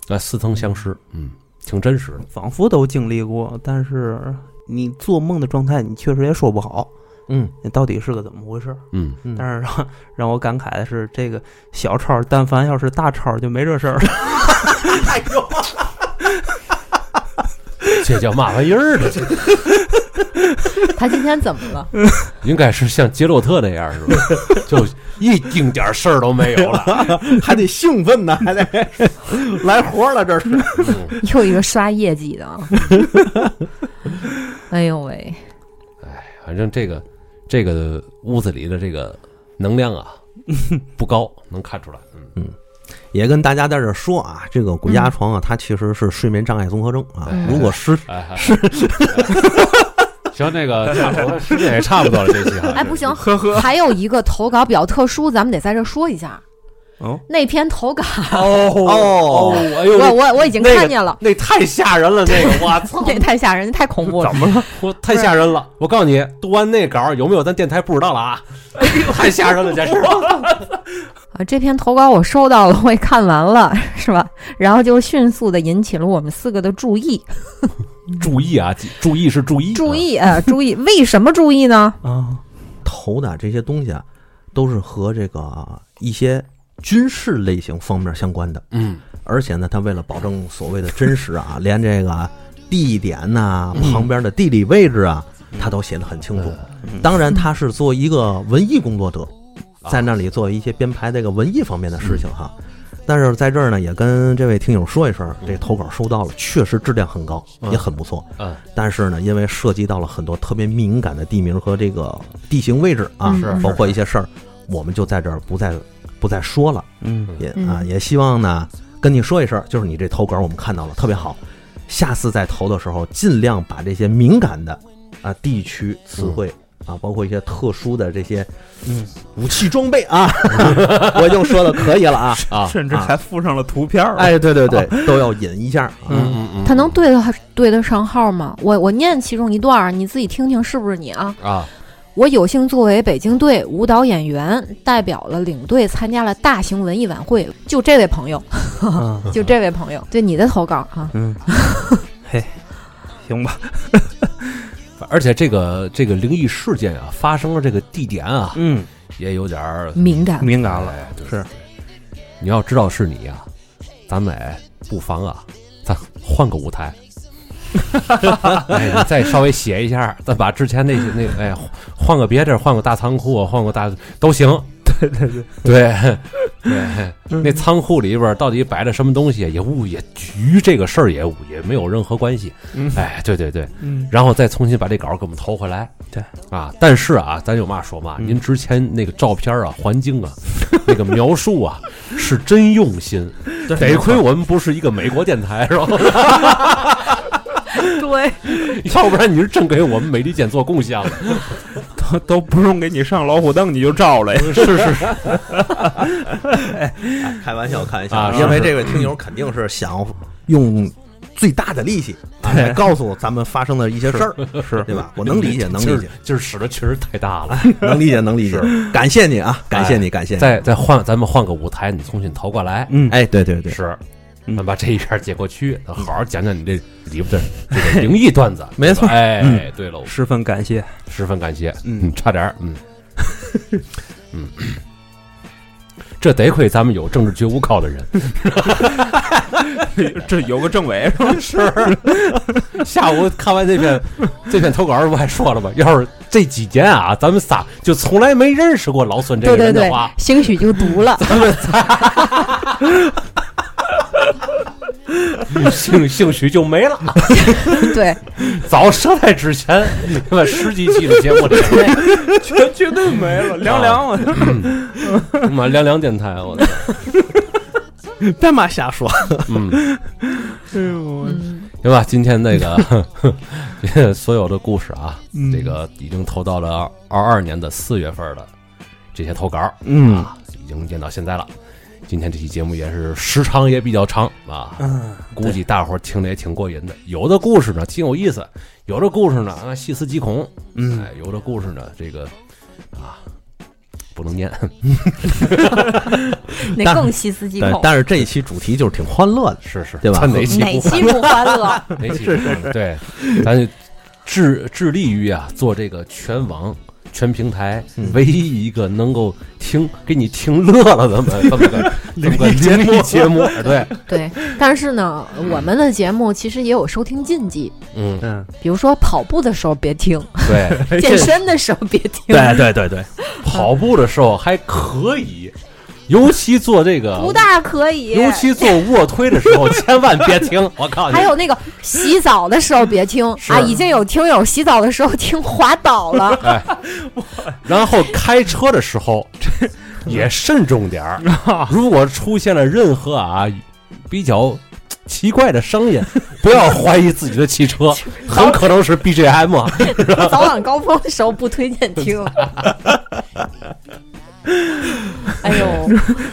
[SPEAKER 1] 啊似曾相识，嗯，挺真实的。
[SPEAKER 3] 仿佛都经历过，但是你做梦的状态，你确实也说不好，
[SPEAKER 1] 嗯
[SPEAKER 3] 你到底是个怎么回事。
[SPEAKER 1] 嗯，
[SPEAKER 4] 嗯
[SPEAKER 3] 但是让让我感慨的是，这个小超，但凡要是大超，就没这事儿了。
[SPEAKER 4] 哎呦，
[SPEAKER 1] 这叫嘛玩意儿的？这
[SPEAKER 2] 他今天怎么了？
[SPEAKER 1] 应该是像杰洛特那样，是吧？ 就一丁点儿事儿都没有了。
[SPEAKER 4] 还得兴奋呢，还得来活了，这是。
[SPEAKER 1] 嗯
[SPEAKER 2] 又一个刷业绩 的啊！哎呦喂，
[SPEAKER 1] 反正这个这个屋子里的这个能量 啊不高，能看出来。嗯。
[SPEAKER 4] 也跟大家在这儿说啊，这个鬼压床啊，它其实是睡眠障碍综合症啊
[SPEAKER 1] 哎。
[SPEAKER 4] 如果失
[SPEAKER 1] 哎，是。 行，那 个差不多，时间也差不多了，这期哈。
[SPEAKER 2] 哎，不 行，还有一个投稿比较特殊，咱们得在这儿说一下。
[SPEAKER 3] 哦，
[SPEAKER 2] 那篇投 稿，
[SPEAKER 1] 哦
[SPEAKER 4] 哦，
[SPEAKER 1] 哎
[SPEAKER 2] 我
[SPEAKER 1] 呦，
[SPEAKER 2] 我我已经
[SPEAKER 1] 那个
[SPEAKER 2] 看见了，
[SPEAKER 1] 那太吓人了，那个，我操，
[SPEAKER 2] 那太吓人，太恐怖了。
[SPEAKER 1] 么了？我太吓人了！我告诉你，读完那稿有没有咱电台不知道了啊？
[SPEAKER 2] 哎
[SPEAKER 1] 太吓人了，这是。
[SPEAKER 2] 啊，这篇投稿我收到了，我也看完了，是吧？然后就迅速的引起了我们四个的注意，
[SPEAKER 1] 注意啊，注意是注意，啊
[SPEAKER 2] 注意，呃，注意，为什么注意呢？
[SPEAKER 3] 啊，
[SPEAKER 4] 投的这些东西啊，都是和这个一些军事类型方面相关的。
[SPEAKER 1] 嗯，
[SPEAKER 4] 而且呢，它为了保证所谓的真实 啊，连这个地点呐、
[SPEAKER 2] 嗯
[SPEAKER 4] 旁边的地理位置啊，它都写得很清楚。
[SPEAKER 2] 嗯
[SPEAKER 4] 当然，他是做一个文艺工作者，
[SPEAKER 2] 啊
[SPEAKER 4] 在那里做一些编排这个文艺方面的事情哈。
[SPEAKER 2] 嗯
[SPEAKER 4] 但是在这儿呢，也跟这位听友说一声，这投稿收
[SPEAKER 2] 嗯
[SPEAKER 4] 到了，确实质量很高，也很不错。
[SPEAKER 1] 嗯，
[SPEAKER 4] 但是呢，因为涉及到了很多特别敏感的地名和这个地形位置啊，
[SPEAKER 2] 嗯是
[SPEAKER 4] 包括一些事儿，我们就在这儿不再不再说了。
[SPEAKER 3] 嗯
[SPEAKER 4] 也
[SPEAKER 2] 嗯
[SPEAKER 4] 啊，也希望呢跟你说一声，就是你这投稿我们看到了，特别好。下次再投的时候，尽量把这些敏感的啊地区词汇啊，包括一些特殊的这些
[SPEAKER 3] 嗯，
[SPEAKER 4] 武器装备啊， 我已经说的可以了啊。
[SPEAKER 1] 啊，
[SPEAKER 3] 甚
[SPEAKER 4] 至还
[SPEAKER 3] 附上了图片儿哎，
[SPEAKER 4] 哎，对对对，都要引一下啊。
[SPEAKER 3] 嗯
[SPEAKER 1] 嗯嗯
[SPEAKER 2] 他能对得对得上号吗？我我念其中一段儿，啊你自己听听是不是你啊？
[SPEAKER 1] 啊，
[SPEAKER 2] 我有幸作为北京队舞蹈演员，代表了领队参加了大型文艺晚会。就这位朋友，
[SPEAKER 3] 啊
[SPEAKER 2] 就这位朋友，对你的投稿啊，
[SPEAKER 3] 嗯， 嘿，行吧，
[SPEAKER 1] 而且这个这个灵异事件啊，发生了这个地点啊，
[SPEAKER 3] 嗯，
[SPEAKER 1] 也有点儿
[SPEAKER 2] 敏感。
[SPEAKER 3] 敏感了，
[SPEAKER 1] 哎，对
[SPEAKER 3] 是
[SPEAKER 1] 啊你要知道是你呀、咱们哎不妨啊，咱换个舞台。哎，你再稍微写一下，再把之前那些那个，哎，换换个别地儿，换个大仓库，换个大都行。对对对，那仓库里边儿到底摆着什么东西，也无也与这个事儿也无也没有任何关系。
[SPEAKER 3] 嗯
[SPEAKER 1] 哎，对对对，
[SPEAKER 3] 嗯，
[SPEAKER 1] 然后再重新把这稿儿给我们投回来。
[SPEAKER 3] 对
[SPEAKER 1] 啊，但是啊，咱有嘛说嘛，
[SPEAKER 3] 嗯
[SPEAKER 1] 您之前那个照片啊、环境啊、 那个描述啊，是真用心。得亏我们不是一个美国电台，是吧？
[SPEAKER 2] 对，
[SPEAKER 1] 要不然你是真给我们美利坚做贡献了。
[SPEAKER 3] 都都不用给你上老虎凳，你就照 了呀。
[SPEAKER 1] 是是是，
[SPEAKER 4] 开玩笑，开玩笑，
[SPEAKER 1] 啊
[SPEAKER 4] 因为
[SPEAKER 1] 是是
[SPEAKER 4] 这位听友肯定是想要用最大的力气啊来告诉咱们发生的一些事儿，
[SPEAKER 3] 是
[SPEAKER 4] 对吧？我能理解，能理解，，
[SPEAKER 1] 今儿使的确实太大了。
[SPEAKER 4] 能理解，能理解。感谢你啊，感谢你，感谢你。
[SPEAKER 1] 再再换，咱们换个舞台，你重新投过来。
[SPEAKER 3] 嗯，
[SPEAKER 4] 哎，对对对，嗯
[SPEAKER 1] 是，
[SPEAKER 3] 嗯
[SPEAKER 1] 咱把这一片接过去，咱好好讲讲你这里边的这个灵异段子。
[SPEAKER 4] 没错
[SPEAKER 1] 哎，对喽，
[SPEAKER 3] 十分感谢。
[SPEAKER 1] 十分感谢。
[SPEAKER 4] 嗯
[SPEAKER 1] 嗯，差点儿，嗯，嗯，这得亏咱们有政治觉悟高的人，
[SPEAKER 3] 这有个政 委是吧？
[SPEAKER 1] 下午看完这篇这篇投稿儿，我还说了吧，要是这几年啊，咱们仨就从来没认识过老孙这
[SPEAKER 2] 对
[SPEAKER 1] 个
[SPEAKER 2] 对
[SPEAKER 1] 人的
[SPEAKER 2] 对
[SPEAKER 1] 话，，
[SPEAKER 2] 兴许就毒 了。
[SPEAKER 1] 兴兴许就没了。
[SPEAKER 2] 对，
[SPEAKER 1] 早折在之前，他妈十几期的节目里，
[SPEAKER 3] 绝绝对没了，凉凉了。
[SPEAKER 1] 他 妈凉凉电台，啊我操！
[SPEAKER 4] 别嘛瞎说，
[SPEAKER 1] 嗯，
[SPEAKER 3] 哎呦，
[SPEAKER 2] 嗯，
[SPEAKER 1] 行吧，今天那个所有的故事啊，
[SPEAKER 3] 嗯
[SPEAKER 1] 这个已经投到了二二年的四月份了，这些投稿儿
[SPEAKER 4] 嗯，
[SPEAKER 1] 啊，已经念到现在了。今天这期节目也是时长也比较长啊，
[SPEAKER 3] 嗯，
[SPEAKER 1] 估计大伙儿听着也挺过瘾的。有的故事呢挺有意思，有的故事呢啊细思极恐，
[SPEAKER 3] 嗯
[SPEAKER 1] 哎，有的故事呢这个啊不能念，
[SPEAKER 2] 那
[SPEAKER 4] 但
[SPEAKER 2] 更细思极
[SPEAKER 4] 但
[SPEAKER 2] 恐。
[SPEAKER 4] 但是这一期主题就是挺欢乐的，
[SPEAKER 1] 是是，
[SPEAKER 4] 对吧
[SPEAKER 1] 咱哪期
[SPEAKER 2] 哪
[SPEAKER 1] 不
[SPEAKER 2] 期不欢乐？
[SPEAKER 1] 哪期不放对，咱就致致力于啊做这个全网。全平台
[SPEAKER 4] 嗯
[SPEAKER 1] 唯一一个能够听给你听乐了这么这么 个这么个灵异节目，对，
[SPEAKER 2] 对，但是呢，我们的节目其实也有收听禁忌，
[SPEAKER 1] 嗯，
[SPEAKER 3] 嗯，
[SPEAKER 2] 比如说跑步的时候别听，
[SPEAKER 1] 哎对，
[SPEAKER 2] 健身的时候别听，
[SPEAKER 3] 对对对
[SPEAKER 1] 嗯
[SPEAKER 3] 对，
[SPEAKER 1] 跑步的时候还可以，尤其做这个
[SPEAKER 2] 不大可以。
[SPEAKER 1] 尤其做卧推的时候，千万别停！我告诉你，
[SPEAKER 2] 还有那个洗澡的时候别听
[SPEAKER 1] 是
[SPEAKER 2] 啊！已经有听友洗澡的时候听滑倒了，
[SPEAKER 1] 然后开车的时 候也慎重点儿。如果出现了任何啊比较奇怪的声音，不要怀疑自己的汽 车，很可能是 BGM 啊。
[SPEAKER 2] 早晚高峰的时候不推荐听。 哎呦，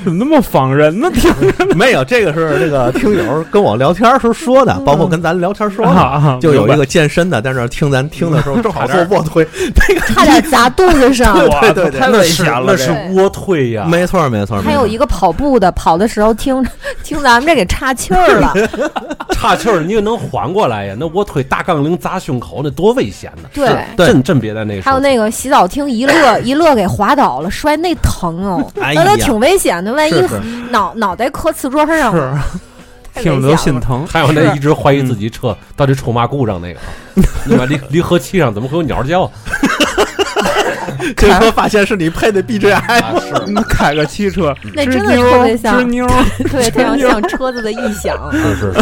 [SPEAKER 3] 怎么那么仿人呢？听
[SPEAKER 4] 没有，这个是这个听友跟我聊天时候说的，包括跟咱聊天说的，
[SPEAKER 3] 啊，
[SPEAKER 4] 就有一个健身的在那儿听咱听的时候，正好做卧推，那个
[SPEAKER 2] 差点砸肚子上。
[SPEAKER 3] 对
[SPEAKER 4] 对对
[SPEAKER 3] 太
[SPEAKER 1] 那
[SPEAKER 3] 危
[SPEAKER 1] 是
[SPEAKER 3] 险了，
[SPEAKER 1] 那是
[SPEAKER 2] 这
[SPEAKER 1] 卧推呀。
[SPEAKER 4] 没错没错，
[SPEAKER 2] 还有一个跑步的，跑的时候听听咱们这给岔气儿了。
[SPEAKER 1] 岔气儿，你也能缓过来呀？那卧推大杠铃砸胸口，那多危险呢！
[SPEAKER 2] 对，
[SPEAKER 4] 对
[SPEAKER 1] 真真别在那个时
[SPEAKER 2] 还
[SPEAKER 1] 候
[SPEAKER 2] 有那个洗澡厅一乐一乐给滑倒了，摔那疼哦，
[SPEAKER 4] 哎呀
[SPEAKER 2] 那都挺危险的，万一
[SPEAKER 4] 是是
[SPEAKER 2] 脑脑袋磕瓷桌上了，太危
[SPEAKER 3] 听
[SPEAKER 2] 险
[SPEAKER 3] 着
[SPEAKER 2] 了
[SPEAKER 3] 都。啊心疼。
[SPEAKER 1] 还有那一直怀疑自己
[SPEAKER 3] 嗯
[SPEAKER 1] 车到底出嘛故障那个，对吧？离离合器上怎么会有鸟叫啊？
[SPEAKER 4] 这车发现是你配的
[SPEAKER 3] 哎
[SPEAKER 4] BGM，
[SPEAKER 1] 是
[SPEAKER 3] 你 开个汽车，
[SPEAKER 2] 那
[SPEAKER 3] 吱
[SPEAKER 2] 真的
[SPEAKER 3] 妞
[SPEAKER 2] 特别
[SPEAKER 3] 吱
[SPEAKER 2] 像，
[SPEAKER 3] 妞，
[SPEAKER 2] 对，特别像车子的异响。
[SPEAKER 1] 是是是，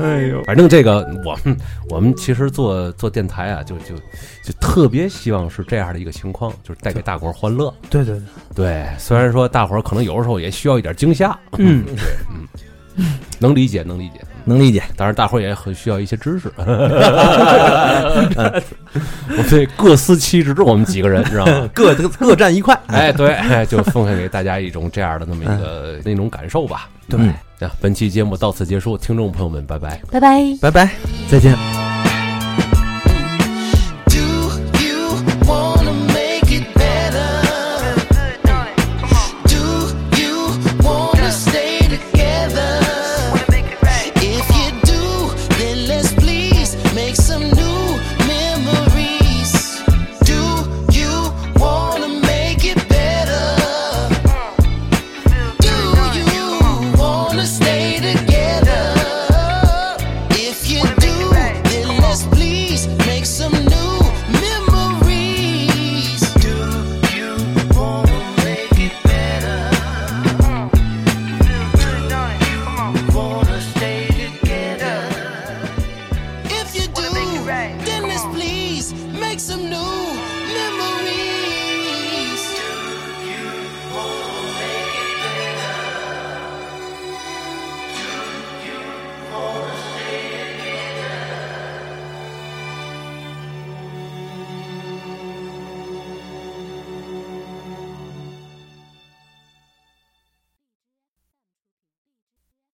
[SPEAKER 3] 哎呦，
[SPEAKER 1] 反正这个我们我们其实做做电台啊，就就就特别希望是这样的一个情况，就是带给大伙儿欢乐。
[SPEAKER 3] 对对对，
[SPEAKER 1] 对，虽然说大伙儿可能有的时候也需要一点惊吓，嗯
[SPEAKER 3] 嗯，
[SPEAKER 1] 能理 解能理解，
[SPEAKER 4] 能理解。
[SPEAKER 1] 当然大伙儿也很需要一些知识。我这各司其职，我们几个人知道吗？
[SPEAKER 4] 各各占一块，
[SPEAKER 1] 哎，对，哎就奉献给大家一种这样的那么一个那种感受吧。
[SPEAKER 4] 对，
[SPEAKER 1] 那本期节目到此结束，听众朋友们，拜拜。
[SPEAKER 2] 拜拜。
[SPEAKER 4] 拜拜，再见。